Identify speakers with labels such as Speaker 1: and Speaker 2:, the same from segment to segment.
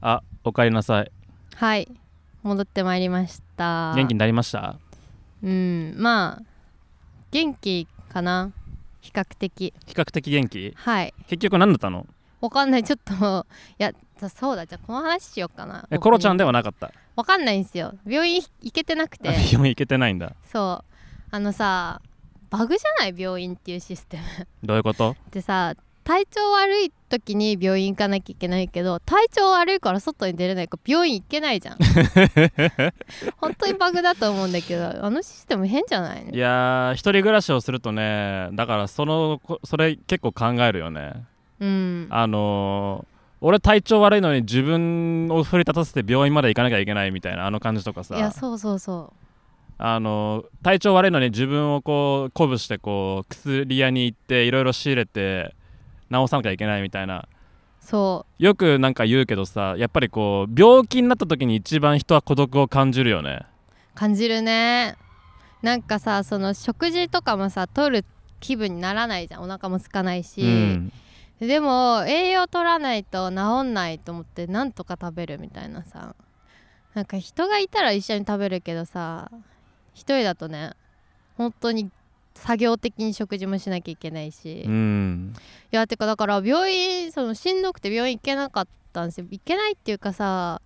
Speaker 1: あおかえりなさい
Speaker 2: はい戻ってまいりました
Speaker 1: 元気になりました
Speaker 2: うんまあ元気かな比較的
Speaker 1: 比較的元気
Speaker 2: はい
Speaker 1: 結局何だったの
Speaker 2: わかんないちょっといやじゃそうだじゃあこの話しようかな
Speaker 1: えコロちゃん
Speaker 2: で
Speaker 1: ではなかった
Speaker 2: わかんないんですよ病院行けてなくて
Speaker 1: 病院行けてないんだ
Speaker 2: そうあのさバグじゃない病院っていうシステム
Speaker 1: どういうこと
Speaker 2: ってさ体調悪い時に病院行かなきゃいけないけど体調悪いから外に出れないから病院行けないじゃん 本当にバグだと思うんだけどあのシステム変じゃないの
Speaker 1: いやー一人暮らしをするとねだからそのこそれ結構考えるよね
Speaker 2: うん
Speaker 1: あのー俺体調悪いのに自分を奮い立たせて病院まで行かなきゃいけないみたいなあの感じとか
Speaker 2: いや
Speaker 1: さ
Speaker 2: そうそうそ
Speaker 1: あのー体調悪いのに自分をこう鼓舞してこう薬屋に行っていろいろ仕入れて治さなきゃいけないみたいな
Speaker 2: うそ
Speaker 1: よくなんか言うけどさやっぱりこう病気になった時に一番人は孤独を感じるよね
Speaker 2: う感じるねなんかさその食事とかもさ取る気分にならないじゃんお腹も空かないし、
Speaker 1: うん
Speaker 2: でも栄養取らないと治んないと思ってなんとか食べるみたいなさなんか人がいたら一緒に食べるけどさ一人だとね本当に作業的に食事もしなきゃいけないし、
Speaker 1: う
Speaker 2: い
Speaker 1: ん
Speaker 2: やてかだから病院そのしんどくて病院行けなかったんですよ行けないっていうかさ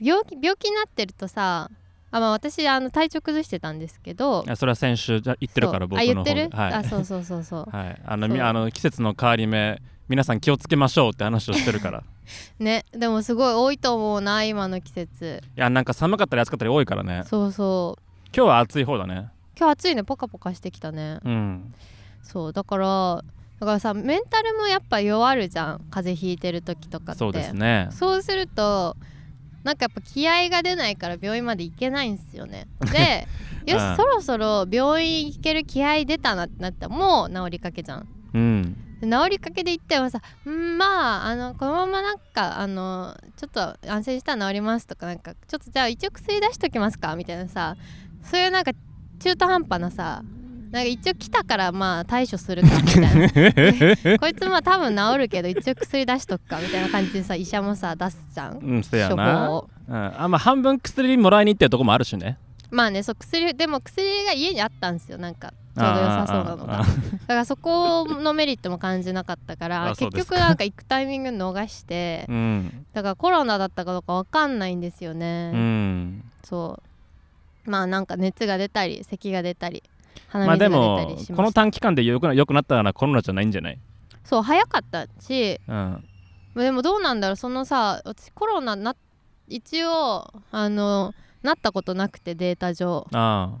Speaker 2: 病気病気になってるとさあ、まあ、私あの体調崩してたんですけど
Speaker 1: いやそれは先週じゃ言ってるから
Speaker 2: そう
Speaker 1: 僕
Speaker 2: あ
Speaker 1: の
Speaker 2: 言っ
Speaker 1: 方
Speaker 2: て
Speaker 1: で
Speaker 2: る、
Speaker 1: は
Speaker 2: あ
Speaker 1: い
Speaker 2: そうそうそうそう
Speaker 1: はいあのみ
Speaker 2: そう
Speaker 1: あの季節の変わり目皆さん気をつけましょうって話をしてるから い
Speaker 2: ねでもすごい多いと思うな今の季節
Speaker 1: やなんか寒かったり暑かったり多いからね
Speaker 2: そうそう
Speaker 1: 今日は暑い方だね
Speaker 2: 今日暑いねポカポカしてきたね
Speaker 1: うん
Speaker 2: そうだからだからさメンタルもやっぱ弱るじゃん風邪ひいてる時とかって
Speaker 1: そうですね
Speaker 2: そうするとなんかやっぱ気合が出ないから病院まで行けないんです よねでよし、
Speaker 1: うん
Speaker 2: そろそろ病院行ける気合出たなってなったらもう治りかけじゃん
Speaker 1: うん
Speaker 2: で治りかけで行ってもさ「うんまああのこのままなんかあのちょっと安静したら治ります」とかなんか「ちょっとじゃあ一応薬出しときますか」みたいなさそういうなんか中途半端なさなんか一応来たからまあ対処するかみた いなこいつまあ多分治るけど一応薬出しとくかみたいな感じでさ医者もさ出すじゃん
Speaker 1: うんせや
Speaker 2: 処
Speaker 1: な
Speaker 2: 方を
Speaker 1: うん、あまあ半分薬もらいに行ってるとこもあるしね
Speaker 2: まあねそう薬でも薬が家にあったんですよなんかちょうど良さそうなのが
Speaker 1: あー
Speaker 2: だからそこのメリットも感じなかったから
Speaker 1: あそう
Speaker 2: 結
Speaker 1: ですか
Speaker 2: 局なんか行くタイミング逃して
Speaker 1: あーう ん
Speaker 2: だからコロナだったかどうかわかんないんですよね、
Speaker 1: うん
Speaker 2: そうまあなんか熱が出たり咳が出たり
Speaker 1: ま
Speaker 2: 鼻
Speaker 1: あで
Speaker 2: 水が出た
Speaker 1: も
Speaker 2: りし
Speaker 1: こ
Speaker 2: ま
Speaker 1: の
Speaker 2: した、
Speaker 1: 短期間で良くな良くなったらコロナじゃないんじゃない
Speaker 2: そう早かったし
Speaker 1: うん
Speaker 2: まあでもどうなんだろうそのさ私コロナな一応あのなったことなくてデータ上
Speaker 1: あ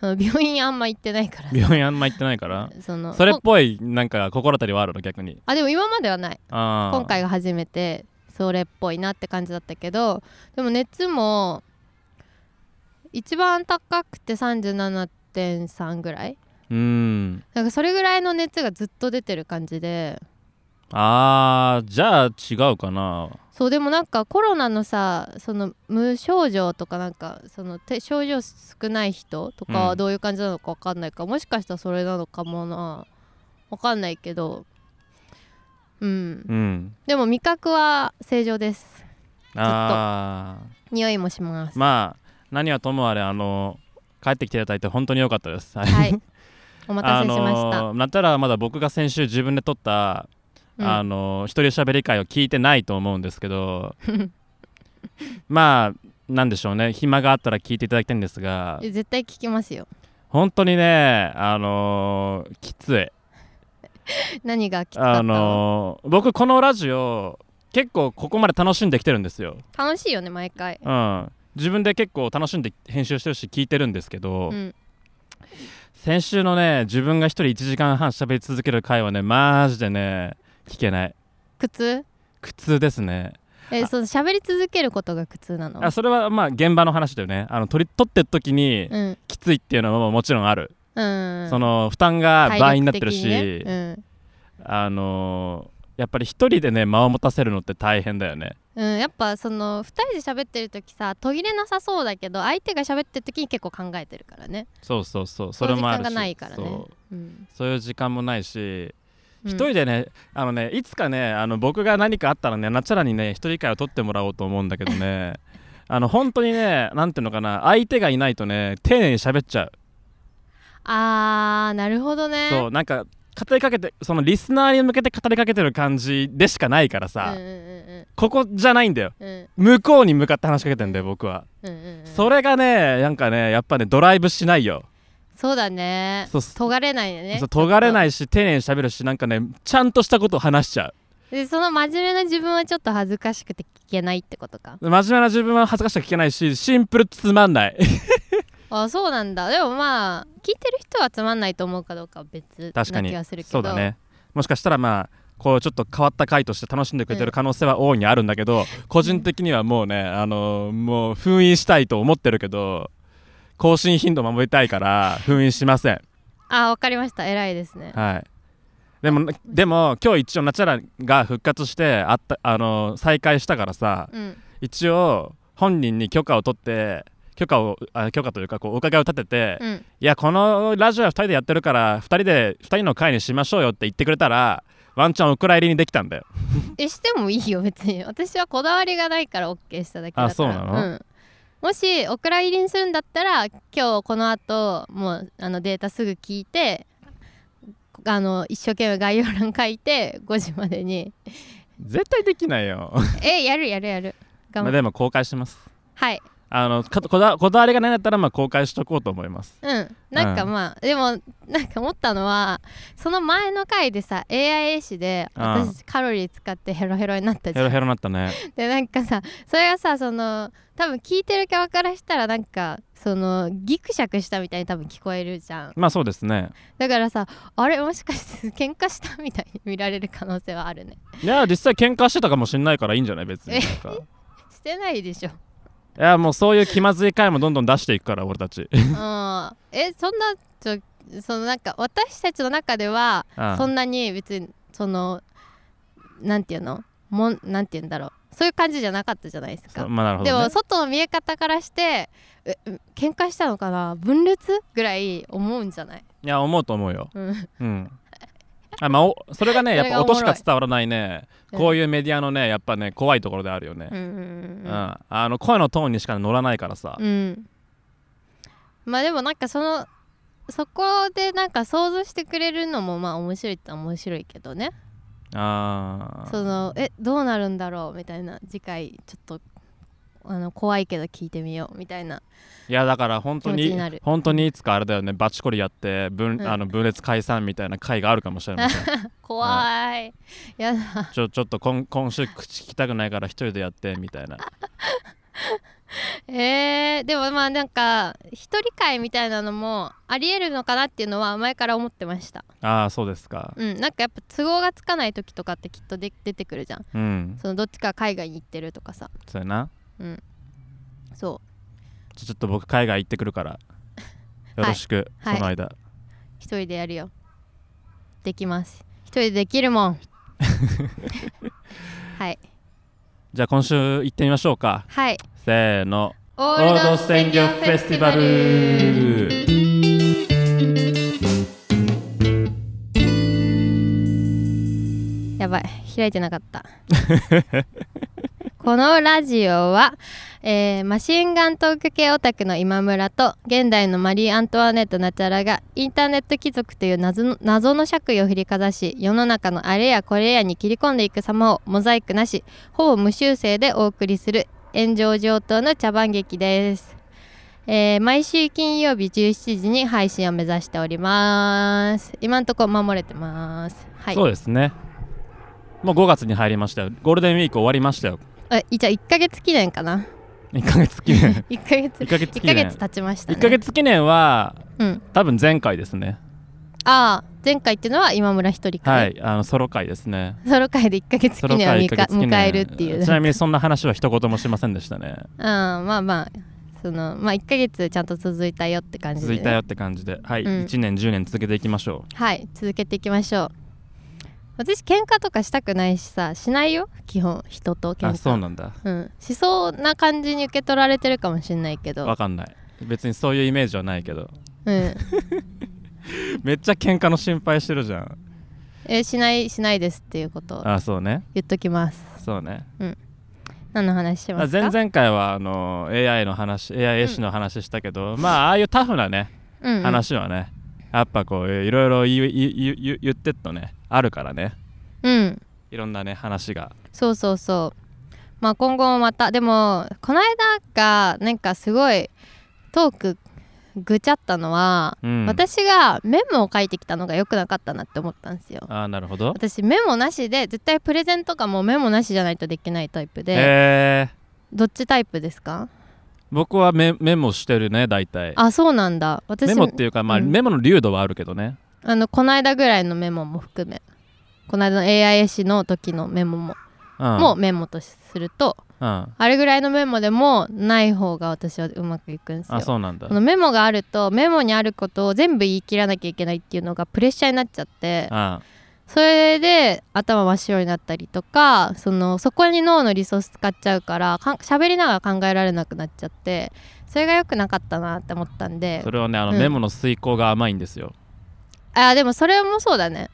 Speaker 1: あ
Speaker 2: あの病院あんま行ってないからさ
Speaker 1: 病院あんま行ってないから
Speaker 2: その
Speaker 1: それっ
Speaker 2: こ
Speaker 1: ぽいなんか心当たりはあるの逆に
Speaker 2: あでも今まではない
Speaker 1: ああ
Speaker 2: 今回が初めてそれっぽいなって感じだったけどでも熱も一番高くて37.3ぐらい
Speaker 1: うん
Speaker 2: なんかそれぐらいの熱がずっと出てる感じで
Speaker 1: ああじゃあ違うかな
Speaker 2: そうでもなんかコロナのさその無症状とかなんかそのて症状少ない人とか
Speaker 1: う
Speaker 2: は
Speaker 1: ん
Speaker 2: どういう感じなのか分かんないから、もしかしたらそれなのかもな分かんないけどうん
Speaker 1: うん
Speaker 2: でも味覚は正常です
Speaker 1: ああ
Speaker 2: 匂いもします
Speaker 1: まあ何はともあれあの帰ってきていただいて本当に良かったですはい
Speaker 2: はい。お待たせしました。
Speaker 1: あのなったらまだ僕が先週自分で撮った、
Speaker 2: うん
Speaker 1: あの一人喋り会を聞いてないと思うんですけどまあなんでしょうね暇があったら聞いていただきたいんですが
Speaker 2: 絶対聞きますよ。
Speaker 1: 本当にねあのーきつい
Speaker 2: 何がきつかっ
Speaker 1: あ
Speaker 2: た
Speaker 1: の
Speaker 2: の？
Speaker 1: ー僕このラジオ結構ここまで楽しんできてるんですよ、
Speaker 2: 楽しいよね毎回。
Speaker 1: うん、自分で結構楽しんで編集してるし聞いてるんですけど、
Speaker 2: うん。
Speaker 1: 先週のね自分が一人1時間半喋り続ける回はねマジでね聞けない
Speaker 2: 苦痛？
Speaker 1: 苦痛ですね
Speaker 2: え
Speaker 1: あ
Speaker 2: その喋り続けることが苦痛なの
Speaker 1: あ？それはまあ現場の話だよねあの取り取ってる時に
Speaker 2: うん
Speaker 1: きついっていうのはもうもちろんある、
Speaker 2: うん。
Speaker 1: その負担が
Speaker 2: 体力的ね、
Speaker 1: 倍になってるし、
Speaker 2: うん。
Speaker 1: あのーやっぱり一人でね間を持たせるのって大変だよね
Speaker 2: うん、やっぱその2人で喋ってる時さ途切れなさそうだけど相手が喋ってる時に結構考えてるからね、
Speaker 1: そうそうそうそれもあるし
Speaker 2: その時間がないからね
Speaker 1: そう
Speaker 2: うん、
Speaker 1: そういう時間もないし
Speaker 2: うん
Speaker 1: 一人でねあのねいつかねあの僕が何かあったらねナチュラにね一人会を取ってもらおうと思うんだけど ねあの本当にねなんていうのかな相手がいないとね丁寧に喋っちゃう、
Speaker 2: あーなるほどね
Speaker 1: そうなんか語りかけてそのリスナーに向けて語りかけてる感じでしかないからさ、
Speaker 2: うんうん
Speaker 1: ここじゃないんだよ
Speaker 2: うんうん
Speaker 1: 向こうに向かって話しかけてんだよ僕は、
Speaker 2: うんうんうん
Speaker 1: それがねなんかねやっぱねドライブしないよ
Speaker 2: そうだね
Speaker 1: そうす
Speaker 2: とがれないよね
Speaker 1: そう尖れないいし丁寧に喋るしなんかねちゃんとしたことを話しちゃう
Speaker 2: でその真面目な自分はちょっと恥ずかしくて聞けないってことか
Speaker 1: 真面目な自分は恥ずかしくて聞けないしシンプルつまんない
Speaker 2: あそうなんだでもまあ聞いてる人はつまんないと思うかどうかは別な
Speaker 1: 確かに
Speaker 2: 気がするけど
Speaker 1: そうだねもしかしたらまあこうちょっと変わった回として楽しんでくれてる可能性は大いにあるんだけ ど、個人的にはもうねあのもう封印したいと思ってるけど更新頻度守りたいから封印しません
Speaker 2: あわかりました偉いですね
Speaker 1: はいでもでも今日一応ナチャラが復活してあったあの再開したからさ、
Speaker 2: うん
Speaker 1: 一応本人に許可を取って許可をあ許可というかこうお伺いを立てて、い
Speaker 2: うん
Speaker 1: やこのラジオは2人でやってるから2人で2人の会にしましょうよって言ってくれたらワンチャンお蔵入りにできたんだよ
Speaker 2: えしてもいいよ別に私はこだわりがないから OK しただけだから
Speaker 1: あそうなの
Speaker 2: ん、もしお蔵入りにするんだったら今日この後もうあのデータすぐ聞いてあの一生懸命概要欄書いて5時までに
Speaker 1: 絶対できないよ
Speaker 2: えやるやるやる
Speaker 1: まあ
Speaker 2: 頑張 る
Speaker 1: でも公開します
Speaker 2: はい
Speaker 1: あのかこだこだわりがないんだったらまあ公開しとこうと思います
Speaker 2: うんなんか
Speaker 1: うん
Speaker 2: まあ、でもなんか思ったのはその前の回でさ AI 絵師で
Speaker 1: うん
Speaker 2: 私カロリー使ってヘロヘロになったじ
Speaker 1: ヘ
Speaker 2: ゃん
Speaker 1: ロヘロになったね
Speaker 2: でなんかさそれがさその多分聞いてる側からしたらなんかそのギクシャクしたみたいに多分聞こえるじゃん
Speaker 1: まあそうですね
Speaker 2: だからさあれもしかして喧嘩したみたいに見られる可能性はあるね
Speaker 1: いや実際喧嘩してたかもしんないからいいんじゃない別になん かい
Speaker 2: してないで しょ
Speaker 1: やもうそういう気まずい回もどんどん出していくから俺た ち
Speaker 2: うんえそんなちょそのなんか私たちの中では
Speaker 1: うん
Speaker 2: そんなに別にそのなんていうのもんなんていうんだろうそういう感じじゃなかったじゃないですか
Speaker 1: まあなるほ
Speaker 2: で
Speaker 1: ど、ね、
Speaker 2: も外の見え方からしてえ喧嘩したのかな分裂ぐらい思うんじゃない、
Speaker 1: いや思うと思うよ
Speaker 2: うん、
Speaker 1: うん。あまあ、おそれがね、やっ
Speaker 2: それが
Speaker 1: ぱ
Speaker 2: お
Speaker 1: 音
Speaker 2: もろい
Speaker 1: しか伝わらないね、
Speaker 2: うん
Speaker 1: こういうメディアのね、やっぱね、怖いところであるよね
Speaker 2: う。ん
Speaker 1: う、
Speaker 2: うんんうん
Speaker 1: あの声のトーンにしか乗らないからさ
Speaker 2: う。ん、うん、まあでもなんかそのそこでなんか想像してくれるのもまあ面白いって面白いけどね
Speaker 1: ああ。
Speaker 2: そのえどうなるんだろうみたいな次回ちょっとあの怖いけど聞いてみようみたいない
Speaker 1: や、だから本当
Speaker 2: 気持
Speaker 1: に
Speaker 2: ちになる、
Speaker 1: 本当にいつかあれだよね、バチコリやって、分、
Speaker 2: うん
Speaker 1: あの分裂解散みたいな回があるかもしれま せん。
Speaker 2: 怖い、やだ
Speaker 1: ちょ、ちょっと今、今週口聞きたくないから、一人でやってみたいな。
Speaker 2: えー、でもまあなんか一人会みたいなのもありえるのかなっていうのは前から思ってました
Speaker 1: ああ、そうですか。
Speaker 2: うんなんかやっぱ都合がつかない時とかってきっとで出てくるじゃん
Speaker 1: うん、
Speaker 2: そのどっちか海外に行ってるとかさ
Speaker 1: そうやな。
Speaker 2: そ
Speaker 1: じゃちょっと僕、海外行ってくる から。よろしく、
Speaker 2: はい
Speaker 1: その間。
Speaker 2: う一人でやるよできます一人でできるもんはい
Speaker 1: じゃあ、今週行ってみましょうか。
Speaker 2: はい
Speaker 1: せーの。
Speaker 2: オ
Speaker 1: オールド鮮魚フェスティバル
Speaker 2: やばい開いてなかった このラジオは、えーマシンガントーク系オタクの今村と現代のマリー・アントワネット・ナチャラがインターネット貴族という謎の謎の爵位を振りかざし世の中のあれやこれやに切り込んでいく様をモザイクなしほぼ無修正でお送りする炎上上等の茶番劇です、えー毎週金曜日17時に配信を目指しております今んとこ守れてますはい
Speaker 1: そうですねもう5月に入りましたよゴールデンウィーク終わりましたよ
Speaker 2: あじゃあ1ヶ月記念 かな
Speaker 1: 1ヶ月記念
Speaker 2: 1ヶ月
Speaker 1: 1ヶ月
Speaker 2: 一
Speaker 1: 記
Speaker 2: ヶ
Speaker 1: 念
Speaker 2: 月経ちましたね
Speaker 1: 1ヶ月記念は
Speaker 2: うん
Speaker 1: 多分前回ですね
Speaker 2: ああ前回っていうのは今村一人会、
Speaker 1: はいあのソロ回ですね
Speaker 2: ソロ会で1ヶ月
Speaker 1: ソ
Speaker 2: 記
Speaker 1: ロ
Speaker 2: 念を
Speaker 1: 回
Speaker 2: み
Speaker 1: 1ヶ
Speaker 2: か
Speaker 1: 月記念
Speaker 2: 迎えるっていう
Speaker 1: ちなみにそんな話は一言もしませんでした ね
Speaker 2: うんまあまあそのまあ1ヶ月ちゃんと続いたよって感じで、
Speaker 1: 続いたよって感じではい、
Speaker 2: うん
Speaker 1: 1年10年続けていきましょ
Speaker 2: はい続けていきましょう私喧嘩とかしたくないしさしないよ基本人と
Speaker 1: う
Speaker 2: 喧嘩
Speaker 1: あそうなんだ
Speaker 2: うん、しそうな感じに受け取られてるかもしれないけど
Speaker 1: わ、かんない別にそういうイメージはないけど
Speaker 2: うん、
Speaker 1: めっちゃ喧嘩の心配してるじゃん
Speaker 2: えしないしないですっていうことを
Speaker 1: あそうね
Speaker 2: 言っときます
Speaker 1: そうね
Speaker 2: 何の話しますか
Speaker 1: 前々回はあの AI の話 AI 絵師の話したけど、まあああいうタフなね
Speaker 2: うんうん
Speaker 1: 話はね、やっぱこういろいろ言い言い言い言ってっとねあるからね
Speaker 2: うん
Speaker 1: いろんなね話が
Speaker 2: そうそうそうまあ今後もまたでもこの間がなんかすごいトークぐちゃったのは、
Speaker 1: うん
Speaker 2: 私がメモを書いてきたのが良くなかったなって思ったんですよ
Speaker 1: ああなるほど
Speaker 2: 私メモなしで絶対プレゼンとかもメモなしじゃないとできないタイプで、
Speaker 1: えー、
Speaker 2: どっちタイプですか
Speaker 1: 僕はメメモしてるね大体
Speaker 2: あそうなんだ私
Speaker 1: メモっていうか、まあ
Speaker 2: うん
Speaker 1: メモの流度はあるけどね
Speaker 2: あのこの間ぐらいのメモも含めこの間の AI 絵師の時のメモも、
Speaker 1: うん
Speaker 2: もうメモとすると
Speaker 1: うんあ
Speaker 2: あれぐらいのメモでもない方が私はうまくいくんですよ
Speaker 1: そうなんだ
Speaker 2: このメモがあるとメモにあることを全部言い切らなきゃいけないっていうのがプレッシャーになっちゃって
Speaker 1: あ
Speaker 2: それで頭真っ白になったりとかそのそこに脳のリソース使っちゃうからかん喋りながら考えられなくなっちゃってそれが良くなかったなって思ったんで
Speaker 1: それはねあの、
Speaker 2: うん
Speaker 1: メモの遂行が甘いんですよ
Speaker 2: あでもそれもそう だね、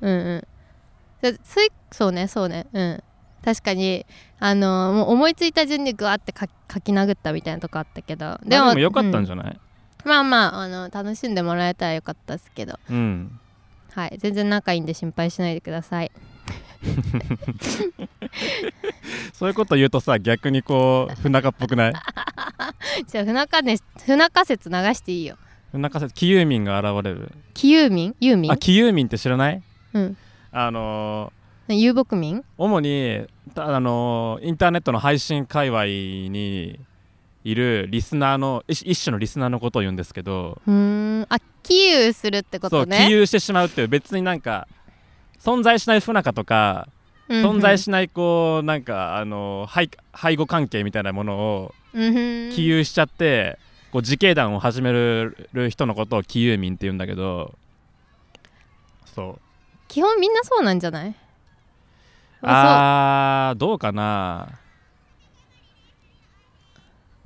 Speaker 2: うん、うんうんでついそうねそうねうん確かにあのもう思いついた順にグワって書き書き殴ったみたいなとこあったけど
Speaker 1: でも,、でもよかったん
Speaker 2: ゃ、
Speaker 1: じゃない
Speaker 2: うんまあまああの楽しんでもらえたらよかったですけど
Speaker 1: うん、
Speaker 2: はい、全然仲いいんで心配しないでください。
Speaker 1: そういうこと言うとさ逆にこう不仲っぽく ない
Speaker 2: じゃあ不仲,、ね、不仲説流していいよ。
Speaker 1: 不仲説キユーミンが現れる
Speaker 2: キユーミンユーミン
Speaker 1: あキユーミンって知らない
Speaker 2: うん。
Speaker 1: あのー
Speaker 2: 遊牧民
Speaker 1: 主にたあのーインターネットの配信界隈にいるリスナーの一一種のリスナーのことを言うんですけど
Speaker 2: うーん。あ、キユーするってこ
Speaker 1: そう
Speaker 2: と
Speaker 1: 起
Speaker 2: ね。
Speaker 1: 遊してしまうっていう別になんか存在しない不仲とか、
Speaker 2: うんうん
Speaker 1: 存在しないこうなんかあの背背後関係みたいなものを
Speaker 2: うんうん
Speaker 1: 起遊しちゃって、こう自警団を始める人のことを起遊民って言うんだけどそう
Speaker 2: 基本みんなそうなんじゃないあ
Speaker 1: あーどうかな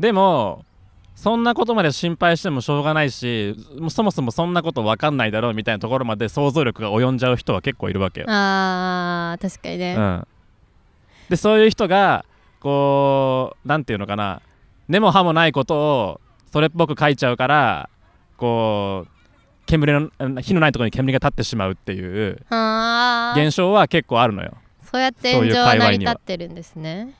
Speaker 1: でもそんなことまで心配してもしょうがないしもうそもそもそんなこと分かんないだろうみたいなところまで想像力が及んじゃう人は結構いるわけよ
Speaker 2: そうあー確かにね。
Speaker 1: うん、でそういう人がこうなんていうのかな根も葉もないことをそれっぽく書いちゃうからこう煙のあ火のないところに煙が立ってしまうっていう
Speaker 2: あー
Speaker 1: 現象は結構あるのよ
Speaker 2: そうやって
Speaker 1: そうい
Speaker 2: 炎
Speaker 1: う
Speaker 2: 上
Speaker 1: 界
Speaker 2: は
Speaker 1: 隈
Speaker 2: 成
Speaker 1: には
Speaker 2: り立ってるんですね。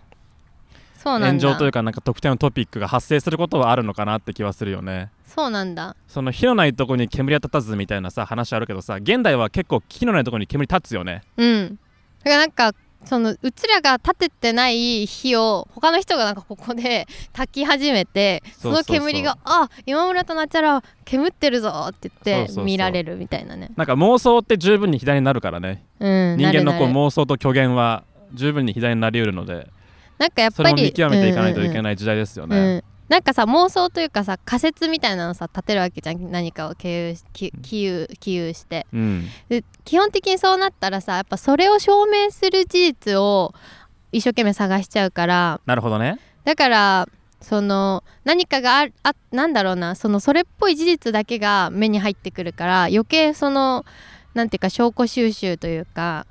Speaker 2: そうな
Speaker 1: 炎
Speaker 2: んだ。
Speaker 1: 上というかなんか特定のトピックが発生することはあるのかなって気はするよね
Speaker 2: そうなんだ。
Speaker 1: その火のないところに煙は立たずみたいなさ話あるけどさ現代は結構火のないところに煙立つよね
Speaker 2: うん。だからなんかそのうちらが立ててない火を他の人がなんかここで 焚き始めてそ
Speaker 1: そうそう
Speaker 2: の
Speaker 1: そう
Speaker 2: 煙が「あ今村となっちゃら煙ってるぞ」って言っ
Speaker 1: そうそう
Speaker 2: て
Speaker 1: そう
Speaker 2: 見られるみたいなね
Speaker 1: なんか妄想って十分に左になるからね
Speaker 2: うん
Speaker 1: 人間のこう
Speaker 2: なるなる
Speaker 1: 妄想と虚言は十分に左になりうるので
Speaker 2: なんかやっ
Speaker 1: そ
Speaker 2: ぱ
Speaker 1: れ
Speaker 2: り
Speaker 1: も見極めていかないといけ
Speaker 2: い
Speaker 1: ない時代ですよ
Speaker 2: うんうんうん
Speaker 1: ね。
Speaker 2: うんなんかさ妄想というかさ仮説みたいなのさ立てるわけじゃん何かを経由しき起由起由して
Speaker 1: うん、
Speaker 2: で基本的にそうなったらさやっぱそれを証明する事実を一生懸命探しちゃうから
Speaker 1: なるほどね。
Speaker 2: だからその何かがああなんだろうなそのそれっぽい事実だけが目に入ってくるから余計そのなんていうか証拠収集というか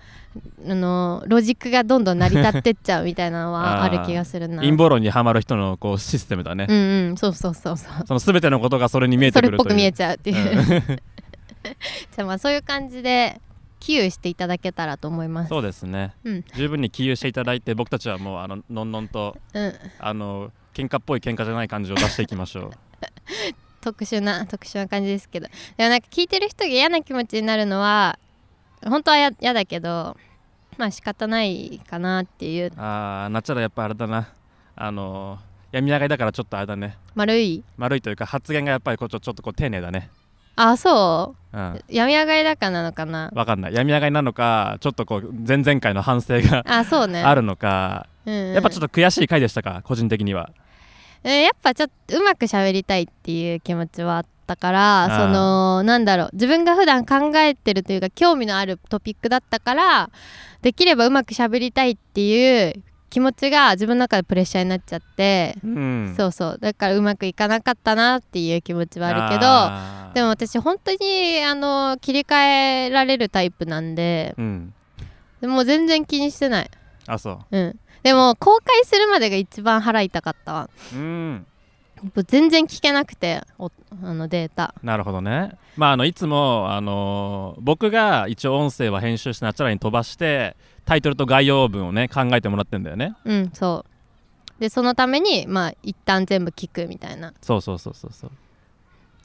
Speaker 2: あのロジックがどんどん成り立ってっちゃうみたいなのは
Speaker 1: あ
Speaker 2: あ
Speaker 1: ー
Speaker 2: る気がするな。
Speaker 1: 陰謀論にはまる人のこうシステムだね。
Speaker 2: うんうんそうそうそうそう。
Speaker 1: その全てのことがそれに見えて
Speaker 2: そ
Speaker 1: く
Speaker 2: れ
Speaker 1: る
Speaker 2: っ
Speaker 1: と
Speaker 2: ぽ
Speaker 1: いう。
Speaker 2: く見えちゃうっていう、 じ
Speaker 1: うん
Speaker 2: ゃあまあそういう感じで寄与していただけたらと思います。
Speaker 1: そうですね。
Speaker 2: うん
Speaker 1: 十分に起憂していただいて僕たちはもうあののんのんと
Speaker 2: うん、
Speaker 1: あの喧嘩っぽい喧嘩じゃない感じを出していきましょう。
Speaker 2: 特殊な特殊な感じですけどでもなんか聞いてる人が嫌な気持ちになるのは本当はや嫌だけどまあ仕方ないかなっていう
Speaker 1: ああなっちゃらやっぱあれだな。あの闇上がりだからちょっとあれだね。
Speaker 2: 丸い
Speaker 1: 丸いというか発言がやっぱりこうちょちょっとこう丁寧だね。
Speaker 2: あそう
Speaker 1: うん。
Speaker 2: 病み上がりだからなのかな
Speaker 1: わかんない。闇上がりなのかちょっとこう前々回の反省が
Speaker 2: あそうね
Speaker 1: あるのか。
Speaker 2: うんうん
Speaker 1: やっぱちょっと悔しい回でしたか個人的には
Speaker 2: えやっぱちょっとうまく喋りたいっていう気持ちはあったから
Speaker 1: あー
Speaker 2: そのなんだろう自分が普段考えてるというか興味のあるトピックだったからできればうまく喋りたいっていう気持ちが自分の中でプレッシャーになっちゃって、
Speaker 1: うん
Speaker 2: そうそうだからうまくいかなかったなっていう気持ちはあるけど
Speaker 1: あー
Speaker 2: でも私本当にあの切り替えられるタイプなんで
Speaker 1: うん
Speaker 2: でもう全然気にしてない、
Speaker 1: あそ
Speaker 2: うん、でも公開するまでが一番腹痛かったわ
Speaker 1: ううん
Speaker 2: 全然聞けなくておあのデータ
Speaker 1: なるほどねまああのいつもあのー僕が一応音声は編集してナチュラルに飛ばしてタイトルと概要文をね考えてもらってんだよね
Speaker 2: うんそうでそのためにまあ一旦全部聞くみたいな
Speaker 1: そうそうそうそうそう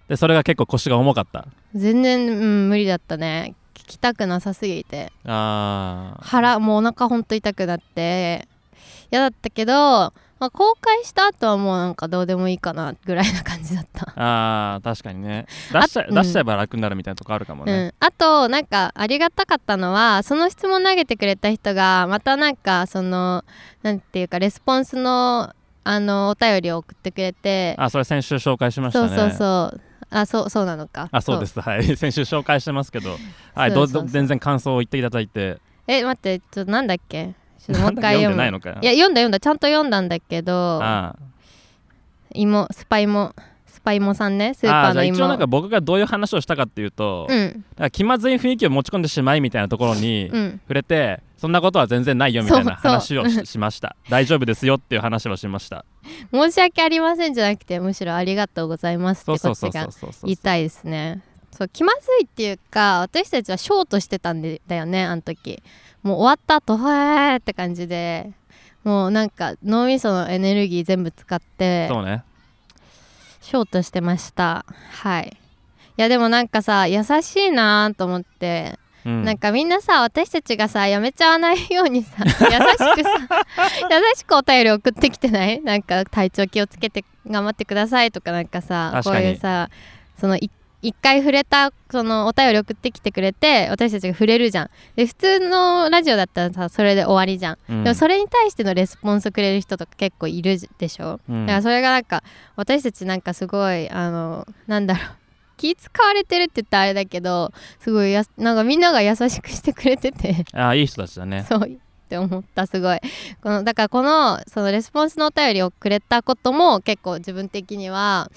Speaker 1: でそれが結構腰が重かった
Speaker 2: 全然、うん、無理だったね聞きたくなさすぎて
Speaker 1: あー
Speaker 2: 腹もうお腹ほんと痛くなって嫌だったけど、まあ、公開した後はもうなんかどうでもいいかなぐらいな感じだった、
Speaker 1: あー確かにね出しちゃ
Speaker 2: あうん
Speaker 1: 出しちゃえば楽になるみたいなとこあるかも
Speaker 2: う
Speaker 1: ね、
Speaker 2: ん、あとなんかありがたかったのはその質問投げてくれた人がまたなんかそのなんていうかレスポンスのあのお便りを送ってくれて
Speaker 1: あそれ先週紹介しました
Speaker 2: そう
Speaker 1: ね
Speaker 2: そうそうあそうそうなのか
Speaker 1: あそうですすはい先週紹介してますけどはい
Speaker 2: そ
Speaker 1: ど
Speaker 2: う
Speaker 1: う
Speaker 2: そうそう
Speaker 1: ぞ全然感想を言っていただいて
Speaker 2: え待ってちょっとなんだっけちょっと
Speaker 1: な
Speaker 2: もうん一
Speaker 1: だ
Speaker 2: 回
Speaker 1: 読んで
Speaker 2: 読む
Speaker 1: ないのかよ
Speaker 2: いや読んだ読んだちゃんと読んだんだけど
Speaker 1: あ
Speaker 2: 芋スパイモスパイモさんねス
Speaker 1: ー
Speaker 2: ー
Speaker 1: あ
Speaker 2: パ
Speaker 1: ーじ
Speaker 2: ー
Speaker 1: ゃ
Speaker 2: の
Speaker 1: あ
Speaker 2: 芋
Speaker 1: 一応なんか僕がどういう話をしたかっていうと、
Speaker 2: うん
Speaker 1: だから気まずい雰囲気を持ち込んでしまいみたいなところに
Speaker 2: うん
Speaker 1: 触れて、そんなことは全然ないよみたいな
Speaker 2: そう
Speaker 1: 話をししました大丈夫ですよっていう話をしました
Speaker 2: 申し訳ありませんじゃなくてむしろありがとうございますって
Speaker 1: そ
Speaker 2: こ
Speaker 1: う
Speaker 2: っちが
Speaker 1: そうそうそうそうそう
Speaker 2: 言いたいですねそう気まずいっていうか私たちはショートしてたんでだよねあの時もう終わった後へーって感じでもうなんか脳みそのエネルギー全部使って
Speaker 1: そうね
Speaker 2: ショートしてましたはいいやでもなんかさ優しいなーと思って
Speaker 1: うん
Speaker 2: なんかみんなさ私たちがさやめちゃわないよ うにさ優しくさ優しくお便り送ってきてないなんか体調気をつけて頑張ってくださいとかなんかさ
Speaker 1: 確
Speaker 2: こ
Speaker 1: か
Speaker 2: う
Speaker 1: に
Speaker 2: いうさそのい一回触れたそのお便り送ってきてくれて私たちが触れるじゃんで普通のラジオだったらさそれで終わりじゃん、
Speaker 1: うん
Speaker 2: でもそれに対してのレスポンスくれる人とか結構いるでしょ、
Speaker 1: うん
Speaker 2: だからそれがなんか私たちなんかすごいあのなんだろう 気使われてるって言ったらあれだけどすごいやなんかみんなが優しくしてくれてて
Speaker 1: あーいい人たちだね
Speaker 2: そうって思ったすごいこのだからこのそのレスポンスのお便りをくれたことも結構自分的には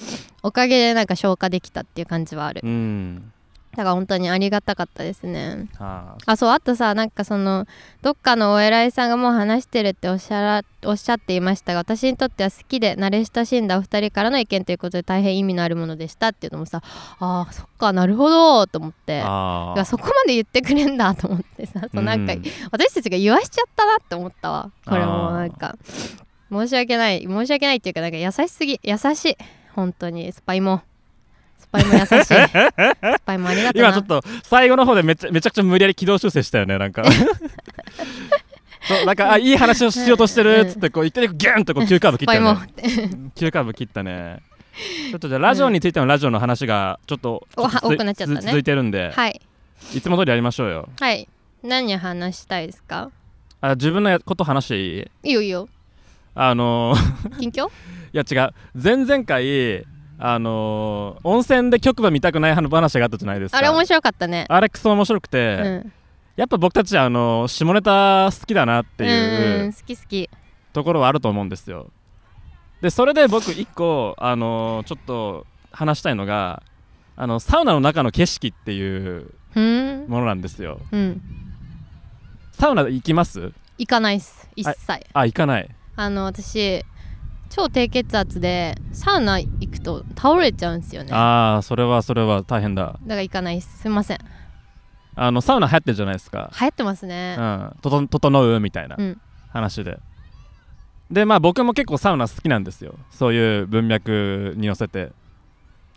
Speaker 2: おかげでなんか消化できたっていう感じはある
Speaker 1: うん
Speaker 2: だから本当にありがたかったですね
Speaker 1: あー
Speaker 2: あそうあとさなんかそのどっかのお偉いさんがもう話してるっておっしゃらおっしゃっていましたが私にとっては好きで慣れ親しんだお二人からの意見ということで大変意味のあるものでしたっていうのもさあーそっかなるほどと思って
Speaker 1: あ
Speaker 2: い
Speaker 1: ー
Speaker 2: やそこまで言ってくれんだと思ってさそうなんか、
Speaker 1: うん
Speaker 2: 私たちが言わしちゃったなって思ったわこれ
Speaker 1: あ
Speaker 2: も
Speaker 1: ー
Speaker 2: なんか申し訳ない申し訳ないっていうかなんか優しすぎ優しい本当にスパイもスパ イも優しいスパイもありがとうな
Speaker 1: 今ちょっと最後の方でめちゃめちゃくちゃ無理やり軌道修正したよねなん かそうなんかあいい話をしようとしてるっつってこう一回ギュンとこう急カーブ切
Speaker 2: ス
Speaker 1: っ
Speaker 2: パ
Speaker 1: た
Speaker 2: イも
Speaker 1: よね 急カーブ切ったねちょっとじゃあラジオについてのラジオの話がちょっと
Speaker 2: おは
Speaker 1: ちょとつ
Speaker 2: 多くなっちゃったね
Speaker 1: つ続いてるんで、
Speaker 2: はい
Speaker 1: い、つも通りやりましょうよ
Speaker 2: はい何話したいですか
Speaker 1: あ自分のやこと話していい
Speaker 2: いいよい いよ
Speaker 1: あのー
Speaker 2: 近況
Speaker 1: いや違う前々回あのー温泉で局部見たくない話があったじゃないですか
Speaker 2: あれ面白かったね
Speaker 1: あれクソ面白くて、
Speaker 2: うん
Speaker 1: やっぱ僕たちあの下ネタ好きだなって
Speaker 2: うんう
Speaker 1: い
Speaker 2: ん
Speaker 1: う
Speaker 2: 好き好き
Speaker 1: ところはあると思うんですよでそれで僕一個あのちょっと話したいのがあのサウナの中の景色っていう
Speaker 2: うん
Speaker 1: ものなんですよ
Speaker 2: うん
Speaker 1: サウナ行きます
Speaker 2: 行かないっす一切
Speaker 1: あ行かない
Speaker 2: あの私超低血圧でサウナ行くと倒れちゃうんですよねだか
Speaker 1: ああそれはそれは大変だ
Speaker 2: ら行かないっすすいません
Speaker 1: あのサウナ流行ってるじゃないですか
Speaker 2: 流行ってますね
Speaker 1: うんとと整うみたいな
Speaker 2: うん
Speaker 1: 話で、でまあ僕も結構サウナ好きなんですよそういう文脈に寄せて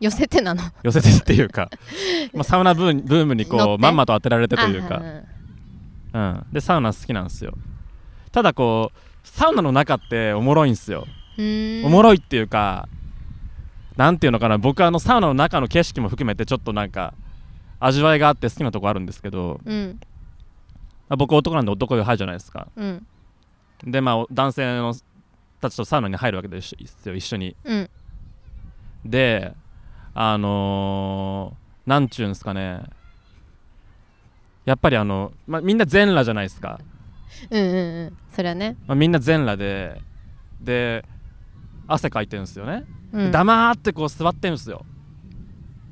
Speaker 2: 寄せて なの
Speaker 1: 寄せてっていう か、まあ、サウナブームブームに
Speaker 2: 乗
Speaker 1: こ
Speaker 2: っ
Speaker 1: う
Speaker 2: て
Speaker 1: まんまと当てられてという
Speaker 2: あ
Speaker 1: か、
Speaker 2: ん
Speaker 1: うん、でサウナ好きなんですよただこうサウナの中っておもろいんですよ、
Speaker 2: うん
Speaker 1: おもろいっていうかなんていうのかな僕あのサウナの中の景色も含めてちょっとなんか味わいがあって好きなとこあるんですけど、
Speaker 2: うん
Speaker 1: まあ僕男なんで男湯入るじゃないですか
Speaker 2: うん
Speaker 1: でまあお男性のたちとサウナに入るわけですよ一緒に
Speaker 2: うん
Speaker 1: であのー、なんちゅうんすかねやっぱりあの、まあ、みんな全裸じゃないですか
Speaker 2: うんうんうんそれはね
Speaker 1: まあ、みんな全裸でで汗かいてるんですよね、
Speaker 2: うん
Speaker 1: 黙ってこう座ってるんですよ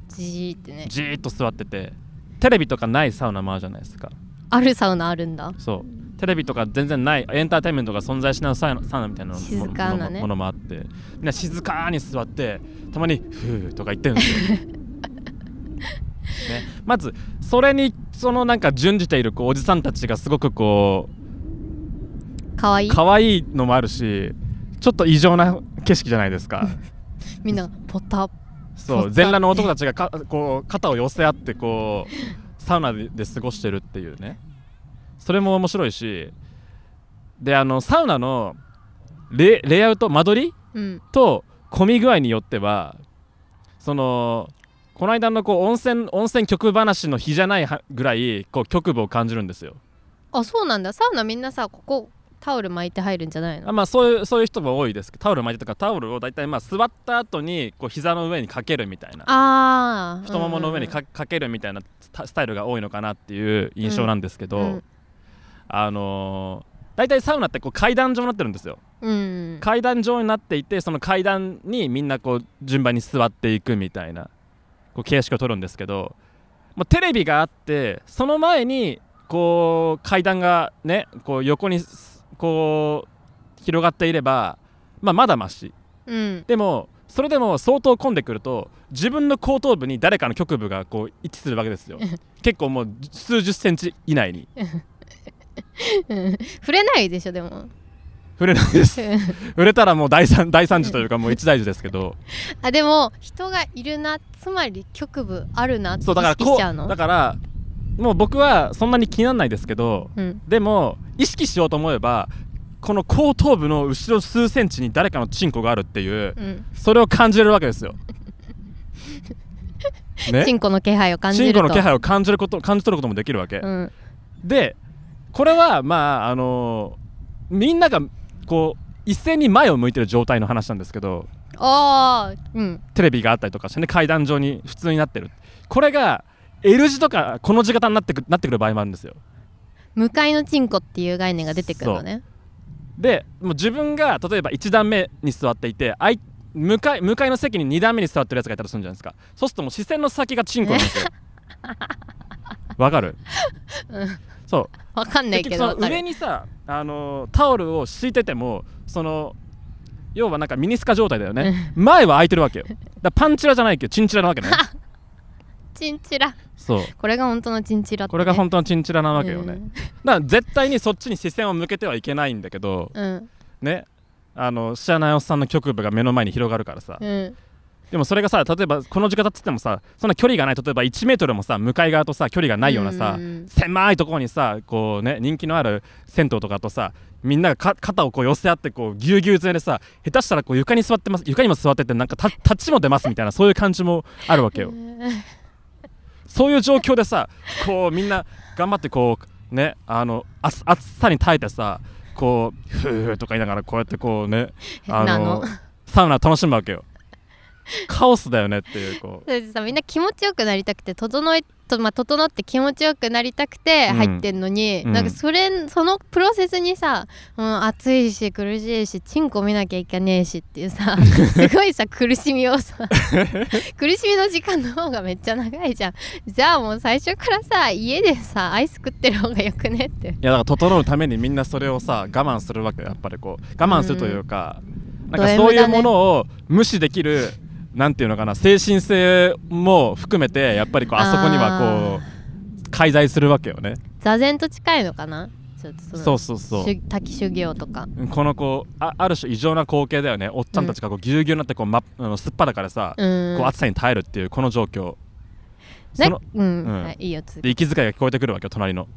Speaker 2: じーってね
Speaker 1: じーっと座っててテレビとかないサウナもあるじゃないですか
Speaker 2: あるサウナあるんだ
Speaker 1: そうテレビとか全然ないエンターテインメントが存在しないサウナサウナみたいなのも
Speaker 2: 静かな
Speaker 1: も
Speaker 2: ね
Speaker 1: もものもあってみんな静かに座ってたまに「ふー」とか言ってるん ですよ、ね、まずそれにそのなんか準じているこうおじさんたちがすごくこう
Speaker 2: かわいい
Speaker 1: 可愛いのもあるしちょっと異常な景色じゃないですか
Speaker 2: みんなポタ
Speaker 1: そ
Speaker 2: そうっか
Speaker 1: 全裸の男たちがかこう肩を寄せ合ってこうサウナでで過ごしてるっていうねそれも面白いしであのサウナのレレイアウト間取り
Speaker 2: うん
Speaker 1: と混み具合によってはそのこの間のこう温泉温泉曲話の日じゃないはぐらいこう局部を感じるんですよ
Speaker 2: あそうなんだサウナみんなさここタオル巻いて入るんじゃない
Speaker 1: あ
Speaker 2: の
Speaker 1: まあそういうそういう人も多いですけどタオル巻いてとかタオルを大体まあ座った後にこう膝の上にかけるみたいな
Speaker 2: ああ
Speaker 1: 太ももの上にか,、かけるみたいなたスタイルが多いのかなっていう印象なんですけど、
Speaker 2: うん
Speaker 1: あのー大体サウナってこう階段状になってるんですよ
Speaker 2: うん
Speaker 1: 階段状になっていてその階段にみんなこう順番に座っていくみたいなこう形式を取るんですけどもうテレビがあってその前にこう階段がねこう横にすこう広がっていれば、まあ、まだまし
Speaker 2: うん
Speaker 1: でもそれでも相当混んでくると自分の後頭部に誰かの局部がこう位置するわけですよ結構もう数十センチ以内に
Speaker 2: うん触れないでしょでも
Speaker 1: 触れないです触れたらもう大惨大惨事というかもう一大事ですけど
Speaker 2: あでも人がいるなつまり局部あるなって意
Speaker 1: そうだから
Speaker 2: 識し
Speaker 1: こ
Speaker 2: ちゃうの
Speaker 1: うだからもう僕はそんなに気にならないですけど
Speaker 2: うん
Speaker 1: でも意識しようと思えばこの後頭部の後ろ数センチに誰かのチンコがあるっていう
Speaker 2: うん
Speaker 1: それを感じれるわけ ですよ。ね
Speaker 2: チンコの気配を感じ
Speaker 1: チ
Speaker 2: る
Speaker 1: ン
Speaker 2: と
Speaker 1: コの気配を感じること感じ取ることもできるわけ。
Speaker 2: うん
Speaker 1: でこれはまああのみんながこう一斉に前を向いてる状態の話なんですけど
Speaker 2: ああうん
Speaker 1: テレビがあったりとかしてね階段上に普通になってるこれが L 字とかこの字型になってくなってくる場合もあるんですよ
Speaker 2: 向かいのチンコっていう概念が出てくるのね
Speaker 1: でもう自分が例えば1段目に座っていてあい向かい向かいの席に2段目に座ってるやつがいたらするんじゃないですかそうするともう視線の先がチンコなんですよわかる、そう
Speaker 2: わかんないけどわ
Speaker 1: 結局そ
Speaker 2: か
Speaker 1: の上
Speaker 2: る
Speaker 1: にさあのタオルを敷いててもその要はなんかミニスカ状態だよね前は空いてるわけよだからパンチラじゃないけどチンチラなわ けね
Speaker 2: チンチラ
Speaker 1: そう
Speaker 2: これが本当のチンチラってね
Speaker 1: これが本当のチンチラなわけよね、
Speaker 2: う
Speaker 1: だ
Speaker 2: ん
Speaker 1: から絶対にそっちに視線を向けてはいけないんだけど
Speaker 2: うん
Speaker 1: ねあの知らないおっさんの局部が目の前に広がるからさ、
Speaker 2: うん
Speaker 1: でもそれがさ例えばこの時間経っててもさそんな距離がない例えば1メートルもさ向かい側とさ距離がないようなさ、
Speaker 2: うんうんうん
Speaker 1: 狭いところにさこうね人気のある銭湯とかとさみんながか肩をこう寄せ合ってこうぎゅうぎゅう詰めでさ下手したらこう床に座ってます床にも座っててなんかた立ちも出ますみたいなそういう感じもあるわ けよそういう状況でさこうみんな頑張ってこうねあの暑暑さに耐えてさこうふーとか言いながらこうやってこうねあ
Speaker 2: な
Speaker 1: の
Speaker 2: の
Speaker 1: サウナ楽しむわけよカオスだよねっていうこう
Speaker 2: それでさみんな気持ちよくなりたくて整えとまあ、整って気持ちよくなりたくて
Speaker 1: うん
Speaker 2: 入ってんのに、
Speaker 1: うん
Speaker 2: なんかそれそのプロセスにさ、うん、暑いし苦しいしチンコ見なきゃいけねえしってい うさすごいさ苦しみをさ 苦しみの時間の方がめっちゃ長いじゃんじゃあもう最初からさ家でさアイス食ってる方がよくねって
Speaker 1: いやだから整うためにみんなそれをさ我慢するわけよやっぱりこう我慢するというか、なんか
Speaker 2: ド M
Speaker 1: そういう
Speaker 2: だね
Speaker 1: ものを無視できるなんていうのかな精神性も含めてやっぱりこうあそこにはこう介在するわけよね
Speaker 2: 座禅と近いのかなちょっとその
Speaker 1: そうそうそう
Speaker 2: しゅ滝修行とか
Speaker 1: このこうあある種異常な光景だよねおっちゃんたちがこうぎゅうぎゅうになってこう、ま、あのすっぱだからさ、
Speaker 2: うん
Speaker 1: こう暑さに耐えるっていうこの状況
Speaker 2: な
Speaker 1: その
Speaker 2: うん、
Speaker 1: うん
Speaker 2: はい、いいよ続
Speaker 1: で
Speaker 2: け
Speaker 1: 息遣いが聞こえてくるわけよ隣の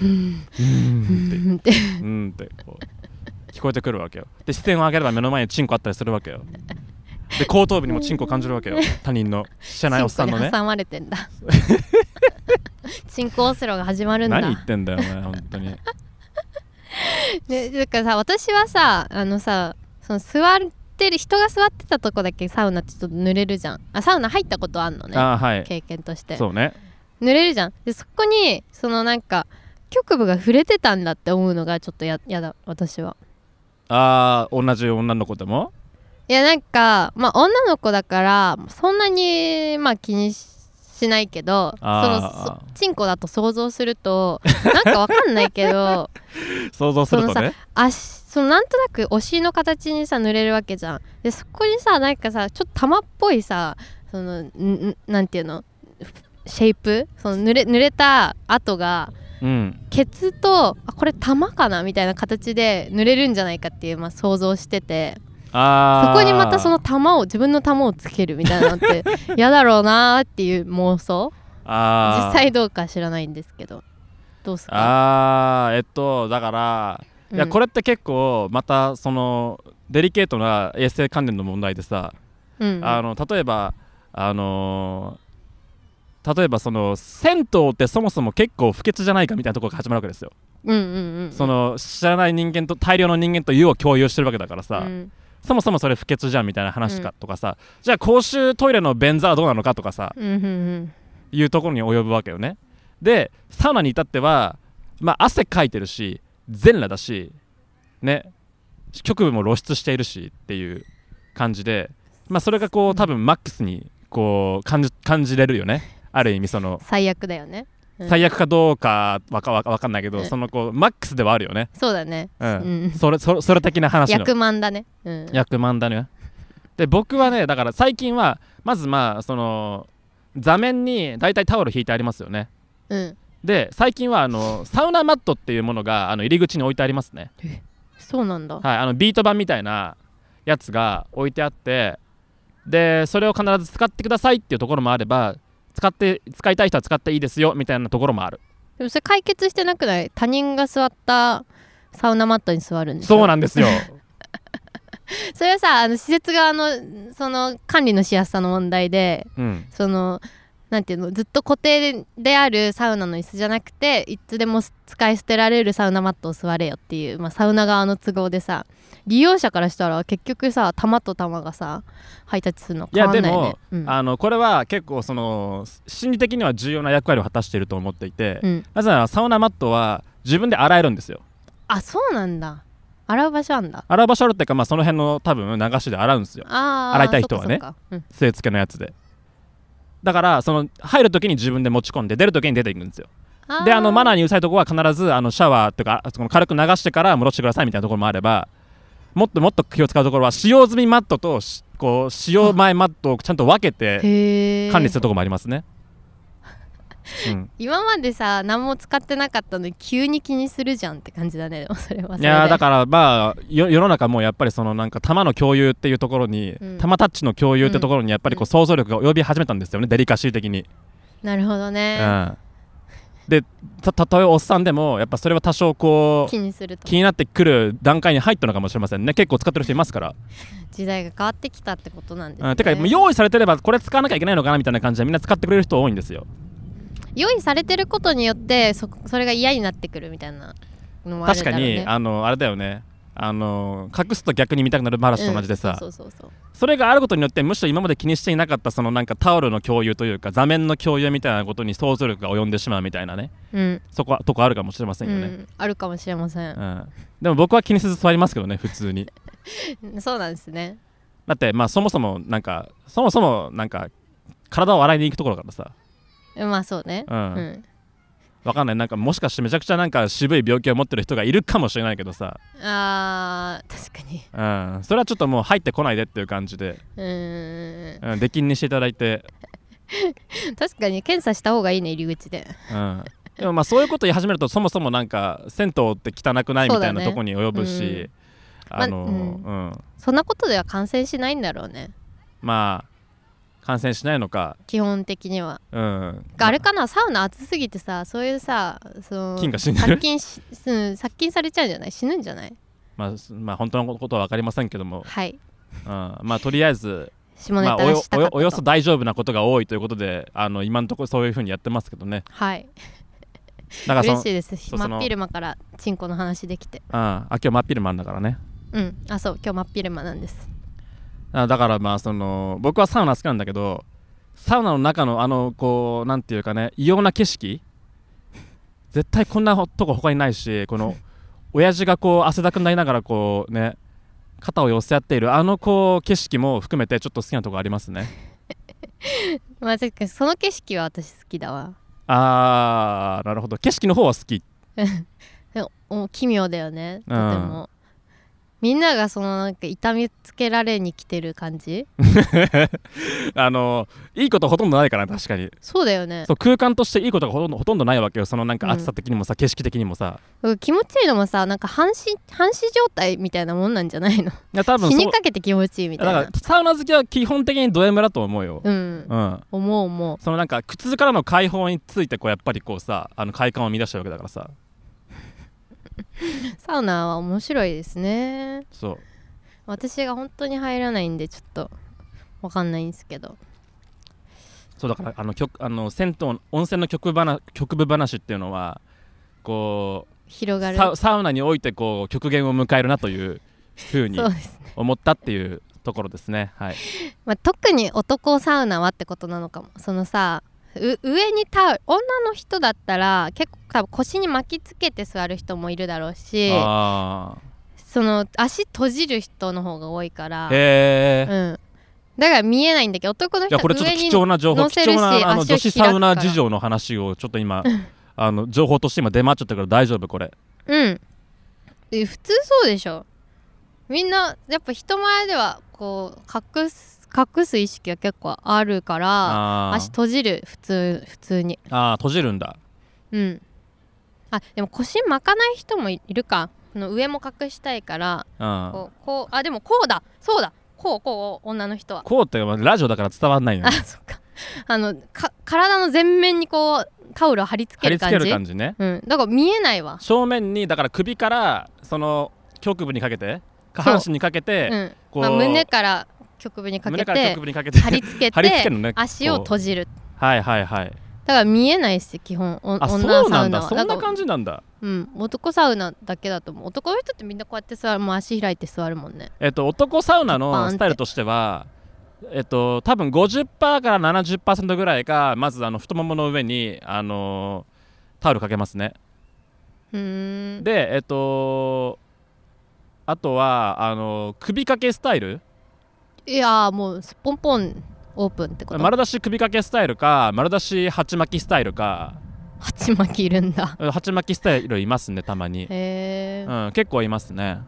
Speaker 1: うーんって
Speaker 2: て
Speaker 1: うーんってこう聞こえてくるわけよで視線を上げれば目の前にチンコあったりするわけよで後頭部にもチンコを感じるわけよ他人の知らないおっさんの
Speaker 2: チ
Speaker 1: ね
Speaker 2: ンコに挟まれてんだチンコオスロが始まるんだ
Speaker 1: 何言ってんだよね本当に
Speaker 2: でだからさ私はさあのさその座ってる人が座ってたとこだけサウナちょっと濡れるじゃんあサウナ入ったことあんのね
Speaker 1: あーはい
Speaker 2: 経験として
Speaker 1: そうね
Speaker 2: 濡れるじゃんでそこにそのなんか局部が触れてたんだって思うのがちょっとややだ私は
Speaker 1: あー同じ女の子でも
Speaker 2: いやなんかまあ女の子だからそんなにまあ気にししないけどそのそ
Speaker 1: あー
Speaker 2: チンコだと想像するとなんかわかんないけど
Speaker 1: 想像すると
Speaker 2: その
Speaker 1: ね
Speaker 2: 足そのなんとなくお尻の形にさ濡れるわけじゃんでそこにさなんかさちょっと玉っぽいさそのんんなんていうのシェイプその濡れ濡れた跡が
Speaker 1: うん
Speaker 2: ケツとあこれ玉かなみたいな形で濡れるんじゃないかっていう、まあ、想像しててそ
Speaker 1: あー
Speaker 2: こにまたその玉を自分の玉をつけるみたいなのって嫌だろうなーっていう妄想
Speaker 1: あ
Speaker 2: 実
Speaker 1: ー
Speaker 2: 際どうか知らないんですけどどうすか
Speaker 1: あーえっとだからいやこ
Speaker 2: れ、
Speaker 1: れって結構またそのデリケートな衛生関連の問題でさ、
Speaker 2: うん、
Speaker 1: あの例えばあのー例えばその銭湯ってそもそも結構不潔じゃないかみたいなところが始まるわけですよ、
Speaker 2: うんうんうん
Speaker 1: その知らない人間と大量の人間と湯を共有してるわけだからさ、
Speaker 2: うん
Speaker 1: そもそもそれ不潔じゃんみたいな話かとかさ、じゃあ公衆トイレの便座はどうなのかとかさ
Speaker 2: うんうんうん
Speaker 1: いうところに及ぶわけよねでサウナに至ってはまあ汗かいてるし全裸だしね局部も露出しているしっていう感じでまあそれがこう多分マックスにこう感じ感じれるよねある意味その
Speaker 2: 最悪だよね、うん
Speaker 1: 最悪かどうかわかわかわかんないけ
Speaker 2: う
Speaker 1: ど
Speaker 2: ん
Speaker 1: そのこうマックスではあるよね
Speaker 2: そうだね
Speaker 1: う
Speaker 2: うんん
Speaker 1: それそれそれ的な話の
Speaker 2: 役満だねうん
Speaker 1: 役満だねで僕はねだから最近はまずまあその座面に大体タオル引いてありますよね
Speaker 2: うん
Speaker 1: で最近はあのサウナマットっていうものがあの入り口に置いてありますね、
Speaker 2: そうなんだ
Speaker 1: はい、あのビート板みたいなやつが置いてあってでそれを必ず使ってくださいっていうところもあれば使って使いたい人は使っていいですよみたいなところもある
Speaker 2: でもそれ解決してなくない他人が座ったサウナマットに座るんです
Speaker 1: そうなん ですよ
Speaker 2: それはさあの施設側のその管理のしやすさの問題で
Speaker 1: うん
Speaker 2: そのなんていうのずっと固定であるサウナの椅子じゃなくていつでも使い捨てられるサウナマットを座れよっていう、まあ、サウナ側の都合でさ利用者からしたら結局さ玉と玉がさ配達するの
Speaker 1: いや
Speaker 2: 変わんないよね
Speaker 1: であのこれは結構その心理的には重要な役割を果たしていると思っていて、
Speaker 2: うんうん、
Speaker 1: なぜならサウナマットは自分で洗えるんですよ
Speaker 2: あそうなんだ洗う場所あんだ
Speaker 1: 洗う場所あるっていうか、まあ、その辺の多分流しで洗うんですよ
Speaker 2: あー
Speaker 1: 洗いたい人はね
Speaker 2: そっかそっか
Speaker 1: 据え付けのやつでだからその入るときに自分で持ち込んで出るときに出ていくんですよ
Speaker 2: うん
Speaker 1: であのマナー
Speaker 2: ー
Speaker 1: にうるさいとこは必ずあのシャワーとかその軽く流してから戻してくださいみたいなところもあればもっともっと気を使うところは使用済みマットとしこう使用前マットをちゃ んと分けて
Speaker 2: へー
Speaker 1: 管理するところもあります ね、うん
Speaker 2: 今までさ何も使ってなかったのに急に気にするじゃんって感じだねでもそれはそれ
Speaker 1: い
Speaker 2: で
Speaker 1: やーだからまあよ世の中もうやっぱりそのなんか玉の共有っていうところに、
Speaker 2: うん
Speaker 1: 玉タッチの共有ってところにやっぱりこう
Speaker 2: う
Speaker 1: ん想像力が及び始めたんですよね、デリカシー的に、
Speaker 2: なるほど
Speaker 1: う
Speaker 2: ね、
Speaker 1: ん、でたたとえおっさんでもやっぱそれは多少こう
Speaker 2: 気にすると
Speaker 1: 気になってくる段階に入ったのかもしれませんね結構使ってる人いますから、
Speaker 2: 時代が変わってきたってことなんですね、
Speaker 1: うん、てかもう用意されてればこれ使わなきゃいけないのかなみたいな感じでみんな使ってくれる人多いんですよ
Speaker 2: 用意されてることによってそそれが嫌になってくるみたいなのもある
Speaker 1: 確
Speaker 2: ん
Speaker 1: か
Speaker 2: だろうね
Speaker 1: にあのあれだよねあの隠すと逆に見たくなる話と同じでさ、
Speaker 2: うんそうそうそう
Speaker 1: それがあることによってむしろ今まで気にしていなかったそのなんかタオルの共有というか座面の共有みたいなことに想像力が及んでしまうみたいなね
Speaker 2: そううん、
Speaker 1: そこはとこあるかもしれません
Speaker 2: う
Speaker 1: よね、
Speaker 2: ん、あるかもしれませ
Speaker 1: うん
Speaker 2: ん、
Speaker 1: でも僕は気にせず座りますけどね普通に
Speaker 2: そうなんですね
Speaker 1: だってまあそもそもなんかそもそもなんか体を洗いに行くところだからさ
Speaker 2: まあそうね
Speaker 1: うん
Speaker 2: うん、
Speaker 1: わかんないなんかもしかしてめちゃくちゃなんか渋い病気を持ってる人がいるかもしれないけどさ、
Speaker 2: あー確かに
Speaker 1: うん、それはちょっともう入ってこないでっていう感じで、
Speaker 2: うーん
Speaker 1: うん、出禁にしていただいて
Speaker 2: 確かに検査した方がいいね入り口で
Speaker 1: うんでもまあそういうこと言い始めるとそもそもなんか銭湯って汚くないみたい
Speaker 2: そうだ
Speaker 1: な
Speaker 2: ね
Speaker 1: とこに及ぶし、
Speaker 2: ま
Speaker 1: あの
Speaker 2: うん
Speaker 1: うん
Speaker 2: そんなことでは感染しないんだろうね
Speaker 1: まあ感染しないのか、
Speaker 2: 基本的には
Speaker 1: うん、
Speaker 2: あれかなサウナ暑すぎてさそういうさそ の
Speaker 1: 菌が死んでる
Speaker 2: 殺菌し、うん、殺菌されちゃうんじゃない死ぬんじゃない
Speaker 1: まあ、すまあ本当のことは分かりませんけども、
Speaker 2: はい
Speaker 1: うん、まあとりあえず、
Speaker 2: 下ネ
Speaker 1: ま
Speaker 2: タ
Speaker 1: あ、お
Speaker 2: が
Speaker 1: よ
Speaker 2: した
Speaker 1: お
Speaker 2: かっ
Speaker 1: よ
Speaker 2: たと、
Speaker 1: およそ大丈夫なことが多いということであの今のところそういうふうにやってますけどね
Speaker 2: はい
Speaker 1: だからその
Speaker 2: 嬉しいです
Speaker 1: うその
Speaker 2: 真っ昼間からチンコの話できて
Speaker 1: うん、あ今日真っ昼間だからね
Speaker 2: うんあそう今日真っ昼間なんです
Speaker 1: あだからまあその僕はサウナ好きなんだけどサウナの中のあのこうなんていうかね異様な景色絶対こんなとこ他にないしこ の親父がこう汗だくになりながらこうね肩を寄せ合っているあのこう景色も含めてちょっと好きなとこありますね
Speaker 2: まあ確かにその景色は私好きだわ
Speaker 1: あーなるほど景色の方は好き
Speaker 2: でもお奇妙だよねとて
Speaker 1: うん
Speaker 2: も、みんながそのなんか痛みつけられに来てる感じ
Speaker 1: あのいいことほとんどないから確かに
Speaker 2: そうだよね
Speaker 1: そう空間としていいことがほとんどほとんどないわけよそのなんか暑さ的にもさ、景色的にもさ
Speaker 2: 気持ちいいのもさなんか半死半死状態みたいなもんなんじゃないの
Speaker 1: いや多分
Speaker 2: 死
Speaker 1: そ
Speaker 2: に
Speaker 1: う
Speaker 2: かけて気持ちいいみ
Speaker 1: だ
Speaker 2: たい
Speaker 1: から
Speaker 2: な
Speaker 1: サウナ好きは基本的にド M だと思うよ、
Speaker 2: うん
Speaker 1: うん、
Speaker 2: 思う思う
Speaker 1: そのなんか苦痛からの解放についてこうやっぱりこうさあの快感を見出したわけだからさ
Speaker 2: サウナは面白いですね
Speaker 1: そう
Speaker 2: 私が本当に入らないんでちょっとわかんないんですけど
Speaker 1: そうだからあの曲あの銭湯温泉の曲ばな曲部話っていうのはこ
Speaker 2: 広が
Speaker 1: う
Speaker 2: る
Speaker 1: サウサウナにおいてこう極限を迎えるなというふうに
Speaker 2: そうですね、
Speaker 1: 思ったっていうところですねはい
Speaker 2: まあ、特に男サウナはってことなのかもそのさう上にタオル女の人だったら結構多分腰に巻きつけて座る人もいるだろうし
Speaker 1: あ
Speaker 2: その足閉じる人の方が多いから
Speaker 1: ーへえ、
Speaker 2: うん、だから見えないんだけど男の
Speaker 1: い
Speaker 2: 人
Speaker 1: や
Speaker 2: は
Speaker 1: これちょっと
Speaker 2: 上に
Speaker 1: 貴重な情報
Speaker 2: 乗
Speaker 1: 貴
Speaker 2: せる
Speaker 1: 重
Speaker 2: し
Speaker 1: なあの
Speaker 2: 足を
Speaker 1: 女
Speaker 2: 開
Speaker 1: 子
Speaker 2: くか
Speaker 1: サ
Speaker 2: ら
Speaker 1: ウナ事情の話をちょっと今あの情報として今出回っちゃったから大丈夫これ
Speaker 2: うんえ普通そうでしょみんなやっぱ人前ではこう隠す隠す意識が結構あるから
Speaker 1: あ
Speaker 2: 足閉じる普通普通に
Speaker 1: ああー閉じるんだ
Speaker 2: うんあでも腰巻かない人もいるかこの上も隠したいから
Speaker 1: うん
Speaker 2: こうこうあでもこうだそうだこうこう女の人は
Speaker 1: こうってまあラジオだから伝わんないよ
Speaker 2: あ
Speaker 1: ね
Speaker 2: そっかあのか体の前面にこうタオルを貼り付
Speaker 1: 貼
Speaker 2: け
Speaker 1: り付
Speaker 2: る感
Speaker 1: け
Speaker 2: じ
Speaker 1: る感じね
Speaker 2: うん、だから見えないわ、
Speaker 1: 正面にだから首からその局部にかけて下半身にかけて、
Speaker 2: うん
Speaker 1: こう
Speaker 2: まあ、胸から局部にかけ
Speaker 1: 胸から
Speaker 2: て
Speaker 1: 局部にかけて
Speaker 2: 貼り付けて
Speaker 1: 貼り付けるのね
Speaker 2: 足を閉
Speaker 1: じ
Speaker 2: じる
Speaker 1: はいはいはい
Speaker 2: だから見えないし基本お
Speaker 1: あそう
Speaker 2: 女サ
Speaker 1: な
Speaker 2: ウ
Speaker 1: ん
Speaker 2: ナ
Speaker 1: だ
Speaker 2: は
Speaker 1: そんな
Speaker 2: か
Speaker 1: 感じなんだ
Speaker 2: うん男サウナだけだと思う男の人ってみんなこうやって座るもう足開いて座るもんね
Speaker 1: えっと男サウナ
Speaker 2: バーンっ
Speaker 1: の
Speaker 2: て
Speaker 1: スタイルとしてはえっと多分50%から70%ぐらいがまずあの太ももの上にあのータオルかけますね
Speaker 2: うーん
Speaker 1: でえっとあとはあのー首掛けスタイル
Speaker 2: いやーもうすっぽんぽんオープンってこと
Speaker 1: 丸出し首掛けスタイルか丸出し鉢巻きスタイルか
Speaker 2: 鉢巻きいる んだ
Speaker 1: うん鉢巻きスタイルいますねたまに、
Speaker 2: へー
Speaker 1: うん、結構いますね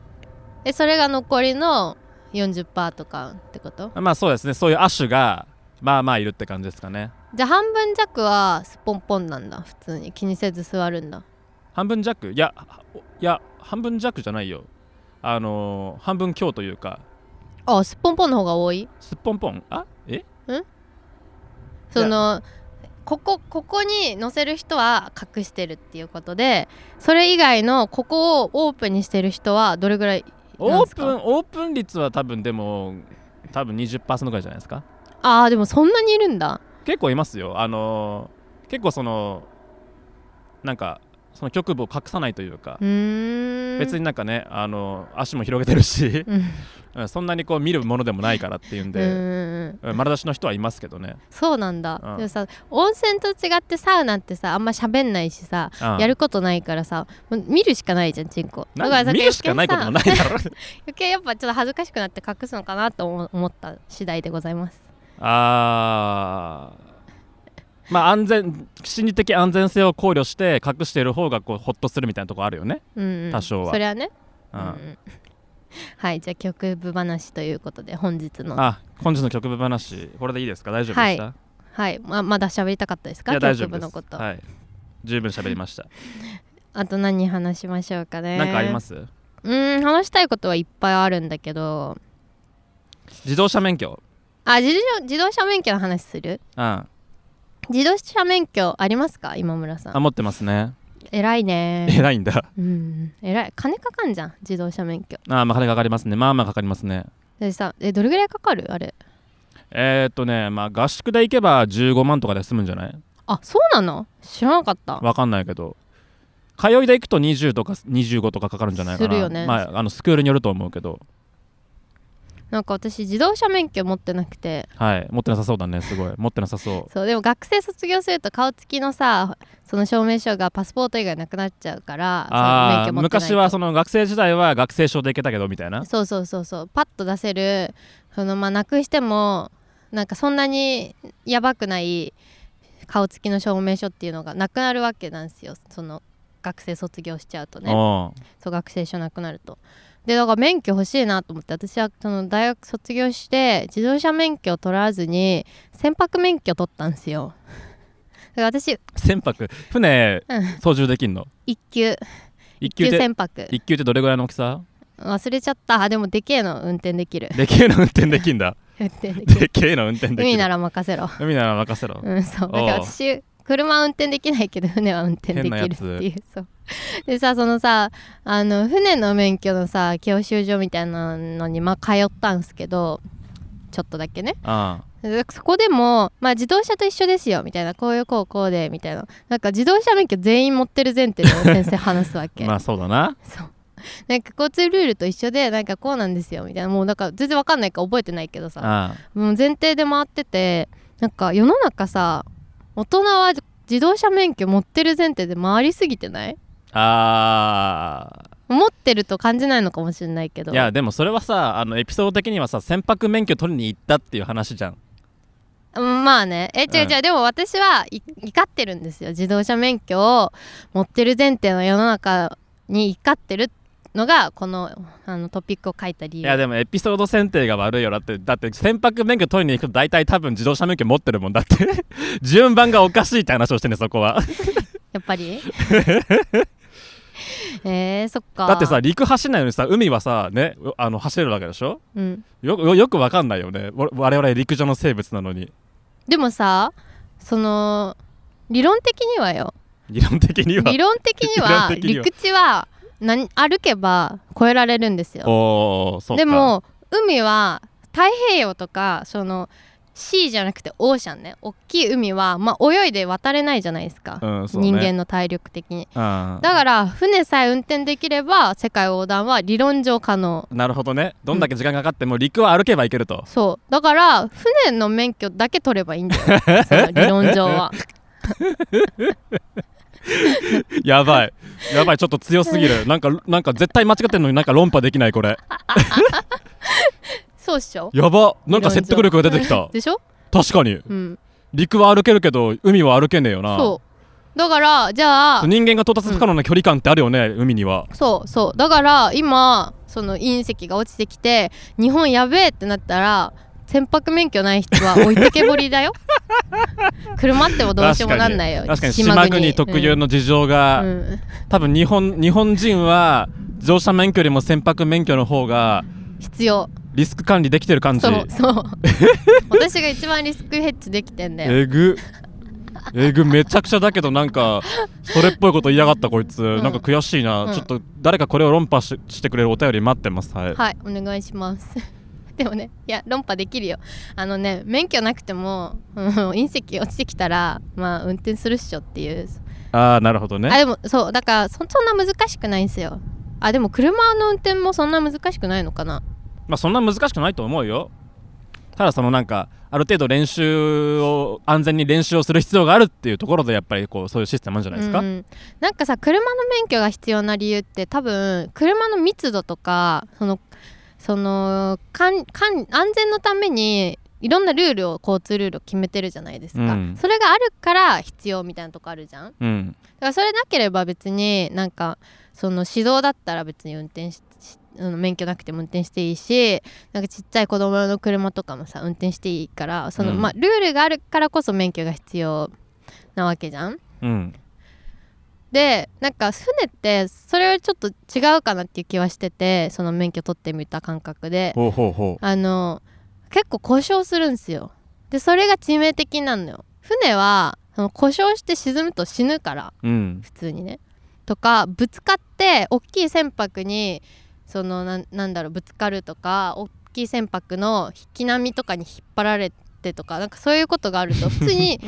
Speaker 2: えそれが残りの40%とかってこと
Speaker 1: まあそうですねそういう亜種がまあまあいるって感じですかね
Speaker 2: じゃあ半分弱はすっぽんぽんなんだ普通に気にせず座るんだ
Speaker 1: 半分弱いやおいや半分弱じゃないよあのー半分強というか
Speaker 2: あすっぽんぽんの方が多い
Speaker 1: すっぽんぽんあえ
Speaker 2: そのここここに載せる人は隠してるっていうことでそれ以外のここをオープンにしてる人はどれぐらいな
Speaker 1: オ
Speaker 2: ん
Speaker 1: ー
Speaker 2: す
Speaker 1: プ
Speaker 2: か
Speaker 1: ンオープン率は多分でも多分20%ぐらいじゃないですか
Speaker 2: あーでもそんなにいるんだ
Speaker 1: 結構いますよあのー結構そのなんかその局部を隠さないというか
Speaker 2: うーん
Speaker 1: 別
Speaker 2: に
Speaker 1: になんかねあの足も広げてるし、
Speaker 2: うん
Speaker 1: うんそんなにこう見るものでもないからっていうん
Speaker 2: うん
Speaker 1: で、
Speaker 2: うん
Speaker 1: うん丸出しの人はいますけどね、
Speaker 2: そうなんだ、
Speaker 1: うん
Speaker 2: でもさ温泉と違ってサウナってさあんま喋んないしさ、
Speaker 1: うん
Speaker 2: やることないからさもう見るしかないじゃんチンコ
Speaker 1: なん
Speaker 2: だからさ
Speaker 1: 見るしかないこともないだろ
Speaker 2: 余計やっぱちょっと恥ずかしくなって隠すのかなと思思った次第でございます
Speaker 1: あーまあ安全心理的安全性を考慮して隠している方がこうホッとするみたいなとこあるよね、
Speaker 2: うんうん
Speaker 1: 多少は
Speaker 2: それはね
Speaker 1: う
Speaker 2: うんんうんはいじゃあ曲部話ということで本日の
Speaker 1: あ本日の曲部話これでいいですか大丈夫でした、
Speaker 2: はいままだ喋りたかったです
Speaker 1: い
Speaker 2: か
Speaker 1: や大丈
Speaker 2: 曲
Speaker 1: 夫
Speaker 2: 部
Speaker 1: で
Speaker 2: の
Speaker 1: す
Speaker 2: こと、
Speaker 1: はい十分喋りました、
Speaker 2: あと何話しましょうかね
Speaker 1: なんかありますす
Speaker 2: うーん話したいことはいっぱいあるんだけど
Speaker 1: 自動車免許
Speaker 2: あ自動自動車免許の話する
Speaker 1: うんあ
Speaker 2: 自動車免許ありますか今村さん
Speaker 1: 持ってますね
Speaker 2: 偉いね
Speaker 1: 偉いんだ
Speaker 2: うん偉い金かかんじゃん自動車免許
Speaker 1: あーまあ金かかりますねまあまあかかりますね
Speaker 2: でさえどれぐらいかかるあれ
Speaker 1: えー、っとね、まあ、合宿で行けば15万とかで済むんじゃない
Speaker 2: あそうなの知らなかった
Speaker 1: わかんないけど通いで行くと20とか25とかかかるんじゃないかな
Speaker 2: するよね
Speaker 1: まあ、あのスクールによると思うけど
Speaker 2: なんか私自動車免許持ってなくて
Speaker 1: はい持ってなさそうだねすごい持ってなさそう
Speaker 2: そうでも学生卒業すると顔つきのさその証明書がパスポート以外なくなっちゃうか
Speaker 1: あ
Speaker 2: らそ
Speaker 1: あ
Speaker 2: の免許持ってないと
Speaker 1: 昔はその学生時代は学生証でいけたけどみたいな
Speaker 2: そうそうそうそうパッと出せるそのまあなくしてもなんかそんなにやばくない顔つきの証明書っていうのがなくなるわけなんですよその学生卒業しちゃうとね
Speaker 1: お
Speaker 2: そう学生証なくなるとでだから免許欲しいなと思って私はその大学卒業して自動車免許を取らずに船舶免許取ったんですよだから私、
Speaker 1: 船舶船
Speaker 2: うん、
Speaker 1: 操縦できんの
Speaker 2: 一級
Speaker 1: 一
Speaker 2: 一
Speaker 1: 級
Speaker 2: 級
Speaker 1: で
Speaker 2: 船舶
Speaker 1: 一級ってどれぐらいの大きさ
Speaker 2: 忘れちゃったあでもでけえの運転で きる
Speaker 1: でけえの運転できんだ
Speaker 2: 運転 できる
Speaker 1: でけえの運転できる
Speaker 2: 海な
Speaker 1: ら
Speaker 2: ら任せろ
Speaker 1: 海なら任せろ、
Speaker 2: うん、そうだか
Speaker 1: おう
Speaker 2: ら私車は運転できないけど船は運転できるっていうそうでさそのさあの船の免許のさ教習所みたいなのにまあ通ったんですけどちょっとだけね
Speaker 1: あ
Speaker 2: でそこでも、まあ、自動車と一緒ですよみたいなこういうこうこうでみたいななんか自動車免許全員持ってる前提で先生話すわ
Speaker 1: あ
Speaker 2: け、
Speaker 1: まあそうだな
Speaker 2: そうなんか交通ルールと一緒でなんかこうなんですよみたいなもうだから全然わかんないから覚えてないけどさ
Speaker 1: あ
Speaker 2: もう前提で回っててなんか世の中さ大人は自動車免許持ってる前提で回りすぎてない
Speaker 1: あ
Speaker 2: 持ってると感じないのかもしれないけ
Speaker 1: ー
Speaker 2: ど
Speaker 1: いやでもそれはさあのエピソード的にはさ船舶免許取りに行ったっていう話じゃん
Speaker 2: うんまあねえ違う違う、でも私はい怒ってるんですよ自動車免許を持ってる前提の世の中に怒ってるのがこのあのトピックを書いた理
Speaker 1: い
Speaker 2: 由
Speaker 1: やでもエピソード選定が悪いよだってだって船舶免許取りに行くと大体多分自動車免許持ってるもんだって 順番がおかしいって話をしてんねそこは
Speaker 2: やっぱ りえー、そっか
Speaker 1: だってさ陸走んないのにさ海はさねあの走れるわけでしょ
Speaker 2: うん、
Speaker 1: よよよくわかんないよねわ我々陸上の生物なのに
Speaker 2: でもさその理論的にはよ
Speaker 1: 理論的には
Speaker 2: 理論的には
Speaker 1: 理論的には
Speaker 2: 陸地は何歩けば越えられるんですよ
Speaker 1: おーそうか
Speaker 2: でも海は太平洋とかそのシーじゃなくてオーシャンね大きい海は、まあ、泳いで渡れないじゃないですか、
Speaker 1: うんそうね
Speaker 2: 人間の体力的に
Speaker 1: うん
Speaker 2: だから船さえ運転できれば世界横断は理論上可能
Speaker 1: なるほどねどんだけ時間がかかっても陸は歩けば行けると
Speaker 2: そうだから船の免許だけ取ればいい んだよその理論上は
Speaker 1: やばいやばいちょっと強すぎるなんかなんか絶対間違ってるのになんか論破できないこれ
Speaker 2: そうっしょ
Speaker 1: やばなんか説得力が出てきた
Speaker 2: でしょ
Speaker 1: 確かに
Speaker 2: うん
Speaker 1: 陸は歩けるけど海は歩けねえよな
Speaker 2: そうだからじゃあ
Speaker 1: 人間が到達不可能な距離感ってあるよね、海には
Speaker 2: そうそうだから今その隕石が落ちてきて日本やべえってなったら船舶免許な い人は置いてけぼりだよ車ってもどうしようもなんないよ
Speaker 1: 確かに島国特有
Speaker 2: の、
Speaker 1: の事情
Speaker 2: う
Speaker 1: が、
Speaker 2: んうん
Speaker 1: 多分日本日本人は自動車免許よりも船舶免許の方が
Speaker 2: 必要
Speaker 1: リスク管理できてる感じ
Speaker 2: そうそう 私が一番リスクヘッジできてんだよ、
Speaker 1: えぐえぐめちゃくちゃだけどなんかそれっぽいこと言いやがったこいつ、
Speaker 2: ん
Speaker 1: なんか悔しいな、
Speaker 2: うん
Speaker 1: ちょっと誰かこれを論破ししてくれるお便り待ってますはい、
Speaker 2: はいお願いします でもねいや論破できるよあのね免許なくても、うん、隕石落ちてきたらまあ運転するっしょっていう
Speaker 1: ああなるほど
Speaker 2: あ
Speaker 1: ね
Speaker 2: でもそうだからそそんな難しくないんですよあでも車の運転もそんな難しくないのかな
Speaker 1: まあそんな難しくないと思うよただそのなんかある程度練習を安全に練習をする必要があるっていうところでやっぱりこうそういうシステムあるんじゃないですか、
Speaker 2: うんうんなんかさ車の免許が必要な理由って多分車の密度とかそのそのかんかん安全のためにいろんなルールを交通ルールを決めてるじゃないですか、
Speaker 1: うん
Speaker 2: それがあるから必要みたいなとこあるじゃんだ
Speaker 1: うん、
Speaker 2: からそれなければ別になんかその指導だったら別に運転ししあの免許なくても運転していいしなんかちっちゃい子供用の車とかもさ運転していいからその、
Speaker 1: うん
Speaker 2: まあルールがあるからこそ免許が必要なわけじゃん
Speaker 1: うん、
Speaker 2: でなんか船ってそれはちょっと違うかなっていう気はしててその免許取ってみた感覚で
Speaker 1: ほうほうほう
Speaker 2: あの結構故障するんですよでそれが致命的なのよ船はその故障して沈むと死ぬから
Speaker 1: うん
Speaker 2: 普通にねとかぶつかって大きい船舶にそのなんなんだろうぶつかるとか大きい船舶の引き波とかに引っ張られてとかなんかそういうことがある と普通に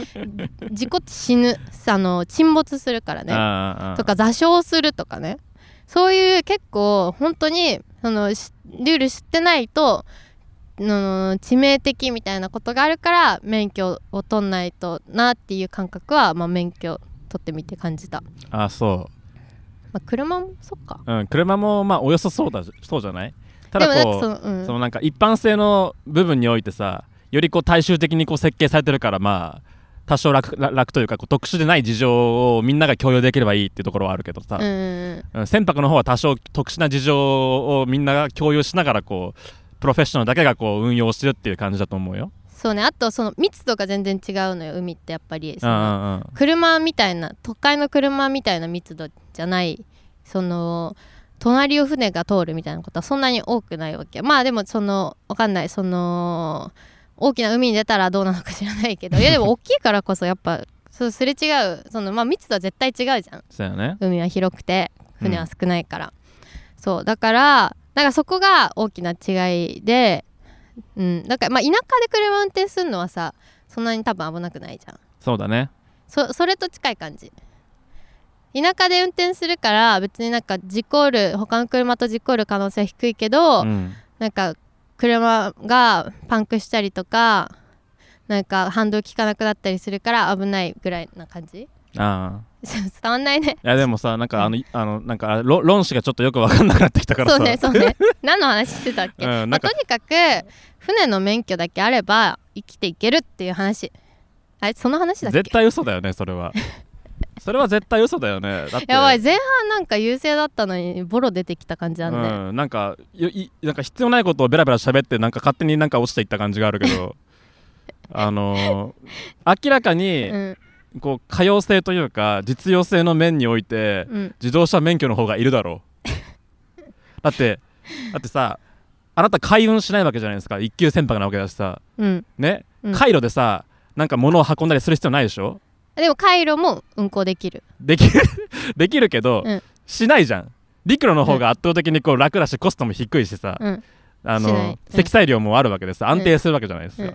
Speaker 2: 事故って死ぬあの沈没するからね
Speaker 1: あーあー
Speaker 2: とか座礁するとかねそういう結構本当にそのしルール知ってないとの致命的みたいなことがあるから免許を取んないとなっていう感覚は、まあ、免許取ってみて感じた、ま
Speaker 1: あそ
Speaker 2: あ、車もそっか
Speaker 1: う、うん、車もまあおよそそうだそうじゃないた
Speaker 2: でも
Speaker 1: だ
Speaker 2: な
Speaker 1: こ
Speaker 2: んか
Speaker 1: う
Speaker 2: その、うん、
Speaker 1: そのなんか一般性の部分においてさよりこう大衆的にこう設計されてるからまあ多少楽楽楽というかこう特殊でない事情をみんなが共有できればいいっていうところはあるけどさ、
Speaker 2: うん
Speaker 1: うん船舶の方は多少特殊な事情をみんなが共有しながらこうプロフェッショナルだけがこう運用してるっていう感じだと思うよ。
Speaker 2: そうねあとその密度が全然違うのよ海ってやっぱりそ
Speaker 1: うんう
Speaker 2: の
Speaker 1: んうん
Speaker 2: 車みたいな都会の車みたいな密度じゃないその隣を船が通るみたいなことはそんなに多くないわけまあでもそのわかんないその大きな海に出たらどうなのか知らないけどいやでも大きいからこそやっぱそうすれ違うそのまあ密度は絶対違うじゃん
Speaker 1: そうやね。
Speaker 2: 海は広くて船は少ないから、そうだからなんかそこが大きな違いでうんだからまあ田舎で車運転するのはさそんなに多分危なくないじゃん
Speaker 1: そうだね。
Speaker 2: そそれと近い感じ田舎で運転するから別になんか事故る他の車と事故る可能性は低いけど、
Speaker 1: うん
Speaker 2: なんか車がパンクしたりとかなんか反動効かなくなったりするから危ないぐらいな感じ
Speaker 1: ああ
Speaker 2: 伝わんないね
Speaker 1: いやでもさなんかあのいあのなんかあろ論旨がちょっとよく分かんなくなってきたから
Speaker 2: そ
Speaker 1: さ。
Speaker 2: うねそう ね何の話してたっけ、
Speaker 1: うん
Speaker 2: ま
Speaker 1: な
Speaker 2: あ、
Speaker 1: ん
Speaker 2: と
Speaker 1: か
Speaker 2: にかく船の免許だけあれば生きていけるっていう話あれその話だっけ
Speaker 1: 絶対嘘だよねそれは。それは絶対嘘だよ ね。だって
Speaker 2: やばい前半なんか優勢だったのにボロ出てきた感じなんで、
Speaker 1: うん、なんかよいなんか必要ないことをベラベラ喋ってなんか勝手になんか落ちていった感じがあるけ どあのー明らかに、
Speaker 2: うん
Speaker 1: こう可用性というか実用性の面において、
Speaker 2: うん
Speaker 1: 自動車免許の方がいるだろうだってだってさあなた海運しないわけじゃないですか一級船舶なわけだしさ
Speaker 2: うん、
Speaker 1: ね、
Speaker 2: うん
Speaker 1: 回路でさなんか物を運んだりする必要ないでしょ
Speaker 2: でも回路も運行できる
Speaker 1: できるできるけど、
Speaker 2: うん
Speaker 1: しないじゃん陸路の方が圧倒的にこう楽だしコストも低いしさ、
Speaker 2: うん
Speaker 1: あ
Speaker 2: しないうん
Speaker 1: の積載量もあるわけでさ安定するわけじゃないですか、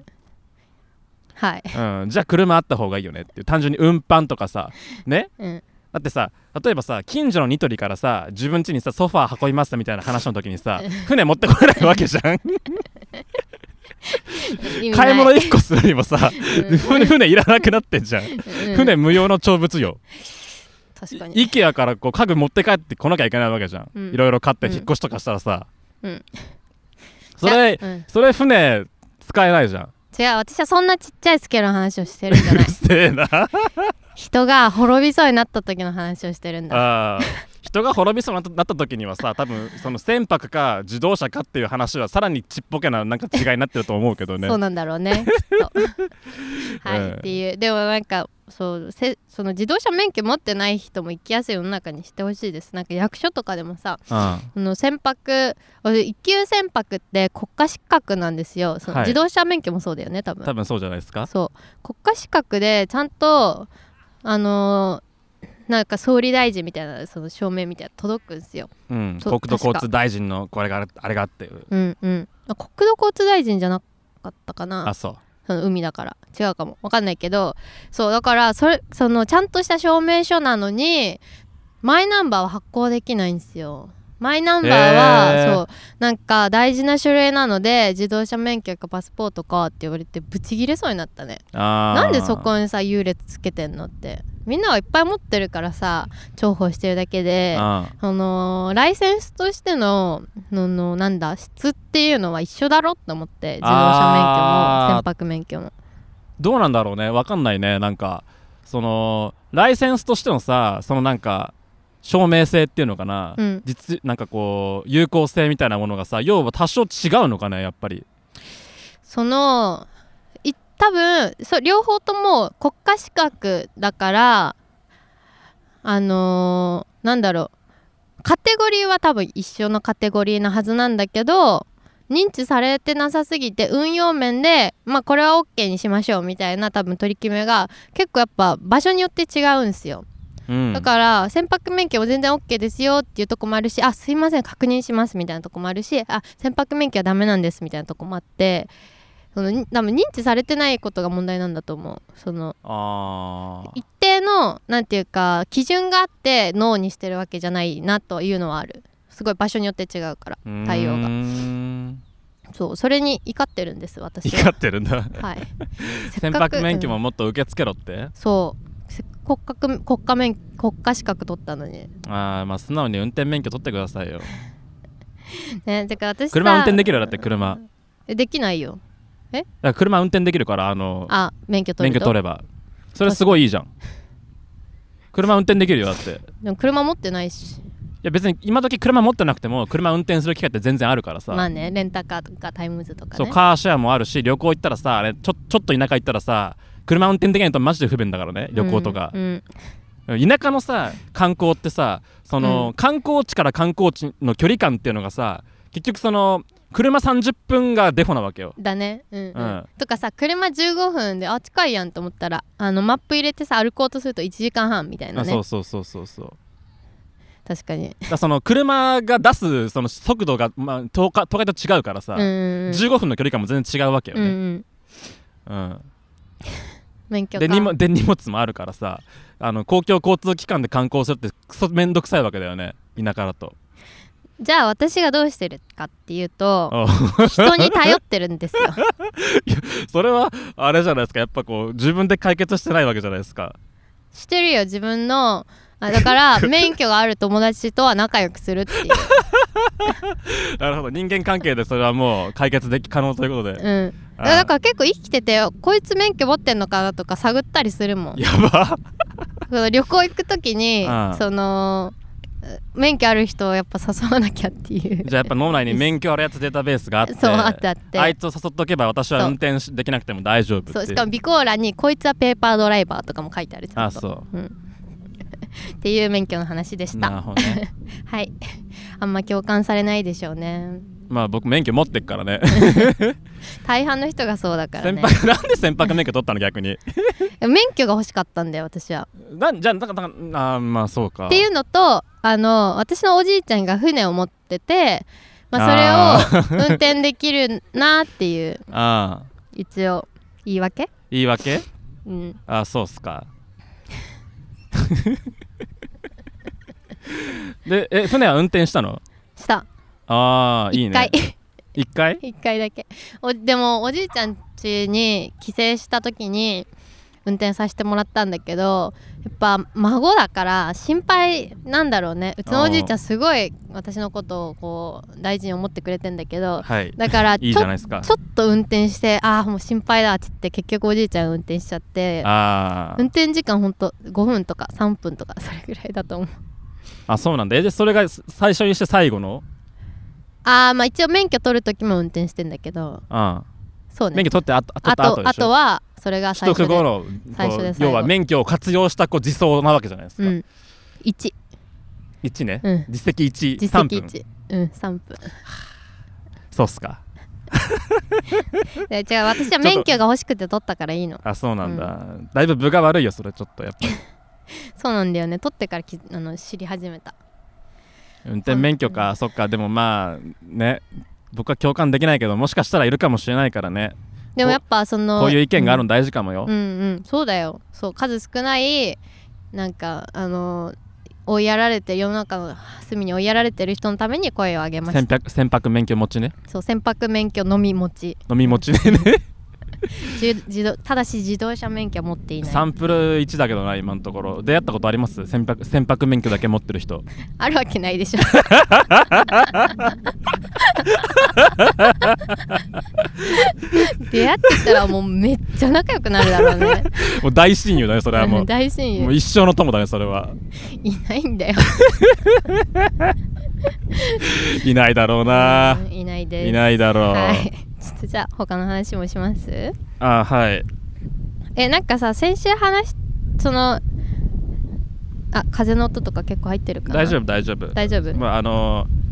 Speaker 2: はい、
Speaker 1: うん、じゃあ車あった方がいいよねっていう単純に運搬とかさね
Speaker 2: うん、
Speaker 1: だってさ例えばさ近所のニトリからさ自分家にさソファー運びましたみたいな話の時にさ船持ってこれないわけ じゃん
Speaker 2: 意味ない
Speaker 1: 買い物1個するよりもさ、
Speaker 2: うん
Speaker 1: 船船いらなくなってんじゃん、
Speaker 2: うん
Speaker 1: 船無用の長物よ
Speaker 2: 確かに
Speaker 1: IKEA からこう家具持って帰ってこなきゃいけないわけじゃん、
Speaker 2: うん
Speaker 1: いろいろ買って
Speaker 2: うん
Speaker 1: 引っ越しとかしたらさ、
Speaker 2: うん
Speaker 1: それ、
Speaker 2: じゃうん
Speaker 1: それ船使えないじゃん
Speaker 2: 違う私はそんなちっちゃいスケールの話をしてるんじゃ
Speaker 1: う
Speaker 2: な
Speaker 1: る
Speaker 2: い
Speaker 1: せえな
Speaker 2: 人が滅びそうになった時の話をしてるんだ
Speaker 1: あー人が滅びそうになったなった時にはさ多分その船舶か自動車かっていう話はさらにちっぽけななんか違いになってると思うけどね
Speaker 2: そうなんだろうねき っとはい、
Speaker 1: うん
Speaker 2: っていうでもなんかそうせその自動車免許持ってない人も生きやすい世の中にしてほしいですなんか役所とかでもさ
Speaker 1: うん
Speaker 2: その船舶あ一級船舶って国家資格なんですよその
Speaker 1: はい
Speaker 2: 自動車免許もそうだよね多分
Speaker 1: 多分そうじゃないですか
Speaker 2: そう国家資格でちゃんとあのーなんか総理大臣みたいなその証明みたいなの届くんですよ
Speaker 1: うん
Speaker 2: そ
Speaker 1: 国土交
Speaker 2: 確か
Speaker 1: 通大臣のこれがあれあれがあって
Speaker 2: うんうんあ国土交通大臣じゃなかったかな
Speaker 1: あそう
Speaker 2: その海だから違うかもわかんないけどそうだからそれそのちゃんとした証明書なのにマイナンバーは発行できないんですよマイナンバーは、
Speaker 1: へー
Speaker 2: そうなんか大事な書類なので自動車免許かパスポートかって言われてブチギレそうになったね
Speaker 1: あー
Speaker 2: なんでそこにさ優劣つけてんのってみんなはいっぱい持ってるからさ重宝してるだけで
Speaker 1: あ
Speaker 2: あのーライセンスとしてのののなんだ質っていうのは一緒だろって思って自動車免許も
Speaker 1: あー
Speaker 2: 船舶免許も
Speaker 1: どうなんだろうねわかんないねなんかそのライセンスとしてのさそのなんか証明性っていうのかな、
Speaker 2: うん
Speaker 1: 実なんかこう有効性みたいなものがさ要は多少違うのかねやっぱり
Speaker 2: そのい多分そう両方とも国家資格だからあのーなんだろうカテゴリーは多分一緒のカテゴリーなはずなんだけど認知されてなさすぎて運用面で、まあ、これは OK にしましょうみたいな多分取り決めが結構やっぱ場所によって違うんですよ。
Speaker 1: うん
Speaker 2: だから船舶免許も全然 OK ですよっていうとこもあるしあすいません確認しますみたいなとこもあるしあ船舶免許はダメなんですみたいなとこもあってそのに多分認知されてないことが問題なんだと思うその
Speaker 1: あー
Speaker 2: 一定のなんていうか基準があってノーにしてるわけじゃないなというのはあるすごい場所によって違うから対応が
Speaker 1: が
Speaker 2: そうそれに怒ってるんです私
Speaker 1: 怒
Speaker 2: は
Speaker 1: ってるんだ
Speaker 2: はいせっ
Speaker 1: 船
Speaker 2: かく
Speaker 1: 舶免許も
Speaker 2: うん
Speaker 1: もっと受け付けろって、
Speaker 2: そうせ国家国家免国家資格取ったのに
Speaker 1: ああまあ素直に運転免許取ってくださいよ
Speaker 2: ねてか私さ
Speaker 1: 車運転できるよだって車だか
Speaker 2: えできないよ
Speaker 1: ら車運転できるからあの
Speaker 2: あ免許取
Speaker 1: 免
Speaker 2: る
Speaker 1: 許
Speaker 2: と
Speaker 1: 取ればそれすごいいいじゃん車運転できるよだってい
Speaker 2: でも車持ってないし
Speaker 1: や別に今時車持ってなくても車運転する機会って全然あるからさ、
Speaker 2: まあねレンタカーとかタイムズとか
Speaker 1: そう
Speaker 2: ね
Speaker 1: カーシェアもあるし旅行行ったらさあれちょちょっと田舎行ったらさ車運転できないとマジで不便だからね旅行とか、
Speaker 2: うんうん
Speaker 1: 田舎のさ観光ってさその、
Speaker 2: う
Speaker 1: 観光地から観光地の距離感っていうのがさ結局その車30分がデフォなわけよ
Speaker 2: だねうん、うん
Speaker 1: うん
Speaker 2: とかさ車15分であ近いやんと思ったらあのマップ入れてさ歩こうとすると1時間半みたいな
Speaker 1: あそ
Speaker 2: ね
Speaker 1: うそうそうそうそうだ
Speaker 2: 確かに
Speaker 1: からその車が出すその速度が、まあ、東海東海と違うからさ、
Speaker 2: うんうんうん
Speaker 1: 15分の距離感も全然違うわけよ
Speaker 2: うんう
Speaker 1: ね、
Speaker 2: ん
Speaker 1: うん
Speaker 2: 免許か
Speaker 1: で荷物で荷物もあるからさあの公共交通機関で観光するってクソめんどくさいわけだよね田舎だと
Speaker 2: じゃあ私がどうしてるかっていうと
Speaker 1: おう
Speaker 2: 人に頼ってるんですよ
Speaker 1: それはあれじゃないですかやっぱこう自分で解決してないわけじゃないですか
Speaker 2: してるよ自分のあだから 免許がある友達とは仲良くするっていう
Speaker 1: なるほど人間関係でそれはもう解決でき可能ということで
Speaker 2: うん、
Speaker 1: あー
Speaker 2: だから結構生きててこいつ免許持ってんのかなとか探ったりするもん
Speaker 1: やば
Speaker 2: その旅行行く時に
Speaker 1: うん
Speaker 2: そのう免許ある人をやっぱ誘わなきゃっていう
Speaker 1: じゃあやっぱ脳内に免許あるやつデータベースがあって
Speaker 2: そうあってあって
Speaker 1: あいつを誘っとけば私は
Speaker 2: そう
Speaker 1: 運転しできなくても大丈夫ってい
Speaker 2: そうしかも備考欄に「こいつはペーパードライバー」とかも書いてあるちゃん
Speaker 1: あ
Speaker 2: と
Speaker 1: そ
Speaker 2: うん っていう免許の話で
Speaker 1: う
Speaker 2: し
Speaker 1: なる
Speaker 2: た
Speaker 1: ほどね
Speaker 2: はい あんま共感されないでしょうね
Speaker 1: まあ僕免許持ってっからね
Speaker 2: 大半の人がそうだから
Speaker 1: 船
Speaker 2: ね
Speaker 1: 舶 なんで船舶免許取ったの逆に
Speaker 2: 免許が欲しかったんだよ私は
Speaker 1: なんじゃあだからだからあーまあそうか
Speaker 2: っていうのとあの私のおじいちゃんが船を持ってて、ま
Speaker 1: あ
Speaker 2: あ、それを運転できるなっていう
Speaker 1: ああ
Speaker 2: 一応言い訳、
Speaker 1: 言い訳
Speaker 2: うん、
Speaker 1: あーそうっす かでえ船は運転したの
Speaker 2: した
Speaker 1: ああいい
Speaker 2: 一
Speaker 1: ね
Speaker 2: 回
Speaker 1: 一回
Speaker 2: 一回だけおでもおじいちゃん家に帰省した時に運転させてもらったんだけどやっぱ孫だから心配なんだろうねうちのおじいちゃんすごい私のことをこう大事に思ってくれてんだけど
Speaker 1: はい
Speaker 2: だから
Speaker 1: いい
Speaker 2: ち
Speaker 1: じ
Speaker 2: ょ
Speaker 1: ゃないですか
Speaker 2: ちょっと運転してああもう心配だっつって結局おじいちゃん運転しちゃって
Speaker 1: あ
Speaker 2: 運
Speaker 1: ー
Speaker 2: 転時間ほんと5分とか3分とか それぐらいだと思う
Speaker 1: あそうなんだえでそれが最初にして最後の
Speaker 2: ああまあ一応免許取る時も運転してんだけど
Speaker 1: うん
Speaker 2: そうね
Speaker 1: 免許取ってあと取
Speaker 2: あ
Speaker 1: った後
Speaker 2: と
Speaker 1: で
Speaker 2: あ
Speaker 1: しょ
Speaker 2: とはそれが最
Speaker 1: 取
Speaker 2: 初
Speaker 1: 得後
Speaker 2: で
Speaker 1: の
Speaker 2: 最
Speaker 1: こ
Speaker 2: 初で
Speaker 1: う
Speaker 2: 最後
Speaker 1: 要は免許を活用したこう自走なわけじゃないですか、
Speaker 2: うん1
Speaker 1: 1ね、
Speaker 2: うん
Speaker 1: 実績1
Speaker 2: 実
Speaker 1: 3
Speaker 2: 績
Speaker 1: 分
Speaker 2: 1うん3分
Speaker 1: そうっすか
Speaker 2: で違う私は免許が欲しくて取ったからいいの
Speaker 1: あそうなんだ、だいぶ分が悪いよそれちょっとやっぱ り
Speaker 2: そうなんだよね取ってからきあの知り始めた
Speaker 1: 運転免許かそっかでもまあね僕は共感できないけどもしかしたらいるかもしれないからね
Speaker 2: でもやっぱその
Speaker 1: こういう意見がある
Speaker 2: ん
Speaker 1: の大事かもよ、
Speaker 2: うんうんそうだよそう数少ないなんかあの追いやられて世の中の隅に追いやられてる人のために声を上げまし
Speaker 1: 船
Speaker 2: た
Speaker 1: 舶船舶免許持ちね
Speaker 2: そう船舶免許のみ持ち
Speaker 1: 飲み持ちね ね
Speaker 2: じ自動ただし自動車免許は持っていない
Speaker 1: サンプル1だけどな今のところ出会ったことあります船舶船舶免許だけ持ってる人
Speaker 2: あるわけないでしょ出会ってたらもうめっちゃ仲良くなるだろうね
Speaker 1: もう大親友だねそれはもう
Speaker 2: 大親
Speaker 1: も
Speaker 2: 友
Speaker 1: う一生の友だねそれ はい
Speaker 2: ないんだ よ
Speaker 1: いないだろうな
Speaker 2: うんいないです
Speaker 1: いないだろう、
Speaker 2: はいちょっとじゃあ他の話もします
Speaker 1: あはい
Speaker 2: えなんかさ先週話しそのあ風の音とか結構入ってるかな
Speaker 1: 大丈夫大丈夫
Speaker 2: 大丈夫
Speaker 1: まああのー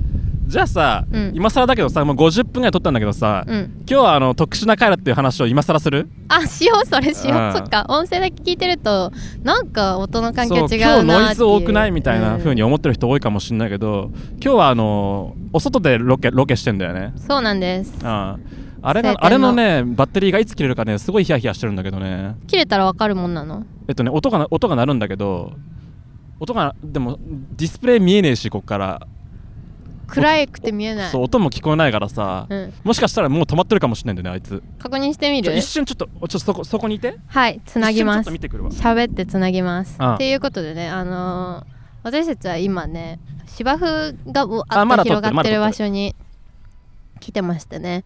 Speaker 1: じゃあさ、
Speaker 2: うん
Speaker 1: 今更だけどさもう50分ぐらい撮ったんだけどさ、
Speaker 2: うん
Speaker 1: 今日はあの特殊な回だっていう話を今更する
Speaker 2: あしようそれしよ
Speaker 1: う
Speaker 2: うんそっか音声だけ聞いてるとなんか音の環境違うなっていう
Speaker 1: そう今日ノイズ多くないみたいな風に
Speaker 2: うん
Speaker 1: 思ってる人多いかもしれないけど、今日はあのーお外でロケロケしてんだよね
Speaker 2: そうなんです
Speaker 1: ああれ
Speaker 2: 晴
Speaker 1: が
Speaker 2: 天の
Speaker 1: あれのねバッテリーがいつ切れるかねすごいヒヤヒヤしてるんだけどね
Speaker 2: 切れたらわかるもんなの
Speaker 1: えっとね音が音が鳴るんだけど音がでもディスプレイ見えねえしこっから
Speaker 2: 暗くて見えない
Speaker 1: そう音も聞こえないからさ、
Speaker 2: うん、
Speaker 1: もしかしたらもう止まってるかもしれないんだよねあいつ
Speaker 2: 確認してみ
Speaker 1: ちょ
Speaker 2: る
Speaker 1: 一瞬ちょっとちょっとそこそこにいて
Speaker 2: はいつなぎま
Speaker 1: 一瞬ちょっと
Speaker 2: す
Speaker 1: 見てくるわ
Speaker 2: 喋ってつなぎます
Speaker 1: うん
Speaker 2: っていうことでねあのー私たちは今ね芝生がうわ
Speaker 1: あ
Speaker 2: っ
Speaker 1: ま
Speaker 2: と
Speaker 1: だ撮ってる
Speaker 2: 広がってる
Speaker 1: まだ撮っ
Speaker 2: 場
Speaker 1: て
Speaker 2: 所に来てましてね、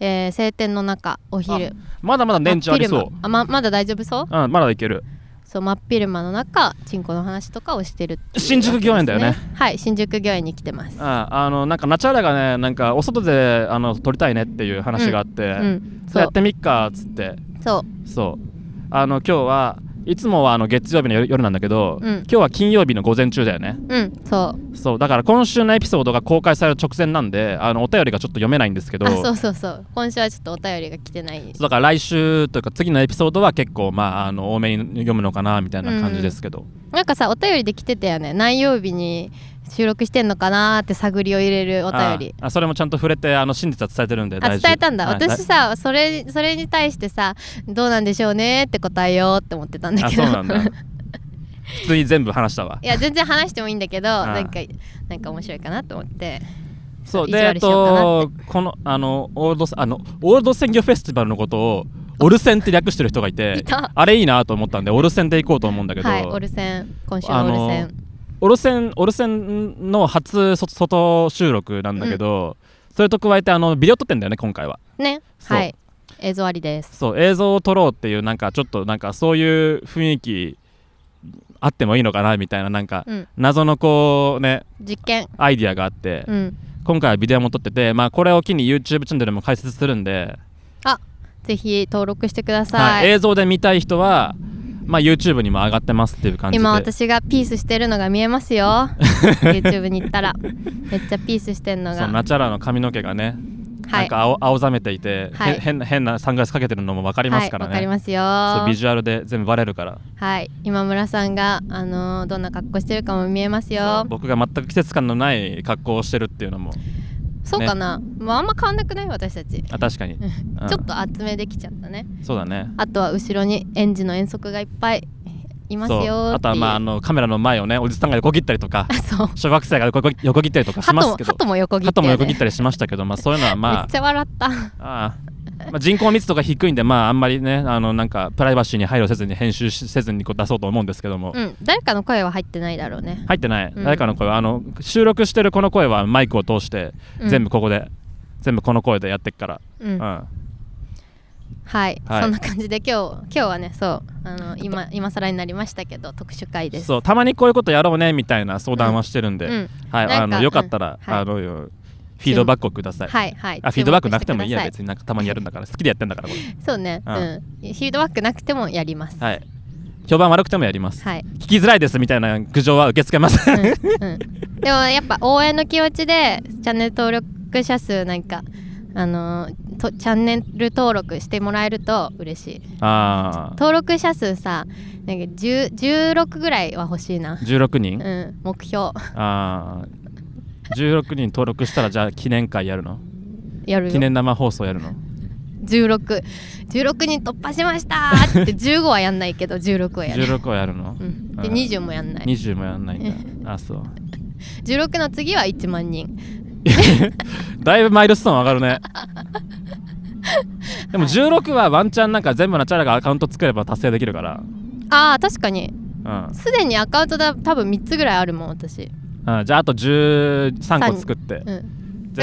Speaker 2: えー晴天の中お昼
Speaker 1: まだまだ電
Speaker 2: 真っ
Speaker 1: 池あり
Speaker 2: 昼
Speaker 1: そ
Speaker 2: 間
Speaker 1: う
Speaker 2: あままだ大丈夫そう
Speaker 1: うんまだいける
Speaker 2: そう真っ昼間の中チンコの話とかをしてるっていう
Speaker 1: 新宿御苑だよね
Speaker 2: はい新宿御苑に来てます
Speaker 1: ああのなんかナチャラがねなんかお外であの撮りたいねっていう話があって、
Speaker 2: うん
Speaker 1: そ
Speaker 2: そ
Speaker 1: れや
Speaker 2: う
Speaker 1: ってみっかっつって
Speaker 2: そう
Speaker 1: そうあの今日はいつもはあの月曜日の夜夜なんだけど、
Speaker 2: うん
Speaker 1: 今日は金曜日の午前中だよね
Speaker 2: うんそう
Speaker 1: そうだから今週のエピソードが公開される直前なんであのお便りがちょっと読めないんですけど
Speaker 2: あそうそうそう今週はちょっとお便りが来てない
Speaker 1: そうだから来週というか次のエピソードは結構まああの多めに読むのかなみたいな感じですけど、
Speaker 2: なんかさお便りで来てたよね何曜日に収録してんのかなーって探りを入れるお便り
Speaker 1: ああそれもちゃんと触れてあの真実は伝えてるんで
Speaker 2: あ
Speaker 1: 大丈夫
Speaker 2: 伝えたんだ、
Speaker 1: はい
Speaker 2: 私さそれそれに対してさどうなんでしょうねって答えようって思ってたんだ
Speaker 1: あ
Speaker 2: けど
Speaker 1: そうなん だ普通に全部話したわ
Speaker 2: いや全然話してもいいんだけど
Speaker 1: あ
Speaker 2: なんかなんか面白いかなと思って
Speaker 1: そう
Speaker 2: 意
Speaker 1: で
Speaker 2: 地
Speaker 1: え
Speaker 2: 悪
Speaker 1: っ
Speaker 2: しようかな
Speaker 1: とこのあのオールドあのオールド鮮魚フェスティバルのことをオルセンって略してる人がいて
Speaker 2: いた
Speaker 1: あれいいなと思ったんでオルセンで行こうと思うんだけど、
Speaker 2: はいオルセン今週のオルセン
Speaker 1: オルセンオルセンの初外外収録なんだけど、それと加えてあのビデオ撮ってんだよね今回は
Speaker 2: ね
Speaker 1: そう
Speaker 2: はい映像ありです
Speaker 1: そう映像を撮ろうっていうなんかちょっとなんかそういう雰囲気あってもいいのかなみたいななんか
Speaker 2: うん
Speaker 1: 謎のこうね
Speaker 2: 実験
Speaker 1: アイディアがあって、
Speaker 2: うん
Speaker 1: 今回はビデオも撮ってて、まあ、これを機に YouTube チャンネルも開設するんで、
Speaker 2: ぜひ登録してくださ、
Speaker 1: はいい、映像で見たい人は、まあ、YouTube にも上がってますっていう感じで
Speaker 2: 今私がピースしてるのが見えま すよ YouTube に行ったらめっちゃピースしてんの
Speaker 1: そ
Speaker 2: が
Speaker 1: うナチャラの髪の毛がね、
Speaker 2: は
Speaker 1: なん
Speaker 2: い
Speaker 1: か青青ざめていて、
Speaker 2: はい
Speaker 1: へ変な変なサングラスかけてるのも分かりますから
Speaker 2: はい、わかり
Speaker 1: ね、
Speaker 2: ますよ
Speaker 1: そうビジュアルで全部バレるから
Speaker 2: はい今村さんがあのーどんな格好してるかも見えますよ
Speaker 1: そう僕が全く季節感のない格好をしてるっていうのも
Speaker 2: そうかな、まああんま変わんなくない私たち、
Speaker 1: あ確かに、
Speaker 2: うん
Speaker 1: うん
Speaker 2: ちょっと厚めできちゃったね
Speaker 1: そうだね
Speaker 2: あとは後ろに園児の遠足がいっぱいいますよ
Speaker 1: そう
Speaker 2: ー
Speaker 1: あ
Speaker 2: って
Speaker 1: と
Speaker 2: いう
Speaker 1: はまああのカメラの前をねおじさんが横切ったりとか
Speaker 2: あ そう
Speaker 1: 小学生が横切横切ったりとかしま
Speaker 2: 鳩
Speaker 1: す
Speaker 2: も
Speaker 1: けど
Speaker 2: 鳩も横切っ
Speaker 1: 鳩
Speaker 2: て、
Speaker 1: も
Speaker 2: ね、
Speaker 1: 横切ったりしましたけど、まあ、そういうのは
Speaker 2: め
Speaker 1: ま
Speaker 2: っちゃ笑った
Speaker 1: あああまあ人口密度が低いんで、まあ、あんまりねあのなんかプライバシーに配慮せずに編集しせずにこう出そうと思うんですけども、
Speaker 2: うん誰かの声は入ってないだろうね、
Speaker 1: 入ってない、
Speaker 2: うん
Speaker 1: 誰かの声はあの収録してるこの声はマイクを通して
Speaker 2: うん
Speaker 1: 全部ここで、全部この声でやってっから、
Speaker 2: うん
Speaker 1: うん
Speaker 2: はい、
Speaker 1: はい
Speaker 2: そんな感じで今日今日はねそうあの今今更になりましたけど特殊会です
Speaker 1: そうたまにこういうことやろうねみたいな相談はしてるんで、
Speaker 2: うん
Speaker 1: はい、
Speaker 2: な
Speaker 1: あ
Speaker 2: んか
Speaker 1: のよかったら、
Speaker 2: うんはい
Speaker 1: あのフィードバックをください。
Speaker 2: はいはい
Speaker 1: あフィードバックなくてもいいや
Speaker 2: 注目して
Speaker 1: 別になんかたまにやるんだから好きでやってんだからこれ
Speaker 2: くださいそうね
Speaker 1: う
Speaker 2: うんん、フィードバックなくてもやります
Speaker 1: はい評判悪くてもやります、
Speaker 2: はい、
Speaker 1: 聞きづらいですみたいな苦情は受け付けません、
Speaker 2: うんうん、でもやっぱ応援の気持ちでチャンネル登録者数なんかあのーとチャンネル登録してもらえると嬉しい
Speaker 1: ああ
Speaker 2: 登録者数さなんか10 16ぐらいは欲しいな、
Speaker 1: 16人、
Speaker 2: うん、目標
Speaker 1: ああ16人登録したらじゃあ記念会やるの
Speaker 2: やる
Speaker 1: 記
Speaker 2: よ
Speaker 1: 念生放送やるの
Speaker 2: 1616人突破しましたーって15はやんないけど16はやる、
Speaker 1: 16はやるの、
Speaker 2: うん、で
Speaker 1: うん
Speaker 2: 20もやんない
Speaker 1: 20もやんないんだあそう
Speaker 2: 16の次は1万人
Speaker 1: だいぶマイルストーン上がるねでも16はワンチャンなんか全部のチャラがアカウント作れば達成できるから
Speaker 2: ああ確かに
Speaker 1: うんあ
Speaker 2: すでにアカウントだ多分3つぐらいあるもん私
Speaker 1: ーじゃああと13個作って
Speaker 2: うんだか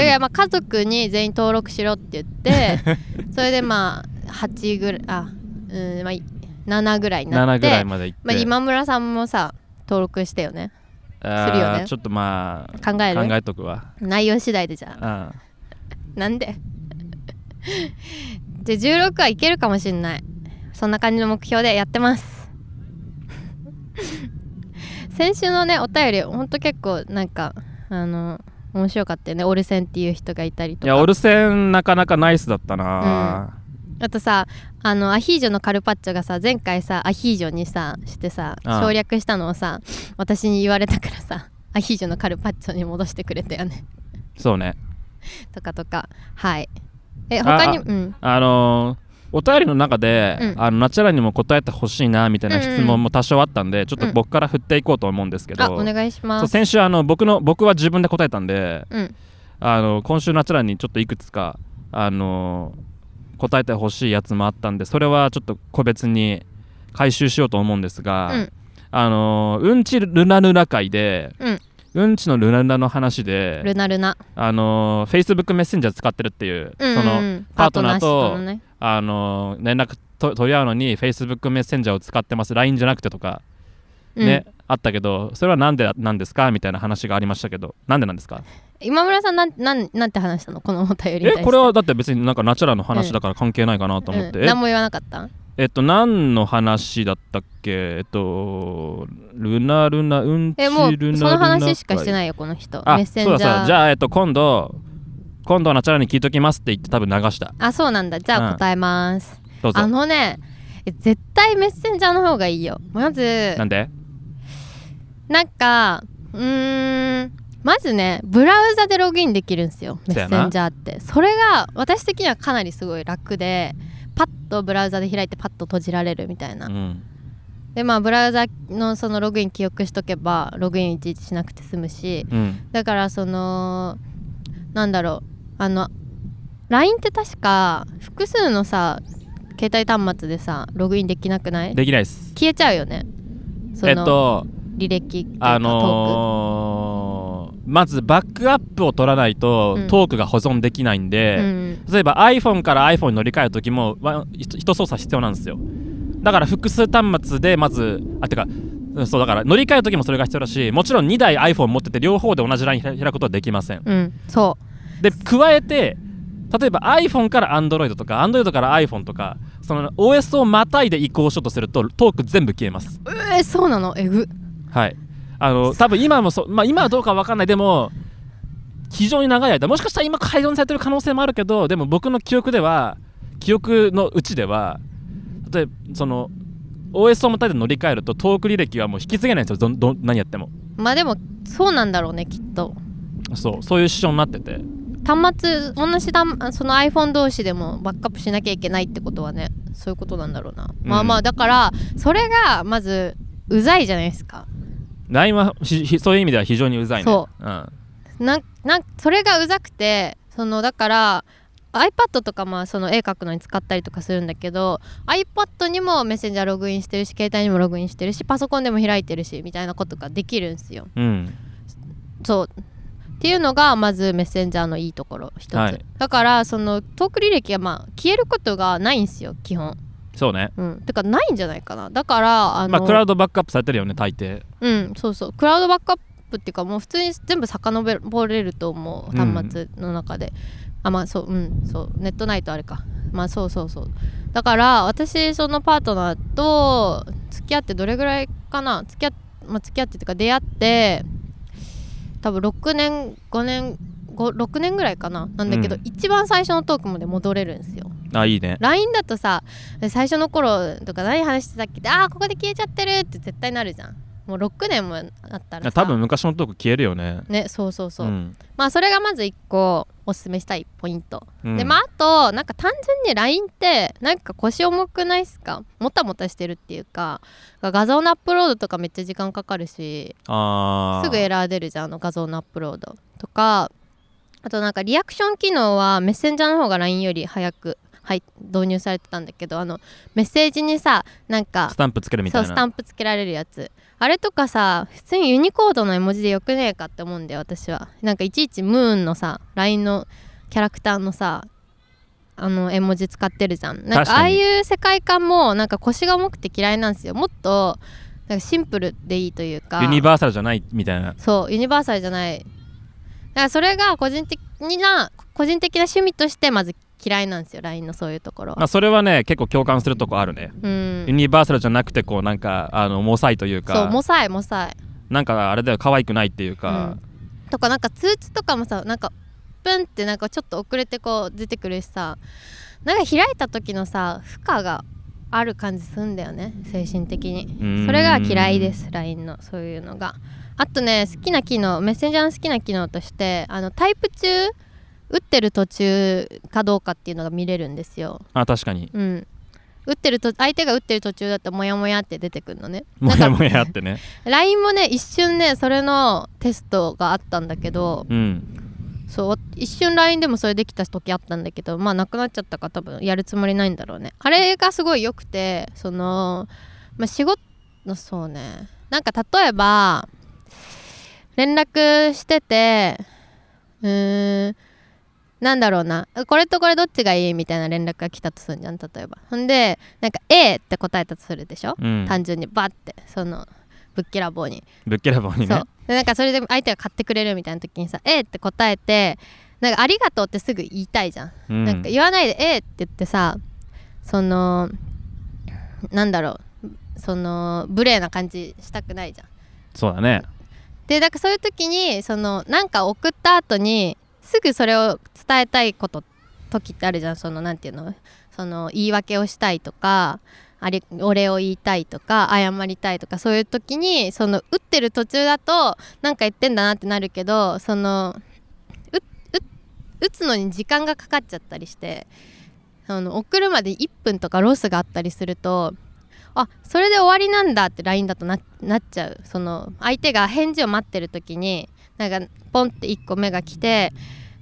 Speaker 1: 全
Speaker 2: らまあ家族に全員登録しろって言 ってそれでまあ8ぐらいあうんまあい7ぐらいに
Speaker 1: 部
Speaker 2: な
Speaker 1: 7
Speaker 2: っ
Speaker 1: ぐら
Speaker 2: て
Speaker 1: いまでいって、
Speaker 2: まあ、今村さんもさ登録してよね
Speaker 1: あー
Speaker 2: するよね
Speaker 1: ちょっとまあ
Speaker 2: 考え
Speaker 1: 考
Speaker 2: る
Speaker 1: えとくわ
Speaker 2: 内容次第でじゃあ
Speaker 1: うん
Speaker 2: なんでで16はいけるかもしんないそんな感じの目標でやってます 先週のねお便りほんと結構なんかあの面白かったよねオルセンっていう人がいたりと
Speaker 1: い
Speaker 2: か
Speaker 1: やオルセンなかなかナイスだったな、
Speaker 2: あとさあのアヒージョのカルパッチョがさ前回さアヒージョにさしてさ
Speaker 1: ああ
Speaker 2: 省略したのをさ私に言われたからさアヒージョのカルパッチョに戻してくれたよね
Speaker 1: そうね
Speaker 2: とかとかはいえ他に
Speaker 1: あ
Speaker 2: うん
Speaker 1: あのーお便りの中で、
Speaker 2: うん
Speaker 1: あのナチュラルにも答えてほしいなみたいな質問も多少あったんで、ちょっと僕から振っていこうと思うんですけど、
Speaker 2: あお願いし
Speaker 1: そ
Speaker 2: ま
Speaker 1: う
Speaker 2: す
Speaker 1: 先週あの僕の僕は自分で答えたんで
Speaker 2: うん
Speaker 1: あの今週ナチュラルにちょっといくつかあの答えてほしいやつもあったんでそれはちょっと個別に回収しようと思うんですが、
Speaker 2: うん
Speaker 1: あのうんちルナルナ会で、
Speaker 2: うん
Speaker 1: うんちのルナルナの話で
Speaker 2: ルナルナ
Speaker 1: あの Facebook メッセンジャー使ってるっていう、
Speaker 2: うんうん
Speaker 1: その
Speaker 2: うん
Speaker 1: パートナーと
Speaker 2: パートナーとのね
Speaker 1: あの連絡と取り合うのに Facebook メッセンジャーを使ってます LINE じゃなくてとか
Speaker 2: うん
Speaker 1: ね、あったけどそれはなんでなんですかみたいな話がありましたけどなんでなんですか
Speaker 2: 今村さんなんなんなんて話したのこのお便りに対して
Speaker 1: えこれはだって別になんかナチュラルの話だから関係ないかなと思って、
Speaker 2: うん
Speaker 1: え
Speaker 2: 何も言わなかった
Speaker 1: えっと何の話だったっけえっとルナルナうんち
Speaker 2: え
Speaker 1: ル
Speaker 2: も
Speaker 1: ナ
Speaker 2: う
Speaker 1: ルナ
Speaker 2: その話しかして
Speaker 1: い
Speaker 2: ないよこの人メ
Speaker 1: あ
Speaker 2: ッセン
Speaker 1: そ
Speaker 2: ジ
Speaker 1: う
Speaker 2: ャ
Speaker 1: だそうだ
Speaker 2: ー
Speaker 1: じゃあえっと今度今度はナチュラルに聞いときますって言って多分流した
Speaker 2: あそうなんだじゃ
Speaker 1: う
Speaker 2: あ
Speaker 1: ん
Speaker 2: 答えます、
Speaker 1: どうぞ
Speaker 2: あのねえ絶対メッセンジャーの方がいいよまず
Speaker 1: なんで
Speaker 2: なんかうーんまずねブラウザでログインできるんですよメ
Speaker 1: そ
Speaker 2: ッセ
Speaker 1: や
Speaker 2: ン
Speaker 1: な
Speaker 2: ジャーってそれが私的にはかなりすごい楽でパッとブラウザで開いてパッと閉じられるみたいな、
Speaker 1: うん
Speaker 2: でまあブラウザのそのログイン記憶しとけばログインいちいちしなくて済むし
Speaker 1: うん
Speaker 2: だからそのなんだろうあの LINE って確か複数のさ携帯端末でさログインできなくない
Speaker 1: できないです
Speaker 2: 消えちゃうよねその、
Speaker 1: えっと
Speaker 2: 履歴っていうか
Speaker 1: あ
Speaker 2: トーク
Speaker 1: のーまずバックアップを取らないと、
Speaker 2: うん
Speaker 1: トークが保存できないんで、
Speaker 2: うん
Speaker 1: 例えば iPhone から iPhone に乗り換える時もわ一一操作必要なんですよだから複数端末でまずあてかうんそうだから乗り換える時もそれが必要だしもちろん2台 iPhone 持ってて両方で同じライン開くことはできません
Speaker 2: うん、そ
Speaker 1: で加えて例えば iPhone から Android とか Android から iPhone とかその OS をまたいで移行しようとするとトーク全部消えます
Speaker 2: う。えー、そうなの、えぐ。
Speaker 1: はいあの多分今もそう、まあ、今はどうかわかんないでも非常に長い間もしかしたら今改ざんされてる可能性もあるけどでも僕の記憶では記憶のうちでは例えばその OS をまたいで乗り換えるとトーク履歴はもう引き継げないんですよどんどん何やっても
Speaker 2: まあでも、そうなんだろうね、きっと。
Speaker 1: そうそういう仕様になってて
Speaker 2: 端末、同じ端あその iPhone 同士でもバックアップしなきゃいけないってことはね、そういうことなんだろうな。
Speaker 1: うん
Speaker 2: まあまあ、だから、それがまず、うざいじゃないですか。
Speaker 1: LINE はひひそういう意味では非常にうざいね、
Speaker 2: そう
Speaker 1: ん、
Speaker 2: なんなんそれがうざくて、そのだから、iPad とかまあその絵描くのに使ったりとかするんだけど iPad にもメッセンジャーログインしてるし携帯にもログインしてるしパソコンでも開いてるしみたいなことができるんですよ。
Speaker 1: うん
Speaker 2: そうっていうのがまずメッセンジャーのいいところ一つ、
Speaker 1: はい
Speaker 2: だからそのトーク履歴がまあ消えることがないんですよ基本
Speaker 1: そうね
Speaker 2: うんてかないんじゃないかなだからあの、
Speaker 1: まあクラウドバックアップされてるよね大抵
Speaker 2: うんそうそうクラウドバックアップっていうかもう普通に全部遡れると思う
Speaker 1: うん
Speaker 2: 端末の中で、あまあそううんそうネットないとあれかまあそうそうそうだから私そのパートナーと付き合ってどれぐらいかな付き合って、まあ、付き合ってっていうか出会って多分6年5年5 6年ぐらいかななんだけど、
Speaker 1: うん
Speaker 2: 一番最初のトークまで戻れるんですよ
Speaker 1: あいいね
Speaker 2: LINE だとさ最初の頃とか何話してたっけああーここで消えちゃってるって絶対なるじゃんもう6年もあったらさ
Speaker 1: 多分昔のトーク消えるよね
Speaker 2: ねそうそうそう、
Speaker 1: ん
Speaker 2: まあそれがまず1個おすすめしたいポイント、
Speaker 1: うん
Speaker 2: でまああとなんか単純に LINE ってなんか腰重くないっすかもたもたしてるっていうか画像のアップロードとかめっちゃ時間かかるし
Speaker 1: あー
Speaker 2: すぐエラー出るじゃんあの画像のアップロードとかあとなんかリアクション機能はメッセンジャーの方が LINE より早く、はい、導入されてたんだけどあのメッセージにさなんか
Speaker 1: スタンプつけるみたい
Speaker 2: そう
Speaker 1: な
Speaker 2: スタンプつけられるやつあれとかさ普通にユニコードの絵文字でよくねえかって思うんだよ私はなんかいちいちムーンのさ LINE のキャラクターのさあの絵文字使ってるじゃんな
Speaker 1: 確か
Speaker 2: んかああ
Speaker 1: に
Speaker 2: いう世界観もなんか腰が重くて嫌いなんですよもっとなんかシンプルでいいというか
Speaker 1: ユニバーサルじゃないみたいな
Speaker 2: そうユニバーサルじゃないだからそれが個人的な個人的な趣味としてまず嫌いなんですよ LINE のそういうところ
Speaker 1: まあそれはね結構共感するとこあるね、
Speaker 2: う
Speaker 1: ユ
Speaker 2: ん
Speaker 1: ニバーサルじゃなくてこうなんかあの重さいという
Speaker 2: そう
Speaker 1: か
Speaker 2: もさえもさえ
Speaker 1: なんかあれだよ可愛くないっていうか、
Speaker 2: とかなんか通知とかもさなんかプンってなんかちょっと遅れてこう出てくるしさなんか開いた時のさ負荷がある感じすんだよね精神的に
Speaker 1: うーん
Speaker 2: それが嫌いです LINE のそういうのがあとね好きな機能メッセンジャーの好きな機能としてあのタイプ中打ってる途中かどうかっていうのが見れるんですよ。
Speaker 1: あ確かに
Speaker 2: うん打ってると相手が打ってる途中だとモヤモヤって出てくるのね
Speaker 1: もやも
Speaker 2: なんか
Speaker 1: やあってね
Speaker 2: LINE もね一瞬ねそれのテストがあったんだけど
Speaker 1: うん
Speaker 2: そう一瞬 LINE でもそれできた時あったんだけどまあなくなっちゃったから多分やるつもりないんだろうねあれがすごい良くてその、まあ、仕事のそうねなんか例えば連絡しててうーんなんだろうなこれとこれどっちがいいみたいな連絡が来たとするじゃん例えばほんでなんか A って答えたとするでしょ、
Speaker 1: うん
Speaker 2: 単純にバッてそのぶっきらぼうに
Speaker 1: ぶっけらぼうに
Speaker 2: そ
Speaker 1: ね
Speaker 2: うでなんかそれで相手が買ってくれるみたいな時にさ「えーって答えてなんか「ありがとう」ってすぐ言いたいじゃん、
Speaker 1: う
Speaker 2: なんか
Speaker 1: ん
Speaker 2: 言わないで「えーって言ってさそのなんだろうその無礼な感じしたくないじゃん
Speaker 1: そうだね
Speaker 2: でだからそういう時にそのなんか送った後にすぐそれを伝えたいこと時ってあるじゃんそのなんていうのその言い訳をしたいとかあれお礼を言いたいとか謝りたいとかそういう時にその打ってる途中だとなんか言ってんだなってなるけどそのうう打つのに時間がかかっちゃったりしてあの送るまで1分とかロスがあったりするとあそれで終わりなんだって LINE だとななっちゃうその相手が返事を待ってる時になんかポンって1個目が来て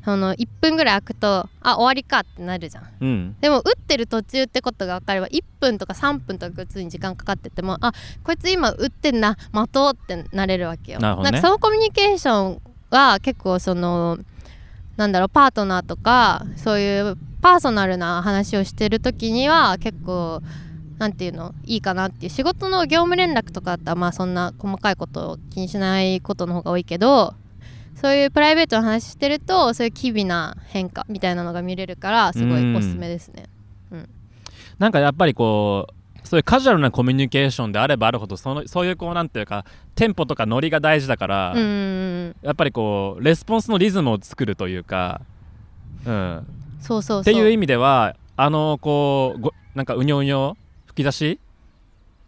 Speaker 2: その1分ぐらい空くとあ終わりかってなるじゃん
Speaker 1: うん
Speaker 2: でも打ってる途中ってことが分かれば1分とか3分とか普通に時間かかっててもあこいつ今打ってんな待とうってなれるわけよ
Speaker 1: なるほどね
Speaker 2: んかそのコミュニケーションは結構そのなんだろうパートナーとかそういうパーソナルな話をしてる時には結構なんていうのいいかなっていう仕事の業務連絡とかだったらまあそんな細かいことを気にしないことの方が多いけどそういうプライベートの話してるとそういう機微な変化みたいなのが見れるからすごいおすすめですね。
Speaker 1: なんかやっぱりこうそういうカジュアルなコミュニケーションであればあるほどそのそういうこうなんていうかテンポとかノリが大事だから、
Speaker 2: うんうんうん
Speaker 1: やっぱりこうレスポンスのリズムを作るというか、うん、っ
Speaker 2: そうそうそう。
Speaker 1: ていう意味ではあのこうごなんかうにょうにょ吹き出し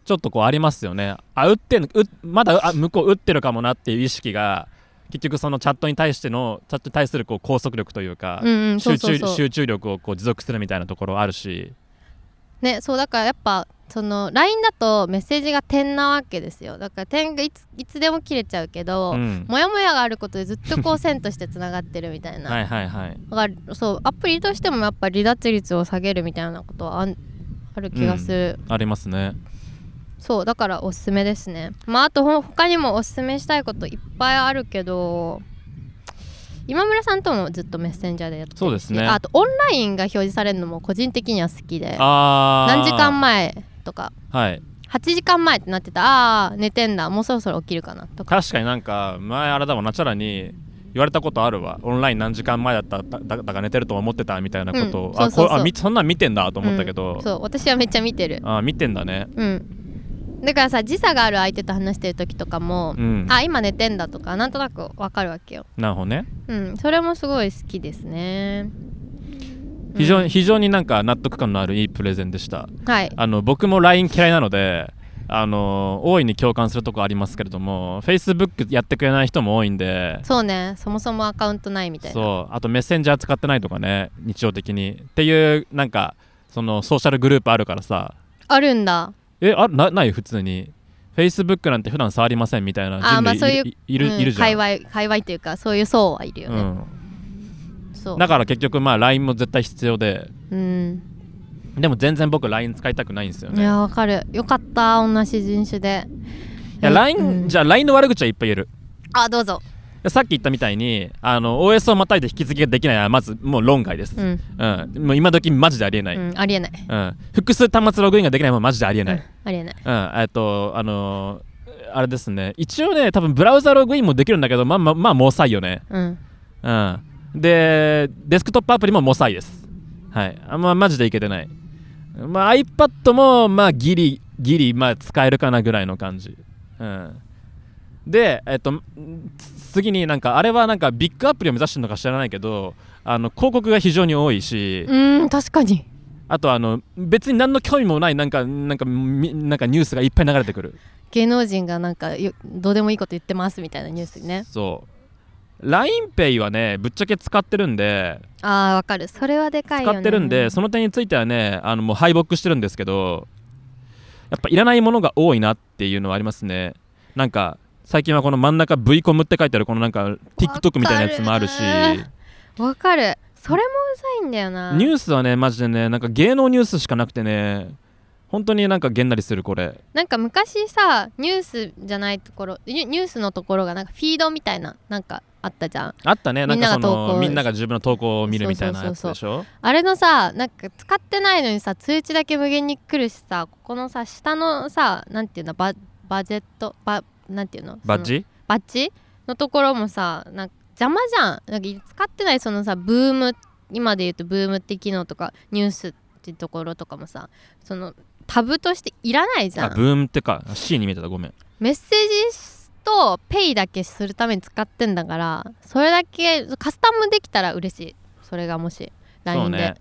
Speaker 1: ちょっとこうありますよねあ打ってんうまだあ向こう打ってるかもなっていう意識が結局そのチャットに対してのチャットに対するこう拘束力というか、
Speaker 2: うんうん、そう
Speaker 1: 集
Speaker 2: そう
Speaker 1: 中
Speaker 2: そう
Speaker 1: 集中力をこう持続するみたいなところあるし、
Speaker 2: ねそうだからやっぱその LINE だとメッセージが点なわけですよだから点がいついつでも切れちゃうけど、
Speaker 1: うん、
Speaker 2: もやもやがあることでずっとこう線としてつながってるみ たいな、
Speaker 1: はいはいはい
Speaker 2: だからそうアプリとしてもやっぱ離脱率を下げるみたいなことはあんある気がする、
Speaker 1: ありますね
Speaker 2: そうだからおすすめですねまああとほ他にもおすすめしたいこといっぱいあるけど今村さんともずっとメッセンジャーでやってるし
Speaker 1: そうですね
Speaker 2: あとオンラインが表示されるのも個人的には好きで
Speaker 1: あー
Speaker 2: 何時間前とか
Speaker 1: はい
Speaker 2: 8時間前ってなってたあー寝てんだもうそろそろ起きるかなとか
Speaker 1: 確かになんか前あれだわなちゃらに言われたことあるわオンライン何時間前だっただだだから寝てると思ってたみたいなことを、
Speaker 2: うん
Speaker 1: あ
Speaker 2: そうそうそう
Speaker 1: こあみそんなん見てんだと思ったけ
Speaker 2: う
Speaker 1: ど
Speaker 2: ん、そう私はめっちゃ見てる
Speaker 1: あ見てんだね
Speaker 2: うんだからさ時差がある相手と話してる時とかも
Speaker 1: う、ん
Speaker 2: あ今寝てんだとかなんとなくわかるわけよ
Speaker 1: なるほどね
Speaker 2: うんそれもすごい好きですね
Speaker 1: 非常に、
Speaker 2: に、
Speaker 1: 非常になんか納得感のあるいいプレゼンでした
Speaker 2: はい
Speaker 1: あの僕も LINE 嫌いなのであの大いに共感するとこありますけれども Facebook やってくれない人も多いんで
Speaker 2: そうねそもそもアカウントないみたいな
Speaker 1: そうあとメッセンジャー使ってないとかね日常的にっていうなんかそのソーシャルグループあるからさ
Speaker 2: あるんだ
Speaker 1: えあなない普通に Facebook なんて普段触りませんみたいな
Speaker 2: あー
Speaker 1: 人
Speaker 2: まあ
Speaker 1: 類い,、
Speaker 2: そういう
Speaker 1: いいる
Speaker 2: うん
Speaker 1: いるじゃん
Speaker 2: 界隈界隈というかそういう層はいるよね、そう
Speaker 1: うん、だから結局まあ LINE も絶対必要で
Speaker 2: うん
Speaker 1: でも全然僕 LINE 使いたくないんですよ
Speaker 2: い
Speaker 1: ねい
Speaker 2: や
Speaker 1: や
Speaker 2: わかるよかった同じ人種で
Speaker 1: LINE、
Speaker 2: うん
Speaker 1: じゃあ LINE の悪口はいっぱい言える
Speaker 2: あどうぞ
Speaker 1: さっき言ったみたいにあの OS をまたいで引き継ぎができないのはまずもう論外です、
Speaker 2: う
Speaker 1: うん
Speaker 2: ん、
Speaker 1: もう今時マジでありえない、うん
Speaker 2: うん、ありえない
Speaker 1: 複数端末ログインができないのはマジでありえない、
Speaker 2: ありえない
Speaker 1: うん、えっと、あのーあれですね、一応ね、多分ブラウザログインもできるんだけど、まあまあ、まあ、もうさいよね。
Speaker 2: うん
Speaker 1: うん。で、デスクトップアプリももうさいです。はい。あんまあ、マジでいけてない。まあ、iPad も、まあ、ギリ、ギリ、まあ、使えるかなぐらいの感じ。うん。で、えっと、ん次になんか、あれはなんか、ビッグアプリを目指してるのか知らないけど、あの広告が非常に多いし、
Speaker 2: うん確かに
Speaker 1: あとあの別に何の興味もないなんかなんかみなんかニュースがいっぱい流れてくる
Speaker 2: 芸能人がなんかよどうでもいいこと言ってますみたいなニュースね
Speaker 1: そう LINEPay はねぶっちゃけ使ってるんで
Speaker 2: あーわかるそれはでかいよ、ね、
Speaker 1: 使ってるんで、その点についてはねあのもう敗北してるんですけどやっぱいらないものが多いなっていうのはありますねなんか最近はこの真ん中 V コムって書いてあるこのなんか TikTok みたいなやつもあるし
Speaker 2: わかるわかるそれもうざいんだよな
Speaker 1: ニュースはねマジでねなんか芸能ニュースしかなくてね本当になんかげんなりするこれ
Speaker 2: なんか昔さニュースじゃないところニュニュースのところがなんかフィードみたいななんかあったじゃん
Speaker 1: あったねなんかそのみ
Speaker 2: み
Speaker 1: ん
Speaker 2: ん
Speaker 1: な
Speaker 2: な
Speaker 1: が
Speaker 2: が
Speaker 1: 自分の投稿を見るみたいなやつでしょ
Speaker 2: あれのさなんか使ってないのにさ通知だけ無限に来るしさここのさ下のさなんていうのババジェットバなんていうの
Speaker 1: バッジ
Speaker 2: そのバッジのところもさなんか邪魔じゃんなんか使ってないそのさブーム今で言うとブームって機能とかニュースってところとかもさそのタブとしていらないじゃ
Speaker 1: あ
Speaker 2: ん
Speaker 1: ブームってか C に見えてたごめん
Speaker 2: メッセージとペイだけするために使ってんだからそれだけカスタムできたら嬉しいそれがもし LINE で、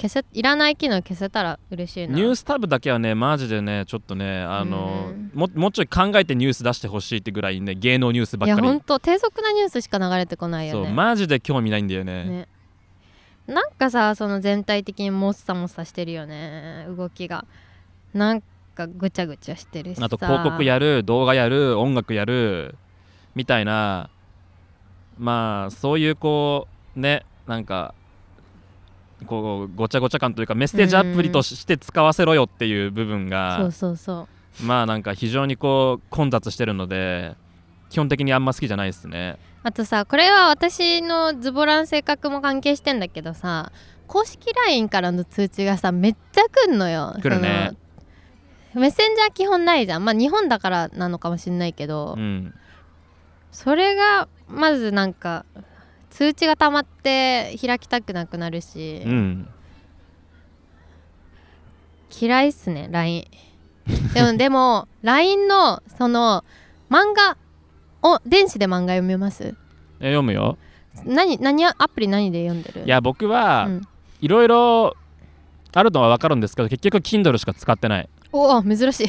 Speaker 2: 消せいらない機能消せたら嬉しいな
Speaker 1: ニュースタブだけはねマジでねちょっとねあの
Speaker 2: うん
Speaker 1: ももうちょい考えてニュース出してほしいってぐらいね芸能ニュースば
Speaker 2: い
Speaker 1: っ
Speaker 2: や
Speaker 1: か
Speaker 2: ほん
Speaker 1: り
Speaker 2: と低速なニュースしか流れてこない
Speaker 1: そ
Speaker 2: よ
Speaker 1: う
Speaker 2: ね
Speaker 1: マジで興味ないんだよね
Speaker 2: ねなんかさその全体的にもっさもっさしてるよね動きがなんかぐちゃぐちゃしてるしさ
Speaker 1: あと広告やる動画やる音楽やるみたいなまあそういうこうねなんかこうごちゃごちゃ感というかメッセージアプリとして使わせろよっていう部分
Speaker 2: そ
Speaker 1: が
Speaker 2: うそうそ
Speaker 1: まあなんか非常にこう混雑してるので基本的にあんま好きじゃないですね
Speaker 2: うあとさこれは私のズボラン性格も関係してんだけどさ公式 LINE からの通知がさめっちゃ来んのよ
Speaker 1: 来るね
Speaker 2: そのメッセンジャー基本ないじゃんまあ日本だからなのかもしんないけど、
Speaker 1: うん
Speaker 2: それがまずなんか通知が溜まって開きたくなくなるし、
Speaker 1: うん
Speaker 2: 嫌いっすね LINE でも でも LINE のその漫画を電子で漫画読めます
Speaker 1: え読むよ
Speaker 2: 何何アプリ何で読んでる
Speaker 1: いや僕は
Speaker 2: うん
Speaker 1: いろいろあるのは分かるんですけど結局 Kindle しか使ってない
Speaker 2: おお珍しい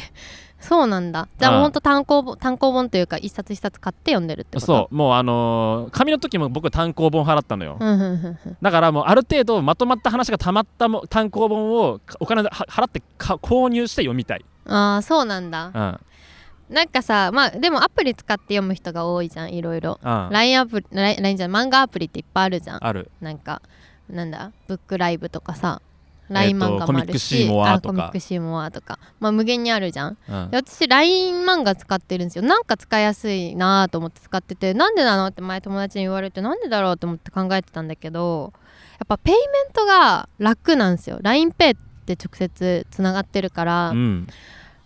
Speaker 2: そうなんだじゃ
Speaker 1: あ
Speaker 2: あ
Speaker 1: あ
Speaker 2: ほんと単行本単行本というか一冊一冊買って読んでるってこと
Speaker 1: そうもうあのー紙の時も僕単行本払ったのよ、
Speaker 2: うんうんうんうん
Speaker 1: だからもうある程度まとまった話がたまったも単行本をかお金では払ってか購入して読みたい、
Speaker 2: ああそうなんだ
Speaker 1: うん
Speaker 2: なんかさまあでもアプリ使って読む人が多いじゃんいろいろ
Speaker 1: うん、
Speaker 2: LINE アプリ LINE じゃない漫画アプリっていっぱいあるじゃん
Speaker 1: ある
Speaker 2: なんかなんだブックライブとかさ
Speaker 1: と
Speaker 2: LINE 漫画もあ
Speaker 1: コミッ
Speaker 2: る
Speaker 1: クシー
Speaker 2: し、
Speaker 1: モア
Speaker 2: あ
Speaker 1: とか
Speaker 2: コミックシーモアとか、まあ、無限にあるじゃん
Speaker 1: うん
Speaker 2: で私 LINE 漫画使ってるんですよなんか使いやすいなと思って使っててなんでなのって前友達に言われてなんでだろうと思って考えてたんだけどやっぱペイメントが楽なんですよ LINEPay って直接つながってるから、
Speaker 1: うん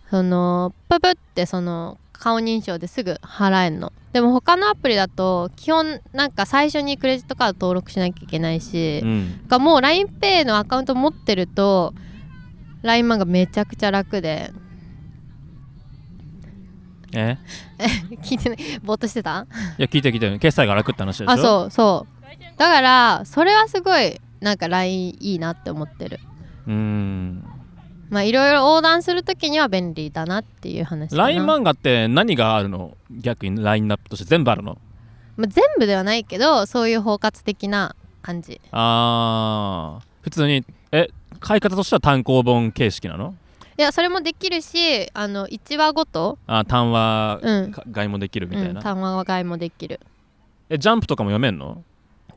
Speaker 2: そのププってその顔認証ですぐ払えんのでも他のアプリだと基本なんか最初にクレジットカード登録しなきゃいけないし、
Speaker 1: うん
Speaker 2: がもう LINEPay のアカウント持ってると LINE マンがめちゃくちゃ楽で
Speaker 1: え
Speaker 2: 聞いて ないぼーっとしてた
Speaker 1: いや聞いて聞いて決済が楽って話でしょ
Speaker 2: あそうそうだからそれはすごいなんか LINE いいなって思ってる
Speaker 1: ううん
Speaker 2: まあいろいろ横断するときには便利だなっていう話かな
Speaker 1: LINE 漫画って何があるの逆にラインナップとして全部あるの
Speaker 2: まあ全部ではないけどそういう包括的な感じ
Speaker 1: あー普通にえ買い方としては単行本形式なの
Speaker 2: いやそれもできるしあの1話ごと、
Speaker 1: あ単話
Speaker 2: うん
Speaker 1: か買いもできるみたい
Speaker 2: うん、
Speaker 1: な、
Speaker 2: 単話買いもできる
Speaker 1: えジャンプとかも読めんの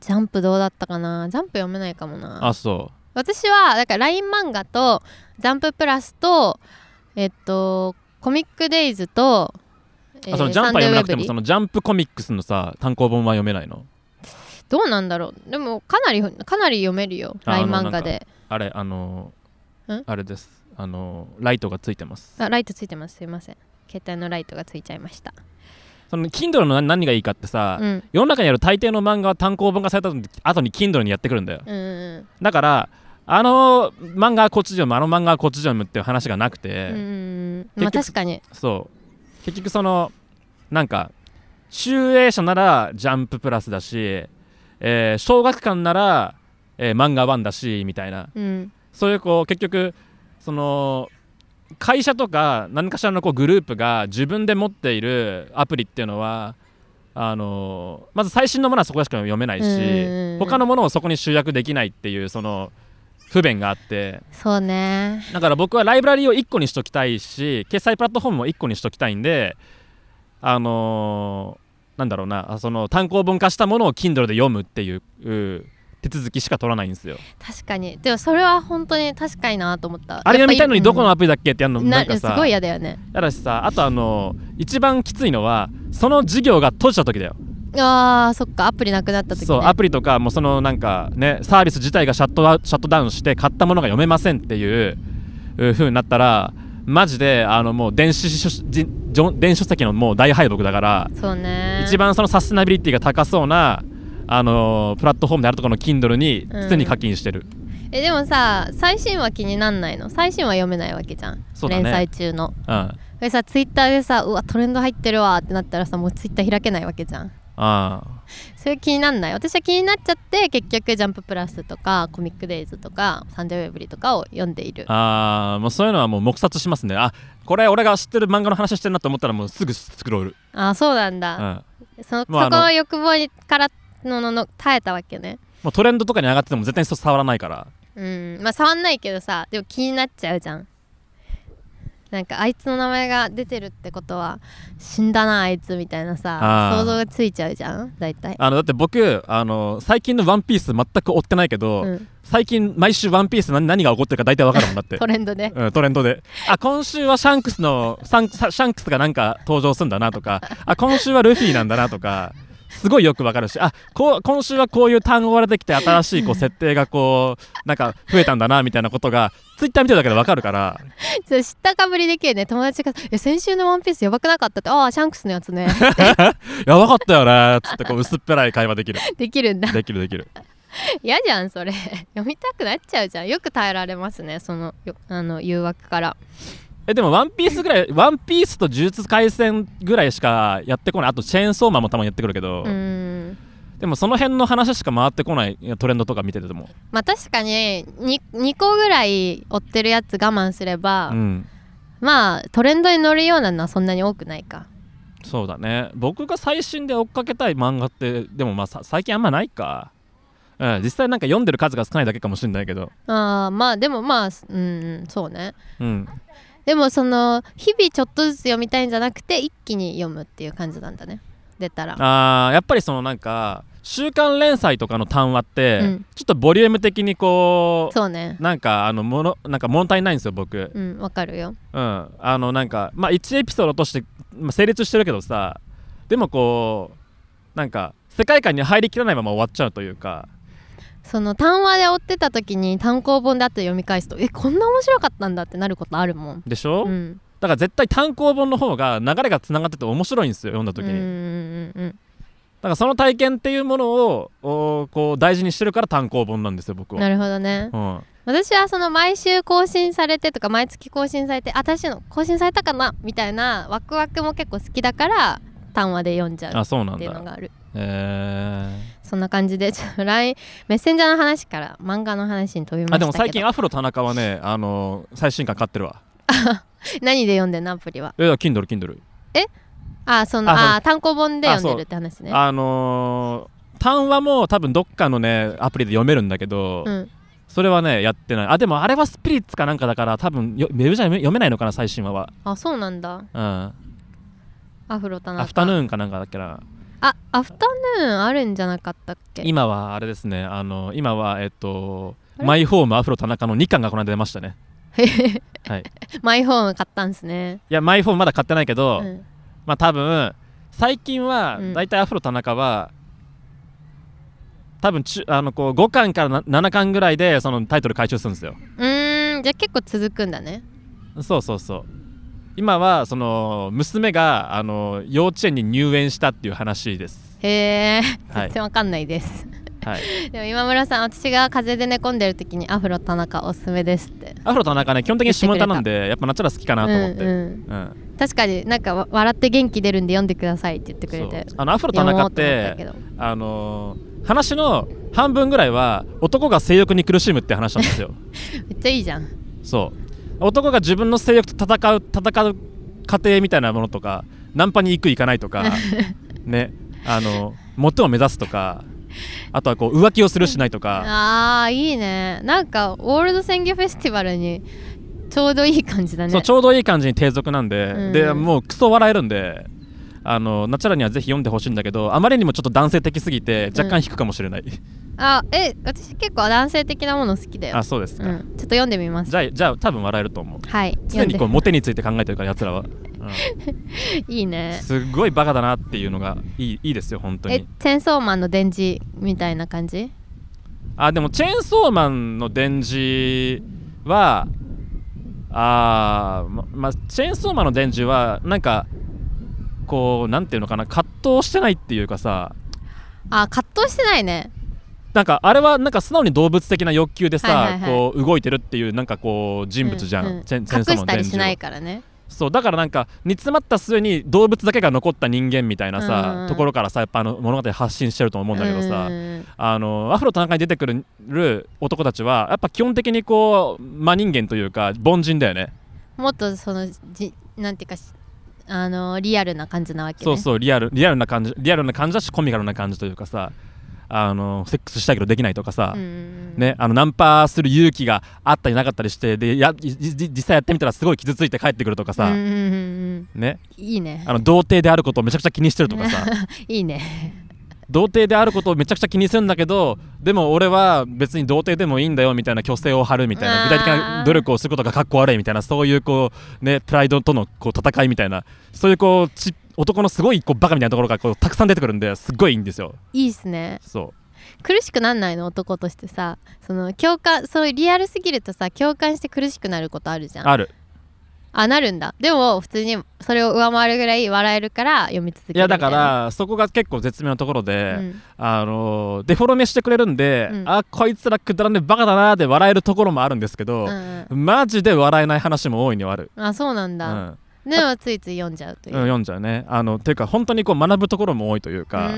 Speaker 2: ジャンプどうだったかなジャンプ読めないかもな
Speaker 1: あそ
Speaker 2: 私はだから LINE 漫画とジャンププラスとえっとコミックデイズと、え
Speaker 1: うあそのジャンプは読めなくても
Speaker 2: サ
Speaker 1: そ
Speaker 2: ンデーウェブリー
Speaker 1: のジャンプコミックスのさ単行本は読めないの
Speaker 2: どうなんだろうでもかなりかなり読めるよ
Speaker 1: あ
Speaker 2: LINE
Speaker 1: あの
Speaker 2: 漫画で
Speaker 1: あれあのー
Speaker 2: ん
Speaker 1: あれですあのーライトがついてます
Speaker 2: あライトついてますすいません携帯のライトがついちゃいました
Speaker 1: その Kindle の何何がいいかってさ、
Speaker 2: うん
Speaker 1: 世の中にある大抵の漫画は単行本がされた後に Kindle にやってくるんだよ
Speaker 2: うんうん
Speaker 1: だからあの漫画はこっちで読むあの漫画はこっちで読むっていう話がなくて、
Speaker 2: うんうんまあ
Speaker 1: 結局
Speaker 2: 確かに
Speaker 1: そう結局そのなんか集英社ならジャンププラスだし、えー小学館なら、えー漫画ワンだしみたいな
Speaker 2: うん
Speaker 1: そういうこう結局その会社とか何かしらのこうグループが自分で持っているアプリっていうのはあのまず最新のものはそこしか読めない
Speaker 2: うん
Speaker 1: し
Speaker 2: うんうん
Speaker 1: 他のものをそこに集約できないっていうその不便があって
Speaker 2: そうね
Speaker 1: だから僕はライブラリーを1個にしときたいし決済プラットフォームも1個にしときたいんであのなんだろうなあその単行本化したものを Kindle で読むっていうう手続きしか取らないんですよ
Speaker 2: 確かにでもそれは本当に確かになと思った
Speaker 1: あれ
Speaker 2: や
Speaker 1: 読
Speaker 2: っぱ
Speaker 1: みたいのにどこのアプリだっけってやるの
Speaker 2: うん
Speaker 1: なんか
Speaker 2: なす
Speaker 1: さ
Speaker 2: ごい嫌だよね
Speaker 1: やだしさあとあの一番きついのはその授業が閉じた時だよ
Speaker 2: あーそっかアプリなくなった時、ね、
Speaker 1: そうアプリとかもうそのなんかねサービス自体がシャットアウシャットダウンして買ったものが読めませんっていうう風になったらマジであのもう電子書じじょ電子書籍のもう大敗北だから、
Speaker 2: そうね
Speaker 1: 一番そのサステナビリティが高そうなあのプラットフォームであるところの Kindle に常に課金してる、
Speaker 2: えでもさ最新話気になんないの最新話読めないわけじゃん、
Speaker 1: そうだね
Speaker 2: 連載中の
Speaker 1: うんあ
Speaker 2: でさツイッターでさうわトレンド入ってるわってなったらさもうツイッター開けないわけじゃん
Speaker 1: あ
Speaker 2: それ気になんない私は気になっちゃって結局「ジャンププラス」とか「コミックデイズ」とか「サンデーウェブリ」とかを読んでいる
Speaker 1: あーもうそういうのはもう黙殺しますねあこれ俺が知ってる漫画の話してるなと思ったらもうすぐスクロール、
Speaker 2: あそうなん
Speaker 1: う
Speaker 2: だ、
Speaker 1: ん、
Speaker 2: そのそこ
Speaker 1: まああの
Speaker 2: は欲望にからののの耐えたわけね
Speaker 1: もうトレンドとかに上がってても絶対にそう触らないから
Speaker 2: うんまあ触んないけどさでも気になっちゃうじゃんなんかあいつの名前が出てるってことは死んだなあいつみたいなさ
Speaker 1: あー
Speaker 2: 想像がついちゃうじゃん大体
Speaker 1: あのだって僕あの最近の「ワンピース全く追ってないけど、
Speaker 2: うん
Speaker 1: 最近毎週「ワンピース何何が起こってるか大体わかるもんだって
Speaker 2: トレンドね
Speaker 1: うん、トレンドであ今週はシャンクスのシャンシャンクスがなんか登場するんだなとかあ今週はルフィなんだなとかすごいよくわかるしあこう今週はこういう単語が出てきて新しいこう設定がこうなんか増えたんだなみたいなことがツイッター見てるだけでわかるから
Speaker 2: それ知ったかぶりできるね友達が「え先週のワンピースやばくなかった」って「ああシャンクスの やつね
Speaker 1: やばかったよねっつってこう薄っぺらい会話できる」
Speaker 2: できるんだ
Speaker 1: できるできる
Speaker 2: 嫌じゃんそれ読みたくなっちゃうじゃんよく耐えられますねそのよあの誘惑から
Speaker 1: えでもワンピースぐらいワンピースと呪術廻戦ぐらいしかやってこないあとチェーンソーマンもたまにやってくるけど、
Speaker 2: うーん
Speaker 1: でもその辺の話しか回ってこないいやトレンドとか見てても
Speaker 2: まあ確かに 2, 2個ぐらい追ってるやつ我慢すれば、
Speaker 1: うん
Speaker 2: まあトレンドに乗るようなのはそんなに多くないか
Speaker 1: そうだね僕が最新で追っかけたい漫画ってでもまあさ最近あんまないかうん実際なんか読んでる数が少ないだけかもしれないけど
Speaker 2: あーまあでもまあすうんそうね
Speaker 1: うん
Speaker 2: でもその日々ちょっとずつ読みたいんじゃなくて一気に読むっていう感じなんだね出たら
Speaker 1: あーやっぱりそのなんか週刊連載とかの単話って、
Speaker 2: うん
Speaker 1: ちょっとボリューム的にこ
Speaker 2: そうね
Speaker 1: うなんかあのものなんか物足りないんですよ僕、
Speaker 2: うんわかるよ
Speaker 1: うん、あのなんか、まあ、1エピソードとして、まあ、成立してるけどさでもこうなんか世界観に入りきらないまま終わっちゃうというか
Speaker 2: その単話で追ってた時に単行本であって読み返すとえこんな面白かったんだってなることあるもん
Speaker 1: でしょ、
Speaker 2: うん
Speaker 1: だから絶対単行本の方が流れがつながってて面白いんですよ読んだ時に、
Speaker 2: うん
Speaker 1: だ
Speaker 2: うんうん
Speaker 1: からその体験っていうものをおこう大事にしてるから単行本なんですよ僕
Speaker 2: うん
Speaker 1: は。
Speaker 2: なるほどね
Speaker 1: うん
Speaker 2: 私はその毎週更新されてとか毎月更新されてあ私の更新されたかなみたいなワクワクも結構好きだから単話で読んじゃう
Speaker 1: あそうな
Speaker 2: っ
Speaker 1: ん
Speaker 2: ていうの
Speaker 1: だ。
Speaker 2: がある
Speaker 1: え
Speaker 2: そんな感じで ちょっと LINE メッセンジャーの話から漫画の話に飛びまし
Speaker 1: ー、あ
Speaker 2: たけど
Speaker 1: でも最近アフロ田中はね、あの最新刊買ってるわ。
Speaker 2: 何で読んでんのアプリは
Speaker 1: えだ Kindle Kindle。
Speaker 2: あその
Speaker 1: あそ
Speaker 2: あ
Speaker 1: の
Speaker 2: 単行本で読んでるって話ね
Speaker 1: あのー、単話も多分どっかのねアプリで読めるんだけど、
Speaker 2: うん
Speaker 1: それはねやってないあでもあれはスピリッツかなんかだから多分よウェブじゃ読め読めないのかな最新話は、
Speaker 2: あそうなんだ
Speaker 1: うん、
Speaker 2: アフロタナ
Speaker 1: アフタヌ
Speaker 2: ン
Speaker 1: ーンかなんかだっけな
Speaker 2: あアフタヌーンあるんじゃなかったっけ
Speaker 1: 今はあれですねあの今はえっと
Speaker 2: あれ
Speaker 1: マイホームアフロ田中の2巻がこの間出ましたねはい
Speaker 2: マイホーム買ったんすね
Speaker 1: いやマイホームまだ買ってないけど、
Speaker 2: うん
Speaker 1: まあ多分最近は
Speaker 2: うん
Speaker 1: 大体アフロ田中は、多分ちゅあのこう5巻から7巻ぐらいでそのタイトル回収するんですよ
Speaker 2: うーんじゃあ結構続くんだね
Speaker 1: そうそうそう今はその娘があの幼稚園に入園したっていう話です
Speaker 2: へえ
Speaker 1: は
Speaker 2: 全
Speaker 1: い、
Speaker 2: 然わかんないです、
Speaker 1: はい、
Speaker 2: でも今村さん私が風邪で寝込んでる時にアフロ田中おすすめですって
Speaker 1: アフロ田中ね基本的に下ネタなんでやっぱナチュラル好きかなと思って、
Speaker 2: うん
Speaker 1: うん
Speaker 2: うん、確かになんかわ笑って元気出るんで読んでくださいって言ってく
Speaker 1: そ
Speaker 2: れ
Speaker 1: う
Speaker 2: て
Speaker 1: あのアフロ田中っ
Speaker 2: 読
Speaker 1: て
Speaker 2: もうと思ったけ
Speaker 1: あのー話の半分ぐらいは男が性欲に苦しむって話なんです よ
Speaker 2: どめっちゃいいじゃん
Speaker 1: そう男が自分の性欲と戦 う戦う過程みたいなものとかナンパに行く行かないとかねあの最も目指すとかあとはこう浮気をするしないとか
Speaker 2: あーいいねなんかオールド鮮魚フェスティバルにちょうどいい感じだね
Speaker 1: そうちょうどいい感じに低俗なんで、
Speaker 2: うん
Speaker 1: でもうクソ笑えるんであのナチュラにはぜひ読んでほしいんだけどあまりにもちょっと男性的すぎて若干引くかもしれない、
Speaker 2: あえ私結構男性的なもの好きだよ
Speaker 1: あそうです
Speaker 2: う
Speaker 1: か、
Speaker 2: ん、ちょっと読んでみます
Speaker 1: じゃあじゃあ多分笑えると思う
Speaker 2: はい
Speaker 1: 常
Speaker 2: 読ん
Speaker 1: に
Speaker 2: で
Speaker 1: こうモテについて考えてるからやつらは、うん
Speaker 2: いいね
Speaker 1: すっごいバカだなっていうのがいいいいですよ本当
Speaker 2: え
Speaker 1: に
Speaker 2: チェーンソーマンの電磁みたいな感じ
Speaker 1: あでもチェーンソーマンの電磁はあーままあチェーンソーマンの電磁はなんかこうなんていうのかな葛藤してないっていうかさ
Speaker 2: あ葛藤してないね
Speaker 1: なんかあれはなんか素直に動物的な欲求でさ、
Speaker 2: はいはいはい
Speaker 1: こう動いてるっていうなんかこう人物じゃん、
Speaker 2: うう
Speaker 1: チェン
Speaker 2: 隠
Speaker 1: チェーンソーマンの
Speaker 2: した
Speaker 1: 伝
Speaker 2: りし
Speaker 1: 授
Speaker 2: ないからね
Speaker 1: そうだからなんか煮詰まった末に動物だけが残った人間みたいなさ、
Speaker 2: うん
Speaker 1: ところからさやっぱあの物語発信してると思うんだけどさ、
Speaker 2: うんうん
Speaker 1: あのアフロ田中に出てくる男たちはやっぱ基本的にこう真人間というか凡人だよね
Speaker 2: うんもっとそのじなんていうかしあのリアルな感じなわけ、ね、
Speaker 1: そうそうリアルリアルな感じリアルな感じだしコミカルな感じというかさあのセックスしたいけどできないとかさ、
Speaker 2: うんうんうん
Speaker 1: ね、あのナンパする勇気があったりなかったりしてでやじじ実際やってみたらすごい傷ついて帰ってくるとかさ、
Speaker 2: うんうんうんうん
Speaker 1: ね、
Speaker 2: いいね
Speaker 1: あの童貞であることをめちゃくちゃ気にしてるとかさ
Speaker 2: いいね
Speaker 1: 童貞であることをめちゃくちゃ気にするんだけどでも俺は別に童貞でもいいんだよみたいな虚勢を張るみたいな
Speaker 2: あー
Speaker 1: 具体的な努力をすることがかっこ悪いみたいなそういうこう、ね、プライドとのこう戦いみたいなそういうこうち男のすごいこうバカみたいなところがこうたくさん出てくるんですっごいいいんですよ。
Speaker 2: いいっすね
Speaker 1: そう
Speaker 2: 苦しくなんないの男としてさその共感そういうリアルすぎるとさ共感して苦しくなることあるじゃん
Speaker 1: ある
Speaker 2: あなるんだでも普通にそれを上回るぐらい笑えるから読み続け
Speaker 1: い
Speaker 2: る
Speaker 1: や
Speaker 2: みた
Speaker 1: だ
Speaker 2: いな
Speaker 1: からそこが結構絶妙なところで、
Speaker 2: うん
Speaker 1: あのデフォルメしてくれるんで、
Speaker 2: うん
Speaker 1: あこいつらくだらねえバカだなーで笑えるところもあるんですけど
Speaker 2: う、ん
Speaker 1: マジで笑えない話も大いにはある、
Speaker 2: うんあそうなん
Speaker 1: う
Speaker 2: だ、
Speaker 1: ん
Speaker 2: でもついつい読んじゃうと
Speaker 1: う
Speaker 2: い
Speaker 1: ん、
Speaker 2: う、
Speaker 1: 読んじゃうねあのていうか本当にこう学ぶところも多いというか、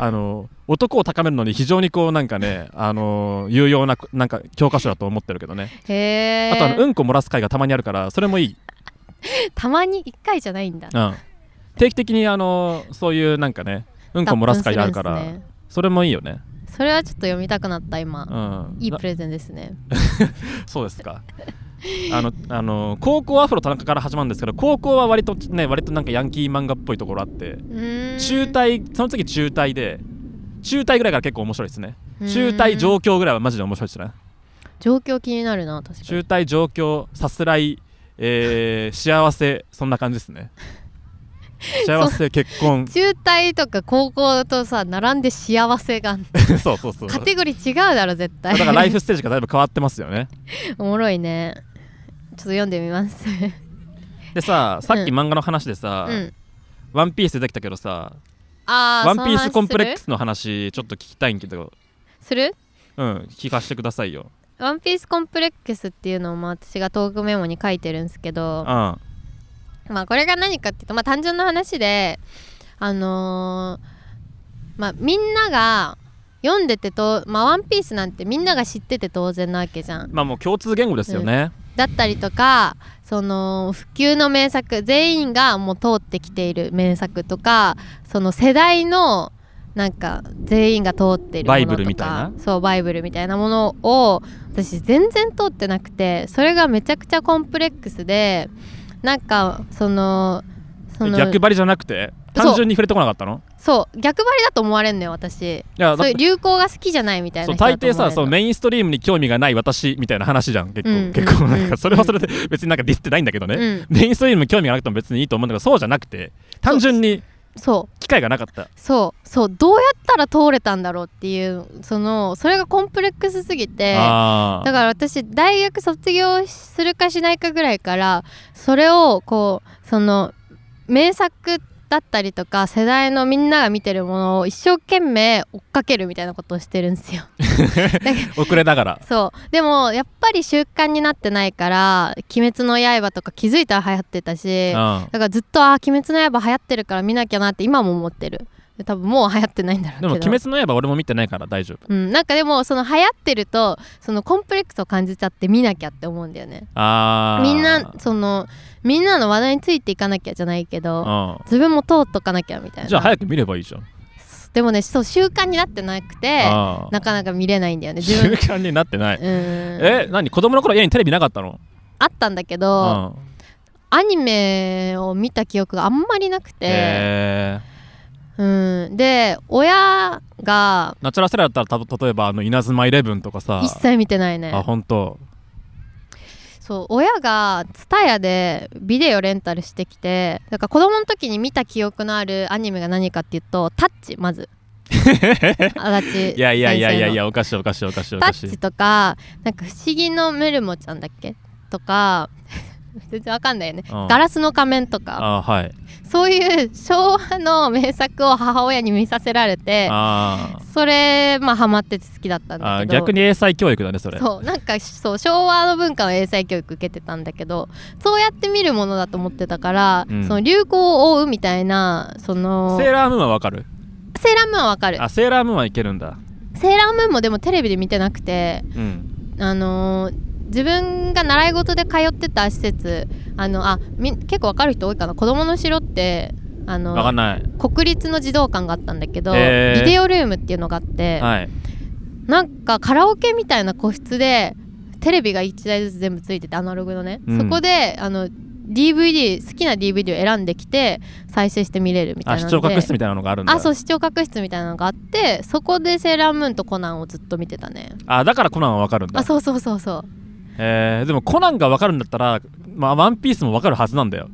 Speaker 1: あの男を高めるのに非常にこうなんかね、あの有用ななんか教科書だと思ってるけどね、
Speaker 2: へえ
Speaker 1: あとあのうんこ漏らす回がたまにあるからそれもいい、
Speaker 2: たまに1回じゃないんだ
Speaker 1: うん、定期的にあのそういうなんかねうんこ漏らす回があるから
Speaker 2: 脱粉すんですね
Speaker 1: それもいいよね、
Speaker 2: それはちょっと読みたくなった今、
Speaker 1: うん、
Speaker 2: いいプレゼンですね
Speaker 1: そうですか。あのあの高校アフロ田中から始まるんですけど高校は割とね割となんかヤンキー漫画っぽいところあって
Speaker 2: うーん
Speaker 1: 中退その次中退で中退ぐらいから結構面白いですね
Speaker 2: うーん
Speaker 1: 中退状況ぐらいはマジで面白いですね
Speaker 2: 状況気になるな確か
Speaker 1: 中
Speaker 2: に
Speaker 1: 退状況さすらい、えー幸せそんな感じですね幸せ結 婚
Speaker 2: 中退とか高校とさ並んで幸せが
Speaker 1: そうそうそう
Speaker 2: カテゴリー違うだろ絶対
Speaker 1: だからラ イフステージがだいぶ変わってますよね
Speaker 2: おもろいねちょっと読んでみます
Speaker 1: でささっき
Speaker 2: うん
Speaker 1: 漫画の話でさ「
Speaker 2: うん
Speaker 1: ワンピース出てきたけどさ
Speaker 2: ああ
Speaker 1: ワンピースコンプレックスの話ちょっと聞きたいんけど、
Speaker 2: する
Speaker 1: うん、聞かせてくださいよ。
Speaker 2: ワンピースコンプレックスっていうのも私がトークメモに書いてるんですけ
Speaker 1: う
Speaker 2: ど
Speaker 1: ん、は
Speaker 2: まあこれが何かっていうとまあ単純な話であのーまあみんなが読んでてとまあワンピースなんてみんなが知ってて当然なわけじゃん
Speaker 1: まあもう共通言語ですよね。
Speaker 2: だったりとかその普及の名作全員がもう通ってきている名作とかその世代のなんか全員が通っているものとか
Speaker 1: バイブルみたいな
Speaker 2: そうバイブルみたいなものを私全然通ってなくてそれがめちゃくちゃコンプレックスでなんかそのその
Speaker 1: 逆張りじゃなくて
Speaker 2: そう
Speaker 1: 単純に触れてこなかったの
Speaker 2: そう逆張りだと思われんのよ私
Speaker 1: いやだ
Speaker 2: そ
Speaker 1: っ
Speaker 2: ういう
Speaker 1: て
Speaker 2: 流行が好きじゃないみたい
Speaker 1: そ
Speaker 2: な
Speaker 1: う
Speaker 2: 人だ
Speaker 1: 大
Speaker 2: と思
Speaker 1: 抵
Speaker 2: わ
Speaker 1: さ
Speaker 2: れる
Speaker 1: そうメインストリームに興味がない私みたいな話じゃん結構、
Speaker 2: うん
Speaker 1: 結構
Speaker 2: うん
Speaker 1: なん
Speaker 2: う
Speaker 1: か
Speaker 2: ん
Speaker 1: それはそれで別になんかディスってないんだけどね、
Speaker 2: うん
Speaker 1: メインストリームに興味がなくても別にいいと思うんだけどそうじゃなくて単純に
Speaker 2: そう
Speaker 1: 機会がなかった
Speaker 2: そうそうどうやったら通れたんだろうっていうそのそれがコンプレックスすぎてだ
Speaker 1: あ
Speaker 2: から私大学卒業するかしないかぐらいからそれをこうその名作だったりとか世代のみんなが見てるものを一生懸命追っかけるみたいなことをしてるんですよ。
Speaker 1: あ遅れながら
Speaker 2: そうでもやっぱり習慣になってないから「鬼滅の刃」とか気づいたら流行ってたし
Speaker 1: うん
Speaker 2: だからずっと「あー鬼滅の刃」流行ってるから見なきゃなって今も思ってるで多分もう流行ってないんだろうけ
Speaker 1: でも
Speaker 2: ど
Speaker 1: 「鬼滅の刃」俺も見てないから大丈夫
Speaker 2: うん、なんかでもその流行ってるとそのコンプレックスを感じちゃって見なきゃって思うんだよね
Speaker 1: あー
Speaker 2: みんなそのみんなの話題についていかなきゃじゃないけど
Speaker 1: う
Speaker 2: 自分も通っとかなきゃみた
Speaker 1: ん
Speaker 2: いな
Speaker 1: じゃあ早く見ればいいじゃん
Speaker 2: でもねそう習慣になってなくて
Speaker 1: ああ
Speaker 2: なかなか見れないんだよね自
Speaker 1: 習
Speaker 2: 分
Speaker 1: 慣になってない
Speaker 2: う ん
Speaker 1: え何子供の頃家にテレビなかったの
Speaker 2: あったんだけ
Speaker 1: う
Speaker 2: ど、
Speaker 1: ん
Speaker 2: アニメを見た記憶があんまりなくて、
Speaker 1: へえ
Speaker 2: うん、で親が
Speaker 1: ナチュラルセラーだったらた例えばあの稲妻イレブンとかさ
Speaker 2: 一切見てないね
Speaker 1: あ本当
Speaker 2: そう親が TSUTAYA でビデオレンタルしてきてだから子供の時に見た記憶のあるアニメが何かっていうと「タッチ」まず足立先生の
Speaker 1: いやいやいやいやいやおかしいおかしいおかしいお
Speaker 2: タ
Speaker 1: かし
Speaker 2: ッ
Speaker 1: い
Speaker 2: チとかなんか不思議のメルモちゃんだっけとか 全然わかんないよね、
Speaker 1: うん
Speaker 2: ガラスの仮面とか
Speaker 1: あはい
Speaker 2: そういう昭和の名作を母親に見させられて
Speaker 1: あ
Speaker 2: それまあハマってて好きだったん
Speaker 1: ー
Speaker 2: だ
Speaker 1: あ
Speaker 2: け
Speaker 1: ー
Speaker 2: ど
Speaker 1: 逆に英才教育だねそれ
Speaker 2: そうなんかそう昭和の文化の英才教育受けてたんだけどそうやって見るものだと思ってたから、
Speaker 1: うん
Speaker 2: その流行を追うみたいなその
Speaker 1: セーラームーンはわかる
Speaker 2: セーラームーンはわかる
Speaker 1: あセーラームーンはいけるんだ
Speaker 2: セーラームーンもでもテレビで見てなくて
Speaker 1: うん
Speaker 2: あのー自分が習い事で通ってた施設あのあみ結構わかる人多いかな子供の城ってあの
Speaker 1: わかんない
Speaker 2: 国立の児童館があったんだけど、
Speaker 1: へー
Speaker 2: ビデオルームっていうのがあって、
Speaker 1: はい
Speaker 2: なんかカラオケみたいな個室でテレビが1台ずつ全部ついててアナログのね、
Speaker 1: うん
Speaker 2: そこであの DVD 好きな DVD を選んできて再生して見れるみたい
Speaker 1: あ
Speaker 2: な
Speaker 1: 視
Speaker 2: の
Speaker 1: 聴覚室
Speaker 2: み
Speaker 1: みたいなのがあるんだ
Speaker 2: あそう視聴覚室みたいなのがあってそこで「セーラームーン」と「コナン」をずっと見てたね
Speaker 1: あだからコナンはわかるんだ
Speaker 2: あそうそうそうそう
Speaker 1: えーでもコナンがわかるんだったら、まあ、ワンピースもわかるはずなんだよ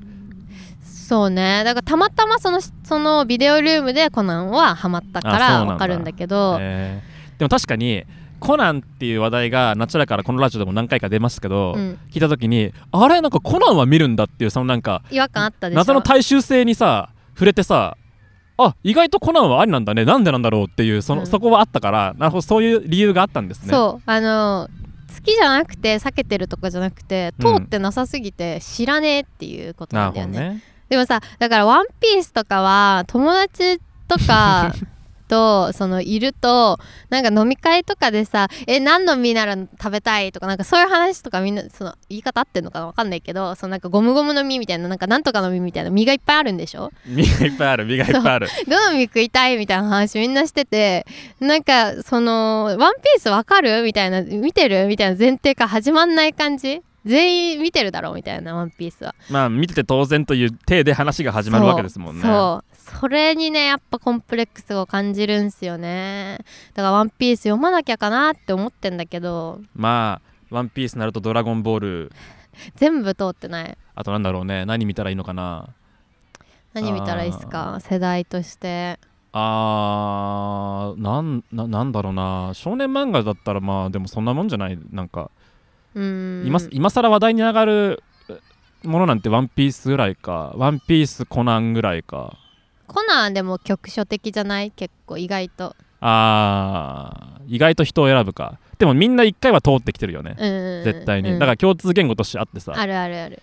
Speaker 2: そうねだからたまたまそのそのビデオルームで「コナン」はハマったか
Speaker 1: あそうな
Speaker 2: ら
Speaker 1: んだ
Speaker 2: わかるんだけど
Speaker 1: えーでも確かにコナンっていう話題がナチュラルからこのラジオでも何回か出ますけど、
Speaker 2: うん
Speaker 1: 聞いた時にあれなんかコナンは見るんだっていうそのなんか
Speaker 2: 違和感あったでしょ
Speaker 1: 謎の大衆性にさ触れてさあ意外とコナンはありなんだねなんでなんだろうっていうその、
Speaker 2: うん
Speaker 1: そこはあったからなるほどそういう理由があったんですね
Speaker 2: そうあの好きじゃなくて避けてるとかじゃなくて
Speaker 1: うん
Speaker 2: 通ってなさすぎて知らねえっていうこと
Speaker 1: な
Speaker 2: な
Speaker 1: る
Speaker 2: ん
Speaker 1: ほ
Speaker 2: だ
Speaker 1: ど
Speaker 2: よね
Speaker 1: ね
Speaker 2: でもさだから「ワンピースとかは友達と かとそのいるとなんか飲み会とかでさ「え何の実なら食べたい?」とかなんかそういう話とかみんなその言い方合ってんのかなわかんないけどそのなんかゴムゴムの実みたいななんかなんとかの実みたいな実がいっぱいあるんでしょ
Speaker 1: 身がいっぱい ある身がいっぱいある
Speaker 2: どの実食いたいみたいな話みんなしててなんかその「ワンピースわかる?」みたいな「見てる?」みたいな前提から始まんない感じ全員見てるだろうみたいな「ワンピースは
Speaker 1: まあ見てて当然という体で話が始まるわけですもんね
Speaker 2: そうそうそれにねやっぱコンプレックスを感じるんすよねだから「ワンピース読まなきゃかなって思ってんだけど
Speaker 1: まあワンピースなるとドラゴンボール
Speaker 2: 全部通ってない
Speaker 1: あとなんだろうね何見たらいいのかな
Speaker 2: 何見たらいいっすか世代として
Speaker 1: あーなんななんだろうな少年漫画だったらまあでもそんなもんじゃないなんか、
Speaker 2: うーん
Speaker 1: 今今更話題に上がるえものなんてワンピースぐらいかワンピースコナンぐらいか
Speaker 2: コナンでも局所的じゃない結構意外と
Speaker 1: あー意外と人を選ぶかでもみんな一回は通ってきてるよね、
Speaker 2: うん
Speaker 1: 絶対に、
Speaker 2: うん
Speaker 1: だから共通言語としてあってさ
Speaker 2: あるあるある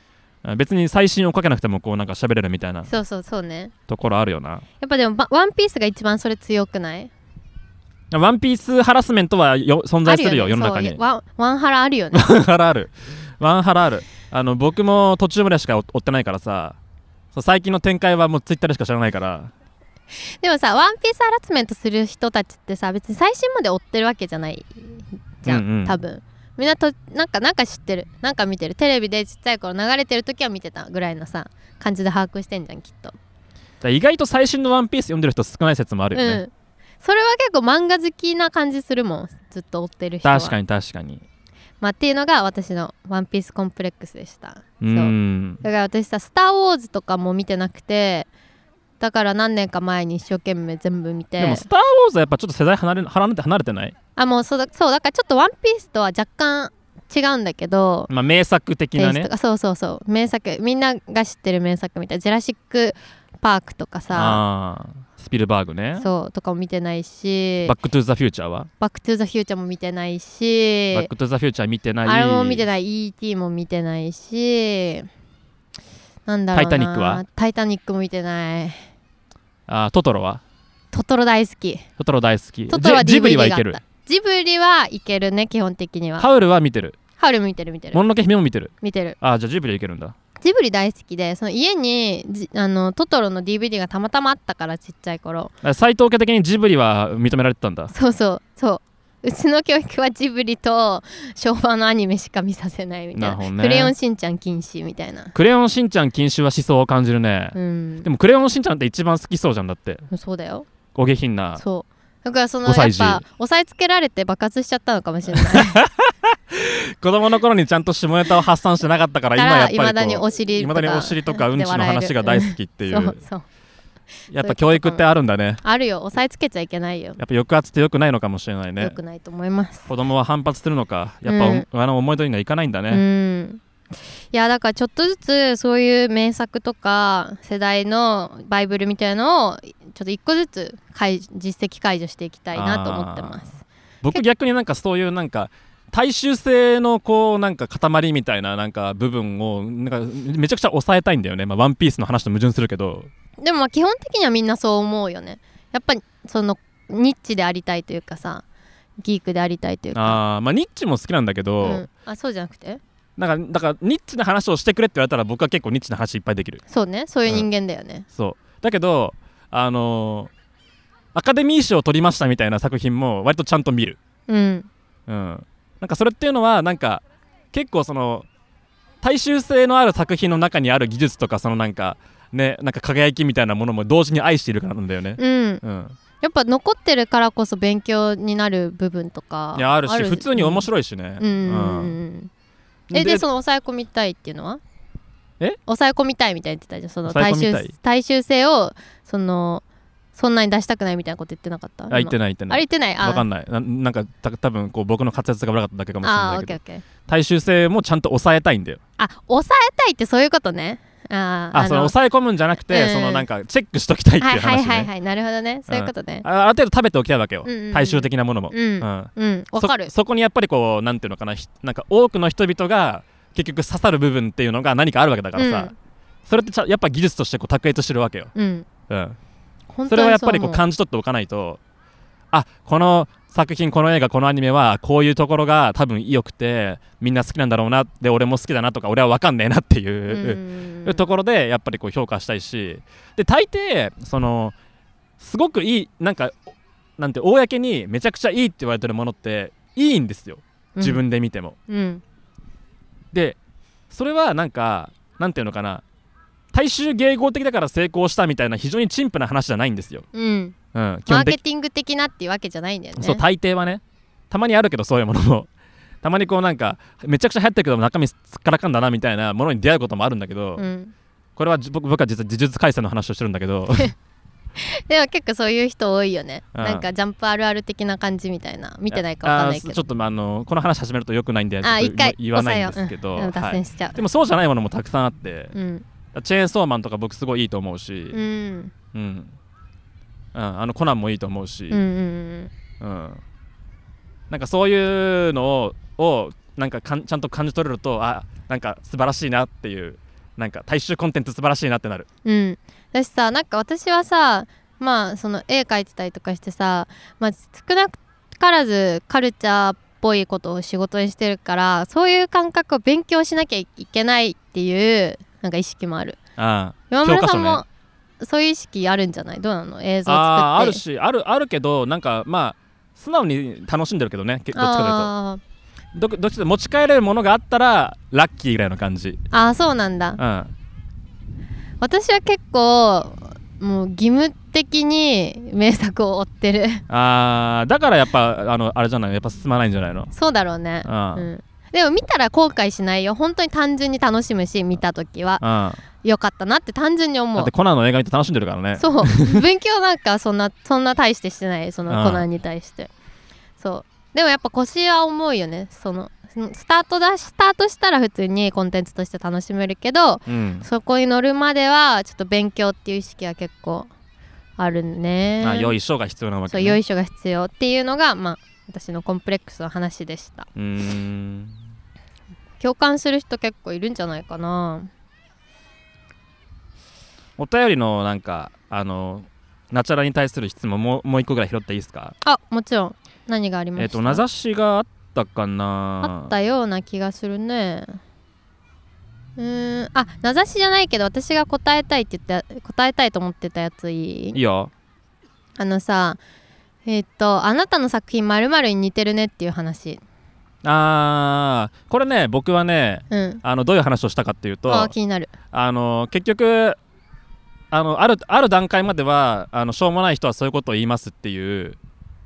Speaker 1: 別に最新をかけなくてもこうなんか喋れるみたいな
Speaker 2: そうそうそうね
Speaker 1: ところあるよな
Speaker 2: やっぱでもば「ワンピースが一番それ強くない
Speaker 1: ワンピースハラスメントはよ存在するよ
Speaker 2: あ
Speaker 1: 世
Speaker 2: ね
Speaker 1: の中
Speaker 2: そ
Speaker 1: に
Speaker 2: うワンワンハラあるよね
Speaker 1: ワンハラあるワンハラあるあの僕も途中までしか追追ってないからさそう最近の展開はもうツイッターでしか知らないから
Speaker 2: でもさ「ワンピースハラスメントする人たちってさ別に最新まで追ってるわけじゃないじゃん、
Speaker 1: うんうん
Speaker 2: 多分みんなとなんかなんか知ってるなんか見てるテレビでちっちゃい頃流れてる時は見てたぐらいのさ感じで把握してんじゃんきっと、
Speaker 1: だ意外と最新の「ワンピース読んでる人少ない説もあ
Speaker 2: う
Speaker 1: るよね、
Speaker 2: んそれは結構漫画好きな感じするもんずっと追ってる人は
Speaker 1: 確かに確かに
Speaker 2: まあ、っていうのが私の「ワンピースコンプレックスでした
Speaker 1: う
Speaker 2: そうんだから私さ「スター・ウォーズ」とかも見てなくてだから何年か前に一生懸命全部見て
Speaker 1: でも「スター・ウォーズ」はやっぱちょっと世代離れ離れて離れてない、
Speaker 2: あもうそうだそうだからちょっと「ワンピースとは若干違うんだけど
Speaker 1: まあ、名作的
Speaker 2: テ
Speaker 1: な
Speaker 2: イス
Speaker 1: ね
Speaker 2: トがそうそうそう名作みんなが知ってる名作みたいな「ジェラシック・パーク」とかさ
Speaker 1: あースピルバーグね
Speaker 2: そうとかも見てないし
Speaker 1: バック・トゥ・ザ・フューチャーは、
Speaker 2: 「バック・トゥ・ザ・フューチャー」も見てない
Speaker 1: バッ
Speaker 2: し
Speaker 1: ク・トゥ・ザ・フューチャー見てない
Speaker 2: あれも見て
Speaker 1: い
Speaker 2: ない「E.T.」も見てないしなんだろうな
Speaker 1: タイタニックは
Speaker 2: タイタニック」も見てない
Speaker 1: あートトロは
Speaker 2: 「トトロ大好き」
Speaker 1: トトロ大好き
Speaker 2: トトロは
Speaker 1: ジジブリ
Speaker 2: DVD が
Speaker 1: は
Speaker 2: あっ
Speaker 1: い
Speaker 2: た
Speaker 1: ける
Speaker 2: ジブリはいけるね基本的には
Speaker 1: ハウルは見てる
Speaker 2: ハウルも見てる見てる
Speaker 1: もののけ姫も見てる
Speaker 2: 見てる
Speaker 1: あーじゃあジブリはいけるんだ
Speaker 2: ジブリ大好きでその家にじあのトトロの DVD がたまたまあったからちっちゃい頃
Speaker 1: 斎藤家的にジブリは認められてたんだ
Speaker 2: そうそうそううちの教育はジブリと昭和のアニメしか見させないみたい
Speaker 1: な
Speaker 2: な
Speaker 1: るほどね
Speaker 2: クレヨンしんちゃん禁止」みたいな
Speaker 1: クレヨンしんちゃん禁止は思想を感じるね、
Speaker 2: うん
Speaker 1: でもクレヨンしんちゃんって一番好きそうじゃんだって
Speaker 2: そうだよ
Speaker 1: お下品な
Speaker 2: そうだからその
Speaker 1: 5
Speaker 2: やっ
Speaker 1: 歳児
Speaker 2: ぱ押さえつけられて爆発しちゃったのかもしれ ない
Speaker 1: 子供の頃にちゃんと下ネタを発散してなかったから
Speaker 2: か
Speaker 1: 今やっぱ
Speaker 2: らい
Speaker 1: りこ
Speaker 2: ま
Speaker 1: う
Speaker 2: だにお尻
Speaker 1: い
Speaker 2: と
Speaker 1: ま
Speaker 2: か
Speaker 1: だにお尻とかうんちの話が大
Speaker 2: きっ
Speaker 1: 好きって
Speaker 2: て
Speaker 1: い
Speaker 2: そううそう
Speaker 1: やっぱ教育ってあるんだね
Speaker 2: あるよ押さえつけちゃいけないよ
Speaker 1: やっぱ抑圧って良くないのかもしれない
Speaker 2: 良
Speaker 1: ね
Speaker 2: くないと思います
Speaker 1: 子供は反発するのかやっぱお、
Speaker 2: うん
Speaker 1: あの思い通りにはいかないんだ
Speaker 2: う
Speaker 1: ね、
Speaker 2: んいやだからちょっとずつそういう名作とか世代のバイブルみたいのをちょっと一個ずつ解実績解除していきたいなと思ってます
Speaker 1: 僕逆になんかそういうなんか大衆性のこうなんか塊みたいななんか部分をなんかめちゃくちゃ抑えたいんだよね、まあ、ワンピースの話と矛盾するけど
Speaker 2: でもまあ基本的にはみんなそう思うよねやっぱそのニッチでありたいというかさギークでありたいというか
Speaker 1: あー、まあ、ニッチも好きなんだけ
Speaker 2: う
Speaker 1: ど、
Speaker 2: ん、あそうじゃなくて
Speaker 1: なんかだからニッチな話をしてくれって言われたら僕は結構ニッチな話いっぱいできる
Speaker 2: そうねそういう人間だよね、
Speaker 1: そうだけどあのーアカデミー賞を取りましたみたいな作品も割とちゃんと見る
Speaker 2: うん、
Speaker 1: うん、なんかそれっていうのはなんか結構その大衆性のある作品の中にある技術とかそのなんかねなんか輝きみたいなものも同時に愛しているからなんだよね。
Speaker 2: うん、
Speaker 1: うん、
Speaker 2: やっぱ残ってるからこそ勉強になる部分とか
Speaker 1: いやあるし普通に面
Speaker 2: 白
Speaker 1: 白いしね。
Speaker 2: うんうんうん
Speaker 1: ん
Speaker 2: うんえでその抑え込みたいっていうのは
Speaker 1: え
Speaker 2: 抑え込みたいみたいに言ってたじゃんその大
Speaker 1: 抑え込み
Speaker 2: 衆
Speaker 1: たい
Speaker 2: 大衆性をそのそんなに出したくないみたいなこと言ってなかった
Speaker 1: あ言って
Speaker 2: な
Speaker 1: ない言っ
Speaker 2: い
Speaker 1: て
Speaker 2: あ
Speaker 1: な
Speaker 2: れ言
Speaker 1: い。
Speaker 2: ってないあ
Speaker 1: わかんないななんかた多分こう僕の滑舌が悪かっただけかもしれ
Speaker 2: あ
Speaker 1: な
Speaker 2: ーオ
Speaker 1: い
Speaker 2: ッケ
Speaker 1: け
Speaker 2: ーオ
Speaker 1: ど
Speaker 2: ッケー
Speaker 1: 大衆性もちゃんと抑えたいんだよ
Speaker 2: あ抑えたいってそういうことねあー
Speaker 1: あその抑え込むんじゃなくて、
Speaker 2: うん
Speaker 1: そのなんかチェックしときたいって
Speaker 2: はいいうはい
Speaker 1: 話
Speaker 2: はい
Speaker 1: ね
Speaker 2: はいなるほどねそういうことね
Speaker 1: あある程度食べておきたいわけよ、
Speaker 2: うんうんうん
Speaker 1: 大衆的なものも、
Speaker 2: う
Speaker 1: うんん、
Speaker 2: うんわかる
Speaker 1: そそこにやっぱりこうなんていうのかなひなんか多くの人々が結局刺さる部分っていうのが何かあるわけだからさ、
Speaker 2: うん
Speaker 1: それってちゃやっぱ技術としてこう卓越としてるわけよ、
Speaker 2: うん
Speaker 1: うん、
Speaker 2: 本
Speaker 1: そ
Speaker 2: 当
Speaker 1: れ
Speaker 2: に
Speaker 1: はやっ
Speaker 2: う思
Speaker 1: ぱりこう感じ取っておかないとあこの作品この映画このアニメはこういうところが多分良くてみんな好きなんだろうなで俺も好きだなとか俺は分かんねえなっていうう、
Speaker 2: ん
Speaker 1: ところでやっぱりこう評価したいしで大抵そのすごくいいなんかなんて公にめちゃくちゃいいって言われてるものっていいんですよ自分で見ても、
Speaker 2: うん
Speaker 1: でそれはなんかなんていうのかな大衆迎合的だから成功したみたいな非常に陳腐な話じゃないんですよ、
Speaker 2: うん
Speaker 1: うん、基
Speaker 2: マ
Speaker 1: 本
Speaker 2: ーケ
Speaker 1: 的
Speaker 2: ティング的なっていうわけじゃないんだよね
Speaker 1: そう大抵はねたまにあるけどそういうものも たまにこうなんかめちゃくちゃ流行ってるけど中身すっからかんだなみたいなものに出会うこともあるんだけど、
Speaker 2: うん
Speaker 1: これはじ僕僕は実は呪術廻戦の話をしてるんだけど
Speaker 2: でも結構そういう人多いよね、
Speaker 1: うん
Speaker 2: なんかジャンプあるある的な感じみたいな 見てないかわかんないけ
Speaker 1: あーち
Speaker 2: ど
Speaker 1: ょっとまああのこの話始めると良くないんでちょっ
Speaker 2: あー
Speaker 1: と
Speaker 2: 一回
Speaker 1: 言わないんですけど、
Speaker 2: でも脱
Speaker 1: はい
Speaker 2: 線しちゃ
Speaker 1: でもそうじゃないものもたくさんあって
Speaker 2: う、、うん
Speaker 1: チェーンソーマンとか僕すごいいいと思うし、
Speaker 2: うん、うん
Speaker 1: うんうん、あのコナンもいいと思うし、
Speaker 2: うんうん
Speaker 1: うんなんかそういうのををなんかかんちゃんと感じ取れるとあなんか素晴らしいなっていうなんか大衆コンテンツ素晴らしいなってなる
Speaker 2: うんだしさなんか私はさまあその絵描いてたりとかしてさ、まあ、少なからずカルチャーっぽいことを仕事にしてるからそういう感覚を勉強しなきゃいけないっていうなんか意識もある
Speaker 1: あー
Speaker 2: 山村さん
Speaker 1: 教科書
Speaker 2: もそういう意識あるんじゃないどうなの映像作って
Speaker 1: あーあるしあるあるけどなんかまあ素直に楽しんでるけどねけどっちかというと。
Speaker 2: あー
Speaker 1: どどっちで持ち帰れるものがあったらラッキーぐらいの感じ、
Speaker 2: あーそうなんだ
Speaker 1: うん、あ
Speaker 2: 私は結構もう義務的に名作を追ってる
Speaker 1: ーだからやっぱあのあれじゃないのやっぱ進まないんじゃないの
Speaker 2: そうだろうね
Speaker 1: ああ
Speaker 2: うん、でも見たら後悔しないよ本当に単純に楽しむし見た時は
Speaker 1: うん
Speaker 2: 良かったなって単純に
Speaker 1: だ
Speaker 2: 思
Speaker 1: っ
Speaker 2: う
Speaker 1: てコナンの映画見て楽しんでるからね
Speaker 2: そう勉強なんかそんなそんな大してしてないその
Speaker 1: ああ
Speaker 2: コナンに対してそうでもやっぱ腰は重いよねそのんスタートだスタートしたら普通にコンテンツとして楽しめるけど
Speaker 1: うん
Speaker 2: そこに乗るまではちょっと勉強っていう意識は結構あるね
Speaker 1: あ良い賞が必要なわけ、
Speaker 2: そう
Speaker 1: ね、
Speaker 2: よいしょが必要っていうのがまあ私のコンプレックスの話でした
Speaker 1: うーん
Speaker 2: 共感する人結構いるんじゃないかな
Speaker 1: お便りのなんかあのナチャラに対する質問もうもう一個ぐらい拾っていいですか
Speaker 2: あもちろん何がありまし
Speaker 1: えっ、
Speaker 2: た
Speaker 1: と名指
Speaker 2: し
Speaker 1: しがあったかな
Speaker 2: あったような気がするねうーんあ名指しじゃないけど私が答えたいって言って答えたいと思ってたやついい
Speaker 1: いいよ
Speaker 2: あのさえーっと「あなたの作品まるに似てるね」っていう話
Speaker 1: あーこれね僕はね
Speaker 2: うん
Speaker 1: あのどういう話をしたかっていうと
Speaker 2: あー気になる
Speaker 1: あの結局あのあるある段階まではあのしょうもない人はそういうことを言いますっていう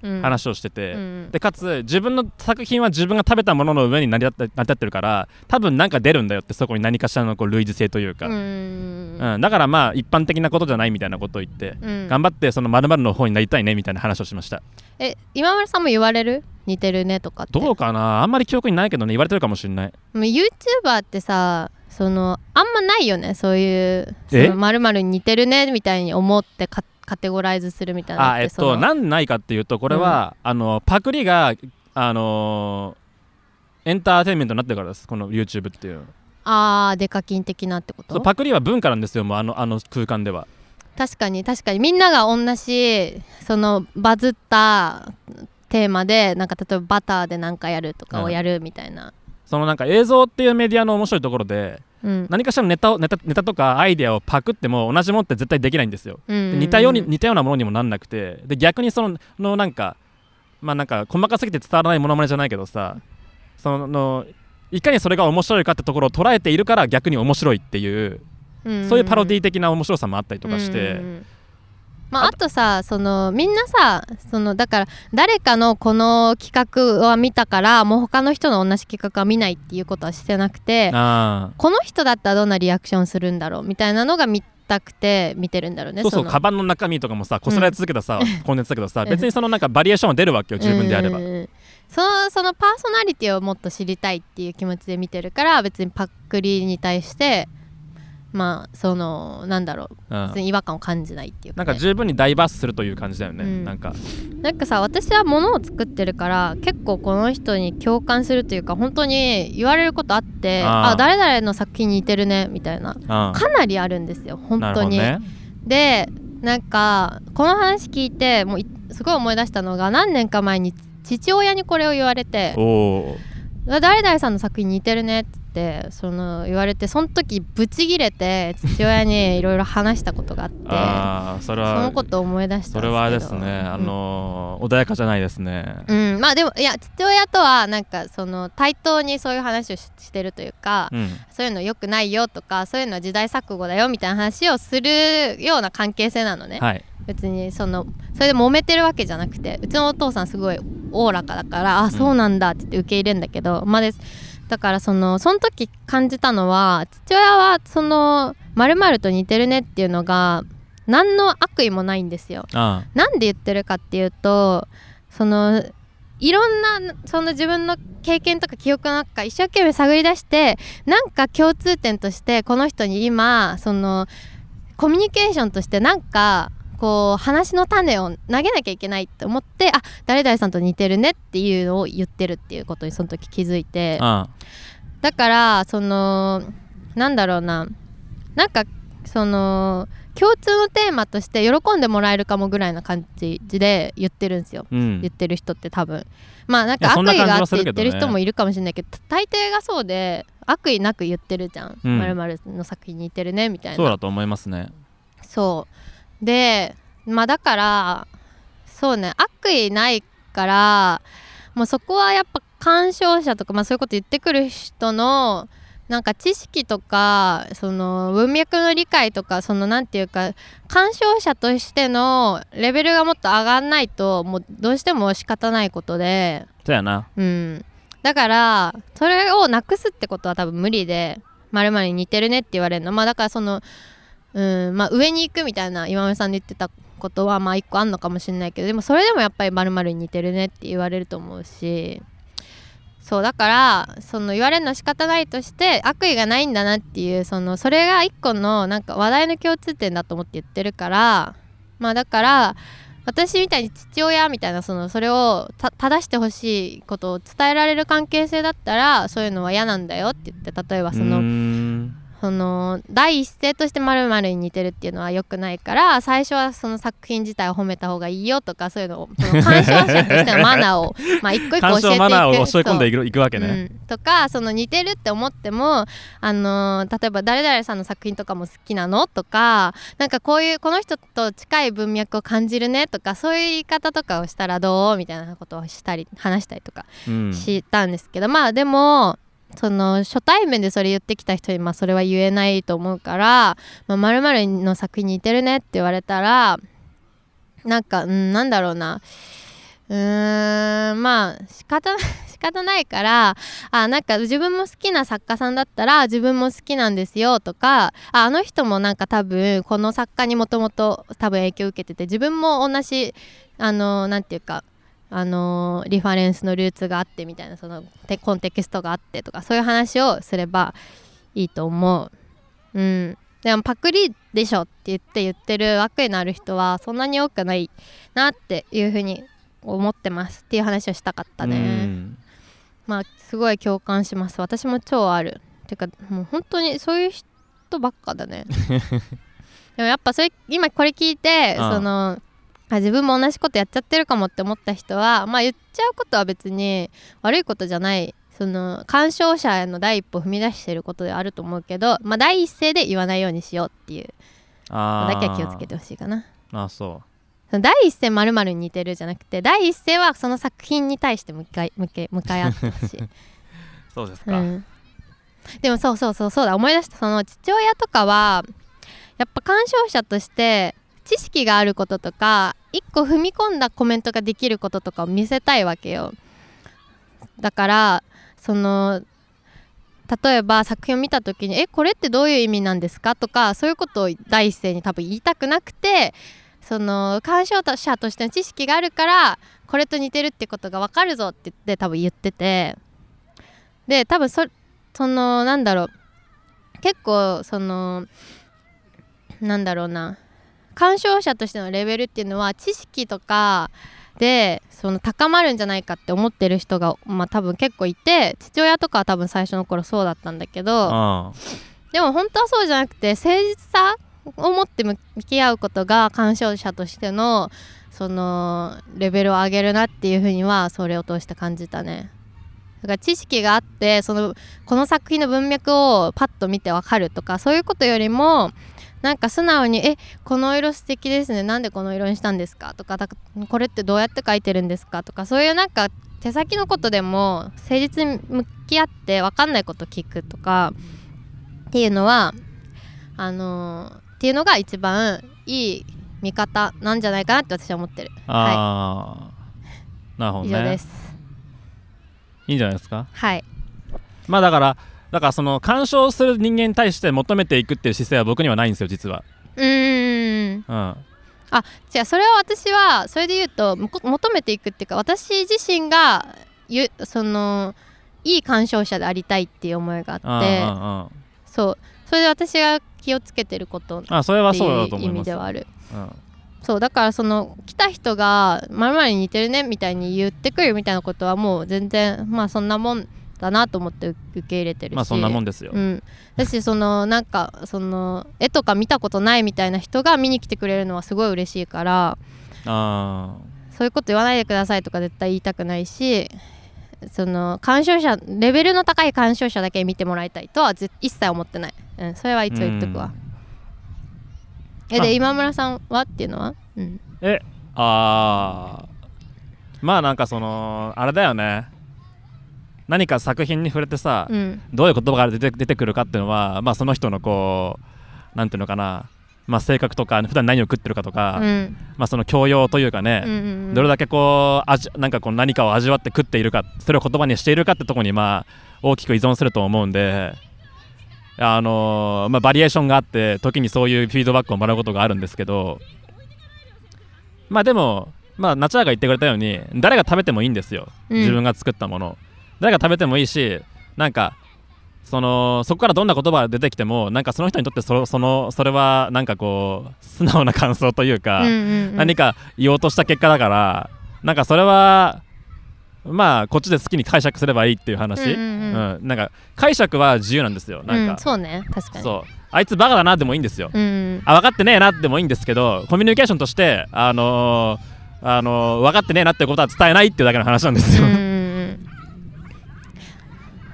Speaker 2: うん
Speaker 1: 話をしてて、
Speaker 2: うんうん
Speaker 1: でかつ自分の作品は自分が食べたものの上に成り立って成り立ってるから多分なんか出るんだよってそこに何かしらのこう類似性というか、
Speaker 2: う
Speaker 1: うん
Speaker 2: ん
Speaker 1: だからまあ一般的なことじゃないみたいなことを言って、
Speaker 2: うん
Speaker 1: 頑張ってその〇〇の方になりたいねみたいな話をしました
Speaker 2: え今村さんも言われる似てるねとかって
Speaker 1: どうかなあんまり記憶にないけどね言われてるかもしれない
Speaker 2: もう YouTuber ってさそのあんまないよねそういう
Speaker 1: え
Speaker 2: まるに似てるねみたいに思ってカカテゴライズするみたいな
Speaker 1: あえっ
Speaker 2: そ
Speaker 1: と
Speaker 2: の
Speaker 1: なんないかっていうとこれは、あのパクリがあのエンターテインメントになってるからですこの YouTube っていう
Speaker 2: あーデカキン的なってこ
Speaker 1: そう
Speaker 2: と
Speaker 1: パクリは文化なんですよもうあのあの空間では
Speaker 2: 確かに確かにみんなが同じそのバズったテーマでなんか例えばバターでなんかやるとかをやるみたいな、
Speaker 1: そのなんか映像っていうメディアの面白いところで
Speaker 2: うん
Speaker 1: 何かしらのネタをネタネタとかアイデアをパクっても同じものって絶対できないんですよ
Speaker 2: うんうん
Speaker 1: で
Speaker 2: うん
Speaker 1: 似たように似たようなものにもなんなくてで逆にそののなんかまあなんか細かすぎて伝わらないものまねじゃないけどさそのいかにそれが面白いかってところを捉えているから逆に面白いっていうそういうパロディ的な面白さもあったりとかして、
Speaker 2: うんうんうんまあ、あとさそのみんなさそのだから誰かのこの企画は見たからもう他の人の同じ企画は見ないっていうことはしてなくて
Speaker 1: あ
Speaker 2: この人だったらどんなリアクションするんだろうみたいなのが見たくて見てるんだろう
Speaker 1: ー
Speaker 2: ね
Speaker 1: そうそう
Speaker 2: の
Speaker 1: カバンの中身とかもさこすられ続けたさ、コンテンツだけどさ別にそのなんかバリエーションは出るわけよ自分でやれば、
Speaker 2: うんうんうんそのそのパーソナリティをもっと知りたいっていう気持ちで見てるから別にパックリに対してまあそのなんだろう
Speaker 1: うん
Speaker 2: 別に違和感を感じないっていう
Speaker 1: なん
Speaker 2: ね
Speaker 1: か十分にダイバースするという感じだよね、
Speaker 2: うん
Speaker 1: なんか
Speaker 2: なんかさ私は物を作ってるから結構この人に共感するというか本当に言われることあって
Speaker 1: あ
Speaker 2: あ
Speaker 1: ー
Speaker 2: 誰々の作品似てるねみたいな
Speaker 1: うん
Speaker 2: かなりあるんですよ本
Speaker 1: なるほ
Speaker 2: 当
Speaker 1: ど
Speaker 2: に。
Speaker 1: ね
Speaker 2: でなんかこの話聞いてもういすごい思い出したのが何年か前に父親にこれを言われて
Speaker 1: おお
Speaker 2: 「誰々さんの作品似てるね」って言ってその言われてその時ブチギレて父親にいろいろ話したことがあって。
Speaker 1: ああそれ
Speaker 2: その
Speaker 1: は
Speaker 2: ことを思い出したんですけど
Speaker 1: それはあれですねあのー穏やかじゃないですね
Speaker 2: うん、まあでもいや父親とはなんかその対等にそういう話をししてるというか、
Speaker 1: うん
Speaker 2: そういうの良くないよとかそういうのは時代錯誤だよみたいな話をするような関係性なのね、
Speaker 1: はい
Speaker 2: 別にそのそれで揉めてるわけじゃなくてうちのお父さんすごいおおらかだからあそうなんだって言って受け入れるんだけど、まあですだからそのその時感じたのは父親はその「まると似てるね」っていうのが何の悪意もないんですよ。
Speaker 1: あ
Speaker 2: なんで言ってるかっていうとそのいろんなその自分の経験とか記憶の中から一生懸命探り出してなんか共通点としてこの人に今そのコミュニケーションとしてなんかこう話の種を投げなきゃいけないって思ってあ誰々さんと似てるねっていうのを言ってるっていうことにその時気づいて
Speaker 1: あ
Speaker 2: だからそのなんだろうななんかその共通のテーマとして喜んでもらえるかもぐらいな感じで言ってるんですよ
Speaker 1: うん
Speaker 2: 言ってる人って多分まあな
Speaker 1: い
Speaker 2: ん
Speaker 1: や
Speaker 2: か
Speaker 1: そん
Speaker 2: 悪
Speaker 1: な
Speaker 2: 意
Speaker 1: 感じ
Speaker 2: があ
Speaker 1: は
Speaker 2: っ
Speaker 1: す
Speaker 2: て
Speaker 1: るけ
Speaker 2: 言っ
Speaker 1: ど
Speaker 2: て
Speaker 1: ね
Speaker 2: る人もいるかもしれないけど大抵がそうで悪意なく言ってるじゃん「
Speaker 1: うん
Speaker 2: まるまるの作品似てるね」みたい
Speaker 1: そう
Speaker 2: な
Speaker 1: だと思いますね
Speaker 2: そうでまあだからそうね悪意ないからもうそこはやっぱ鑑賞者とか、まあ、そういうこと言ってくる人のなんか知識とかその文脈の理解とかそのなんていうか鑑賞者としてのレベルがもっと上がんないともうどうしても仕方ないことで
Speaker 1: そうやな
Speaker 2: うん、だからそれをなくすってことは多分無理で「まるに似てるね」って言われるのまあだからその、うんまあ、上に行くみたいな今村さんで言ってたことはまあ一個あんのかもしれないけどでもそれでもやっぱり「まるに似てるね」って言われると思うしそうだからその言われるのは仕方ないとして悪意がないんだなっていうそのそれが一個のなんか話題の共通点だと思って言ってるからまあだから私みたいに父親みたいなそのそれをた正してほしいことを伝えられる関係性だったらそういうのは嫌なんだよって言って例えばそう
Speaker 1: ー
Speaker 2: の
Speaker 1: ん
Speaker 2: そその第一声として〇〇に似てるっていうのは良くないから最初はその作品自体を褒めた方がいいよとかそういうのをその鑑賞者としてのマ ナーをまあ一個一個教
Speaker 1: 鑑賞
Speaker 2: えていく
Speaker 1: マナーを教え込ん
Speaker 2: そう
Speaker 1: でいくいくわけね、
Speaker 2: うん、とかその似てるって思っても、あのー例えば誰々さんの作品とかも好きなのとかなんかこういうこの人と近い文脈を感じるねとかそういう言い方とかをしたらどうみたいなことをしたり話したりとか
Speaker 1: うん
Speaker 2: したんですけど、まあでもその初対面でそれ言ってきた人にまあそれは言えないと思うから「まる、まるの作品に似てるね」って言われたらなんか、うん、なんだろうなうーんまあ仕方 ない仕方ないからあなんか自分も好きな作家さんだったら自分も好きなんですよとかああの人もなんか多分この作家にもともと多分影響を受けてて自分も同じあのなんていうかあのリファレンスのルーツがあってみたいなそのてコンテキストがあってとかそういう話をすればいいと思ううんでもパクリでしょって言って言ってる枠になる人はそんなに多くないなっていうふうに思ってますっていう話をしたかったね、
Speaker 1: うん
Speaker 2: まあすごい共感します私も超あるてかもう本当にそういう人ばっか だねでもやっぱそれ今これ聞いて
Speaker 1: ああ
Speaker 2: そのあ自分も同じことやっちゃってるかもって思った人はまあ言っちゃうことは別に悪いことじゃないその鑑賞者への第一歩を踏み出していることではあると思うけど、まあ、第一声で言わないようにしようっていうの
Speaker 1: あー
Speaker 2: だけは気をつけてほしいかな
Speaker 1: あそ
Speaker 2: その第一声まるに似てるじゃなくて第一声はその作品に対して向かい向け向かい合ってほしい
Speaker 1: うそうです
Speaker 2: う
Speaker 1: か、
Speaker 2: ん、でもそうそうそうそうだ思い出したその父親とかはやっぱ鑑賞者として知識があることとか一個踏み込んだコメントができることとかを見せたいわけよだからその例えば作品を見た時に「えこれってどういう意味なんですか?」とかそういうことを第一声に多分言いたくなくてその鑑賞者としての知識があるからこれと似てるってことが分かるぞって言って多分言っててで多分そそのなんだろう結構そのなんだろうな鑑賞者としてのレベルっていうのは知識とかでその高まるんじゃないかって思ってる人が、まあ、多分結構いて父親とかは多分最初の頃そうだったんだけど
Speaker 1: あ
Speaker 2: でも本当はそうじゃなくて誠実さを持って向き合うことが鑑賞者としてのそのレベルを上げるなっていうふうにはそれを通して感じたね。だから知識があってそのこの作品の文脈をパッと見てわかるとかそういうことよりもなんか素直に「えこの色素敵ですねなんでこの色にしたんですか?」とかだこれってどうやって描いてるんですか?」とかそういうなんか手先のことでも誠実に向き合って分かんないこと聞くとかっていうのはあのーっていうのが一番いい見方なんじゃないかなって私は思ってる。
Speaker 1: ああーなるほど
Speaker 2: 以上で
Speaker 1: ね
Speaker 2: す。
Speaker 1: いいんじゃないですか
Speaker 2: はい。
Speaker 1: まあだからだからその干渉する人間に対して求めていくっていう姿勢は僕にはないんですよ実は
Speaker 2: うーん。
Speaker 1: うん
Speaker 2: じゃあそれは私はそれで言うとむこ求めていくっていうか私自身がゆそのいい鑑賞者でありたいっていう思いがあ
Speaker 1: あ
Speaker 2: って
Speaker 1: あ
Speaker 2: そうそれで私が気をつけてることって
Speaker 1: あそれはそうだと思
Speaker 2: いう意
Speaker 1: い
Speaker 2: 味
Speaker 1: ます
Speaker 2: ではある
Speaker 1: うん
Speaker 2: そうだからその来た人が「まるに似てるね」みたいに言ってくるみたいなことはもう全然まあそんなもんだなと思って受け入れてるし
Speaker 1: まあそんなもんですよ、
Speaker 2: うん、だしそのなんかその絵とか見たことないみたいな人が見に来てくれるのはすごい嬉しいから
Speaker 1: あ
Speaker 2: そういうこと言わないでくださいとか絶対言いたくないしその鑑賞者レベルの高い鑑賞者だけ見てもらいたいとはぜ一切思ってない、うん、それは
Speaker 1: あ
Speaker 2: 一応言っとくわ、
Speaker 1: うん
Speaker 2: え
Speaker 1: あ
Speaker 2: で今村さんはっていうのは、うん、
Speaker 1: えあーまあなんかそのあれだよね何か作品に触れてさ、
Speaker 2: うん
Speaker 1: どういう言葉が出て出てくるかっていうのは、まあ、その人のこうなんていうのかな、まあ、性格とか普段何を食ってるかとか、
Speaker 2: うん
Speaker 1: まあ、その教養というかね、
Speaker 2: うんうん
Speaker 1: どれだけこう味なんかこう何かを味わって食っているかそれを言葉にしているかってところに、まあ、大きく依存すると思うんで。あのまあ、バリエーションがあって時にそういうフィードバックをもらうことがあるんですけどまあでも、まあ、ナチュラが言ってくれたように誰が食べてもいいんですよ、
Speaker 2: うん
Speaker 1: 自分が作ったもの誰が食べてもいいしなんかそのそこからどんな言葉が出てきてもなんかその人にとってそそのそれはなんかこう素直な感想というか、
Speaker 2: うんうんうん
Speaker 1: 何か言おうとした結果だからなんかそれはまあこっちで好きに解釈すればいいっていう話、
Speaker 2: うんうんうん
Speaker 1: うんなんか解釈は自由なんですよなんか、
Speaker 2: うん、そうね確かに
Speaker 1: そうあいつバカだなでもいいんですよ、
Speaker 2: うん
Speaker 1: あ分かってねえなでもいいんですけどコミュニケーションとしてあのーあのー分かってねえなってことは伝えないっていうだけの話なんですよ、
Speaker 2: うんうんうん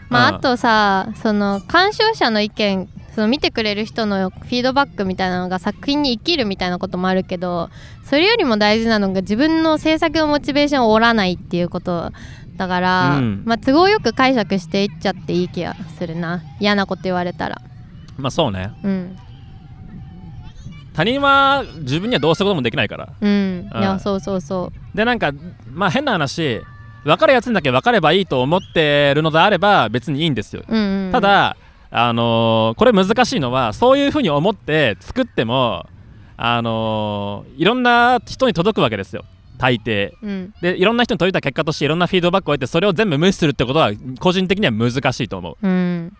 Speaker 2: まあ
Speaker 1: うん
Speaker 2: あとさその鑑賞者の意見その見てくれる人のフィードバックみたいなのが作品に生きるみたいなこともあるけどそれよりも大事なのが自分の制作のモチベーションを折らないっていうことだから、
Speaker 1: うん
Speaker 2: まあ都合よく解釈していっちゃっていい気がするな嫌なこと言われたら
Speaker 1: まあそうね
Speaker 2: うん
Speaker 1: 他人は自分にはどうすることもできないから
Speaker 2: うんい
Speaker 1: うん
Speaker 2: やそうそうそ
Speaker 1: でなんかまあ変な話分かるやつにだけ分かればいいと思ってるのであれば別にいいんですよ
Speaker 2: う、うんうん、
Speaker 1: ただあのーこれ難しいのはそういうふうに思って作ってもあのーいろんな人に届くわけですよ大抵
Speaker 2: うん
Speaker 1: でいろんな人に届いた結果としていろんなフィードバックを得てそれを全部無視するってことは個人的には難しいと思う
Speaker 2: うん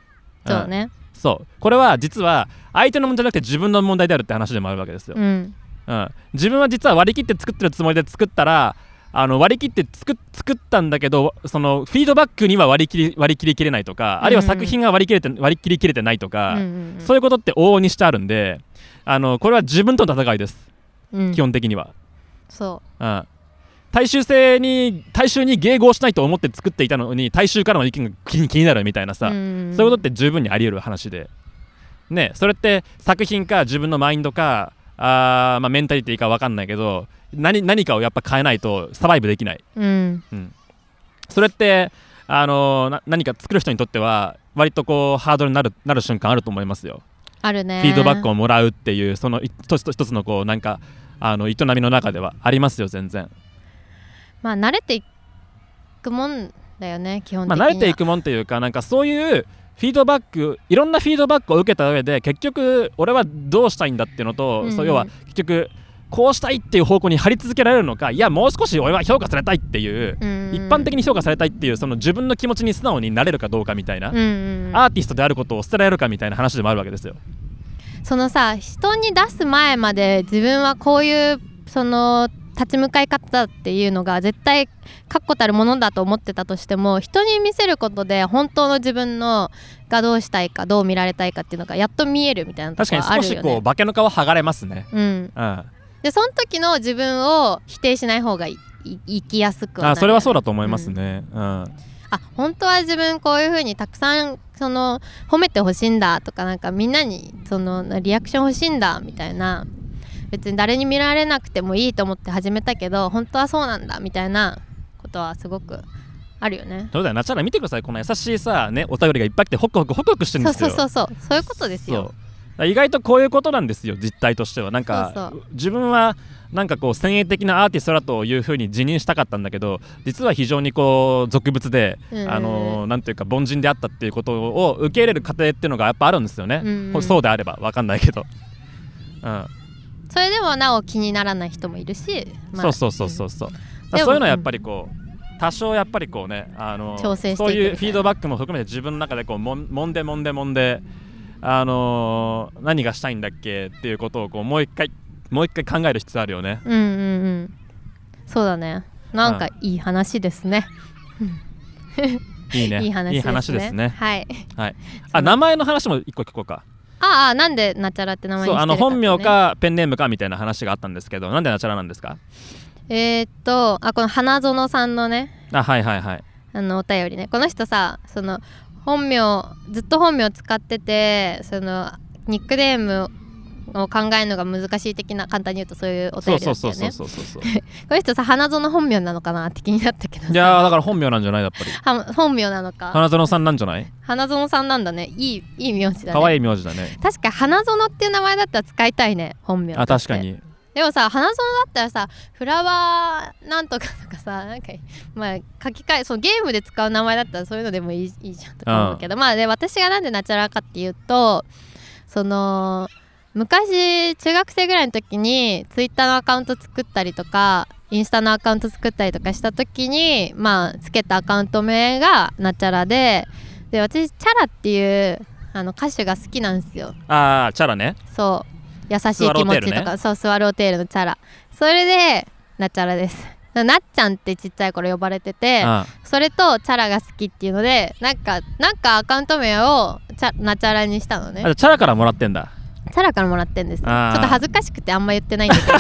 Speaker 2: そうね
Speaker 1: そうこれは実は相手の問題じゃなくて自分の問題であるって話でもあるわけですよ
Speaker 2: うん
Speaker 1: うん、自分は実は割り切って作ってるつもりで作ったらあの割り切って作っ作ったんだけどそのフィードバックには割り切り割り切りきれないとかあるいは
Speaker 2: うんうん
Speaker 1: 作品が割り切れて割り切りきれてないと
Speaker 2: う
Speaker 1: か、
Speaker 2: ん
Speaker 1: そういうことって往々にしてあるんであのこれは自分との戦いです
Speaker 2: うんうん
Speaker 1: 基本的には、
Speaker 2: そ
Speaker 1: うん、大衆性に大衆に迎合しないと思って作っていたのに大衆からの意見が気に気になるみたいな
Speaker 2: う
Speaker 1: さ、
Speaker 2: ん
Speaker 1: そういうことって十分にあり得る話で、ね、それって作品か自分のマインドかあー、まあ、メンタリティーか分かんないけど何何かをやっぱ変えないとサバイブできない
Speaker 2: うん
Speaker 1: それって、あのーな何か作る人にとっては割とこうハードルになるなる瞬間あると思いますよ、
Speaker 2: あるね
Speaker 1: フィードバックをもらうっていうその一つ一つのこうなんかあの営みの中ではありますよ全然、
Speaker 2: まあ慣れていくもんだよね基本
Speaker 1: ま
Speaker 2: 的
Speaker 1: あ、
Speaker 2: に
Speaker 1: 慣
Speaker 2: は
Speaker 1: れていくもんっていうかなんかそういうフィードバックいろんなフィードバックを受けた上で結局俺はどうしたいんだっていうのと、
Speaker 2: うんうん
Speaker 1: そう要は結局こうしたいっていう方向に張り続けられるのかいやもう少し俺は評価されたいっていう、
Speaker 2: うん
Speaker 1: 一般的に評価されたいっていうその自分の気持ちに素直になれるかどうかみたいな、
Speaker 2: うんうんうん
Speaker 1: アーティストであることを捨てられるかみたいな話でもあるわけですよ。
Speaker 2: そのさ人に出す前まで自分はこういうその立ち向かい方だっていうのが絶対確固たるものだと思ってたとしても人に見せることで本当の自分のがどうしたいかどう見られたいかっていうのがやっと見えるみたいなと
Speaker 1: 確
Speaker 2: こ
Speaker 1: かに
Speaker 2: はあ
Speaker 1: 少
Speaker 2: るよ
Speaker 1: し
Speaker 2: ね
Speaker 1: こう化けの皮剥がれますね。
Speaker 2: うん、
Speaker 1: うん、
Speaker 2: でその時の自分を否定しない方がいい生きやすくはなるよ
Speaker 1: あ
Speaker 2: ね
Speaker 1: それはそうだと思いますね。うん
Speaker 2: あ本当は自分こういう風にたくさんその褒めてほしいんだとかなんかみんなにそのリアクション欲しいんだみたいな別に誰に見られなくてもいいと思って始めたけど本当はそうなんだみたいなことはすごくあるよね。
Speaker 1: そうだよなっちゃんら見てくださいこの優しいさ、ね、お便りがいっぱい来てホクホクホクホクしてるん
Speaker 2: そう
Speaker 1: です
Speaker 2: そ
Speaker 1: よ。
Speaker 2: うそうそうそういうことです
Speaker 1: そう
Speaker 2: よ。
Speaker 1: だから意外とこういうことなんですよ実態としてはなんか
Speaker 2: そうそ
Speaker 1: 自分はなんかこう先鋭的なアーティストだというふうに自認したかったんだけど実は非常にこう俗物で、
Speaker 2: うん
Speaker 1: あのなんていうか凡人であったっていうことを受け入れる過程っていうのがやっぱあるんですよね、
Speaker 2: うんうん
Speaker 1: そうであればわかんないけど、うん
Speaker 2: それでもなお気にならない人もいるし、まあ
Speaker 1: そうそうそうそうそうだから
Speaker 2: でも
Speaker 1: そういうのはやっぱりこう、多少やっぱりこうねあの
Speaker 2: 調整していく
Speaker 1: そういう
Speaker 2: み
Speaker 1: フ
Speaker 2: たい
Speaker 1: ィ
Speaker 2: な
Speaker 1: ードバックも含めて自分の中でこうもんもんでもんでもんであのー何がしたいんだっけっていうことをこうもう一回もう一回考える必要あるよね
Speaker 2: うんうんうんそうだねなんかいい話ですね、
Speaker 1: いいね
Speaker 2: いい話ですね
Speaker 1: ですね
Speaker 2: はい
Speaker 1: はい
Speaker 2: そ
Speaker 1: あ
Speaker 2: の
Speaker 1: 名前の話も一個聞こうか
Speaker 2: ああなんでなちゃらって名前に
Speaker 1: そう
Speaker 2: して
Speaker 1: あ
Speaker 2: るか
Speaker 1: の
Speaker 2: ってね
Speaker 1: 本名かペンネームかみたいな話があったんですけどなんでナチャラなんですか
Speaker 2: えー、っとあこの花園さんのね
Speaker 1: あはいはいはい
Speaker 2: あのお便りねこの人さその本名ずっと本名使っててそのニックネームを考えるのが難しい的な簡単に言うとそういうお
Speaker 1: そ
Speaker 2: 便
Speaker 1: う
Speaker 2: り
Speaker 1: そ
Speaker 2: だ
Speaker 1: う
Speaker 2: った
Speaker 1: そう
Speaker 2: よ
Speaker 1: そう
Speaker 2: ね
Speaker 1: そうそう
Speaker 2: この人さ花園本名なのかなって気になったけどさ
Speaker 1: いやーだから本名なんじゃないやっ ぱり
Speaker 2: は本名なのか
Speaker 1: 花園さんなんじゃない
Speaker 2: 花園さんなんだねいいいい名字だね
Speaker 1: 可愛い名字だね
Speaker 2: 確かに花園っていう名前だったら使いたいね本名
Speaker 1: あ
Speaker 2: とし
Speaker 1: 確
Speaker 2: て
Speaker 1: かに
Speaker 2: でもさ花園だったらさフラワーなんとかとかさなんか、まあ、書き換えそうゲームで使う名前だったらそういうのでもいいいいじゃんとか思うけど、まあで私がなんでナチュラルかっていうとその昔中学生ぐらいの時にツイッターのアカウント作ったりとかインスタのアカウント作ったりとかした時にまあつけたアカウント名がナチャラでで私チャラっていうあの歌手が好きなんですよ。
Speaker 1: ああチャラね
Speaker 2: そう優しい気持
Speaker 1: ス
Speaker 2: ちとか、
Speaker 1: ワローテールね
Speaker 2: そうスワローテールのチャラそれでナチャラです らなっちゃんってちっちゃい頃呼ばれてて
Speaker 1: あ
Speaker 2: それとチャラが好きっていうのでなんかなんかアカウント名をチャナチャラにしたのね
Speaker 1: あれチャラからもらってんだ
Speaker 2: チャラからもらってんですねち
Speaker 1: あー
Speaker 2: ょっと恥ずかしくてあんま言ってないん だけど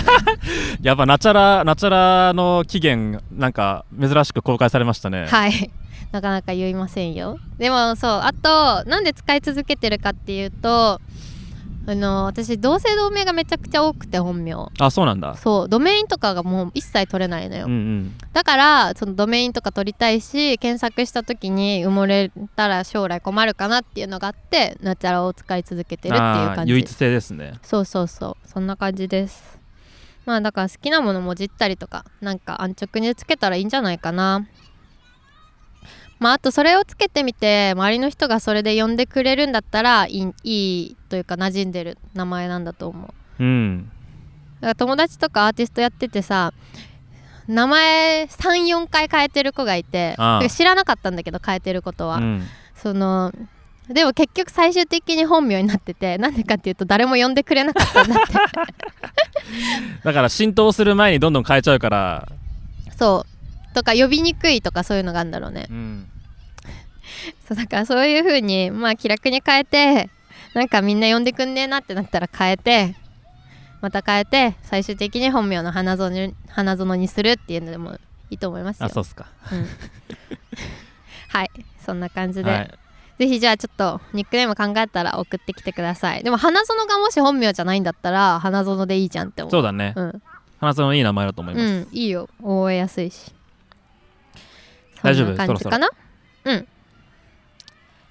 Speaker 1: やっぱナチャラナチャラの起源なんか珍しく公開されましたね
Speaker 2: はいなかなか言いませんよでもそうあとなんで使い続けてるかっていうとあの私同姓同名がめちゃくちゃ多くて本名
Speaker 1: あそうなんだ
Speaker 2: そうドメインとかがもう一切取れないのよ、
Speaker 1: うんうん
Speaker 2: だからそのドメインとか取りたいし検索した時に埋もれたら将来困るかなっていうのがあってナチャラを使い続けてるっていう
Speaker 1: あー
Speaker 2: 感じ
Speaker 1: 唯一性ですね
Speaker 2: そうそうそうそんな感じですまあだから好きなものもじったりとかなんか安直につけたらいいんじゃないかなまああとそれをつけてみて周りの人がそれで呼んでくれるんだったらいいいいというか馴染んでる名前なんだと思う
Speaker 1: うん
Speaker 2: だから友達とかアーティストやっててさ名前34回変えてる子がいて
Speaker 1: ああ
Speaker 2: 知らなかったんだけど変えてることは、
Speaker 1: うん
Speaker 2: そのでも結局最終的に本名になっててなんでかっていうと誰も呼んでくれなかったんだって
Speaker 1: だから浸透する前にどんどん変えちゃうから、
Speaker 2: そうとか呼びにくいとかそういうのがあるんだろうね
Speaker 1: うん、
Speaker 2: そうだからそういう風にまあ気楽に変えてなんかみんな呼んでくんねえなってなったら変えてまた変えて最終的に本名の花園花園にするっていうのでもいいと思いますよ
Speaker 1: あそうっすか
Speaker 2: うんはいそんな感じで、
Speaker 1: はい
Speaker 2: ぜひじゃあちょっとニックネーム考えたら送ってきてくださいでも花園がもし本名じゃないんだったら花園でいいじゃんって思う
Speaker 1: そうだね、
Speaker 2: うん、
Speaker 1: 花園のいい名前だと思います、
Speaker 2: うん、いいよ覚えやすいし
Speaker 1: 大丈夫
Speaker 2: そんな感じかなうん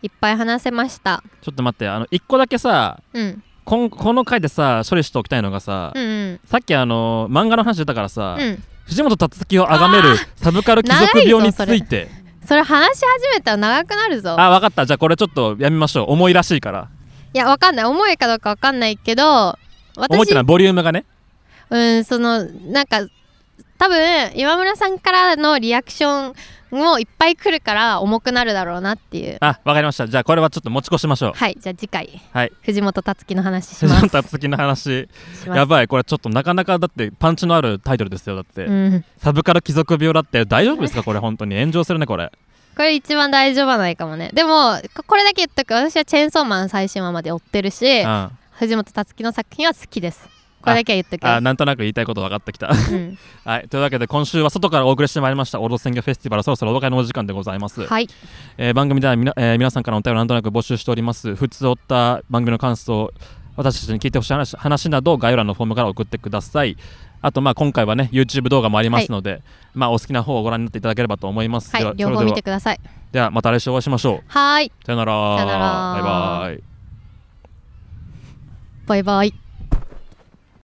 Speaker 2: いっぱい話せました
Speaker 1: ちょっと待ってあの一個だけさ
Speaker 2: うん
Speaker 1: こんこの回でさ処理しておきたいのがさ、
Speaker 2: うんうん
Speaker 1: さっきあの漫画の話出たからさ、
Speaker 2: うん
Speaker 1: 藤本辰樹を崇めるサブカル貴族病について
Speaker 2: それ話し始めたら長くなるぞ
Speaker 1: あ分かったじゃあこれちょっとやめましょう重いらしいから
Speaker 2: いやわかんない重いかどうかわかんないけど
Speaker 1: 重いっ
Speaker 2: 私
Speaker 1: てのはボリュームがね
Speaker 2: うんそのなんか多分今村さんからのリアクションもいっぱい来るから重くなるだろうなっていう
Speaker 1: あ分かりましたじゃあこれはちょっと持ち越しましょう
Speaker 2: はいじゃあ次回、
Speaker 1: はい
Speaker 2: 藤本辰樹の話し
Speaker 1: 藤
Speaker 2: ます
Speaker 1: 本辰樹の話
Speaker 2: しま す
Speaker 1: やばいこれちょっとなかなかだってパンチのあるタイトルですよだって、
Speaker 2: うん、
Speaker 1: サブカル貴族病だって大丈夫ですかこれ本当に炎上するねこれ
Speaker 2: これ一番大丈夫ないかもねでもここれだけ言っとく私はチェーンソーマン最新話まで追ってるし
Speaker 1: あ
Speaker 2: 藤本辰樹の作品は好きですこれだけは言っとく
Speaker 1: あなんとなく言いたいこと分かってきた
Speaker 2: うん
Speaker 1: はいというわけで今週は外からお送りしてまいりました「オールド鮮魚フェスティバル」そろそろお別れのお時間でございます、
Speaker 2: はい
Speaker 1: えー番組ではみな、えー皆さんからのお便りをなんとなく募集しております普通おった番組の感想私たちに聞いてほしい話話など概要欄のフォームから送ってくださいあとまあ今回はね YouTube 動画もありますので、まあお好きな方をご覧になっていただければと思います、
Speaker 2: は
Speaker 1: で
Speaker 2: い両
Speaker 1: それ
Speaker 2: 方
Speaker 1: で
Speaker 2: 見
Speaker 1: は
Speaker 2: てください
Speaker 1: ではまた来週お会いしましょ
Speaker 2: はーいう
Speaker 1: さよなら
Speaker 2: さよなら
Speaker 1: バイバイ
Speaker 2: バイバイ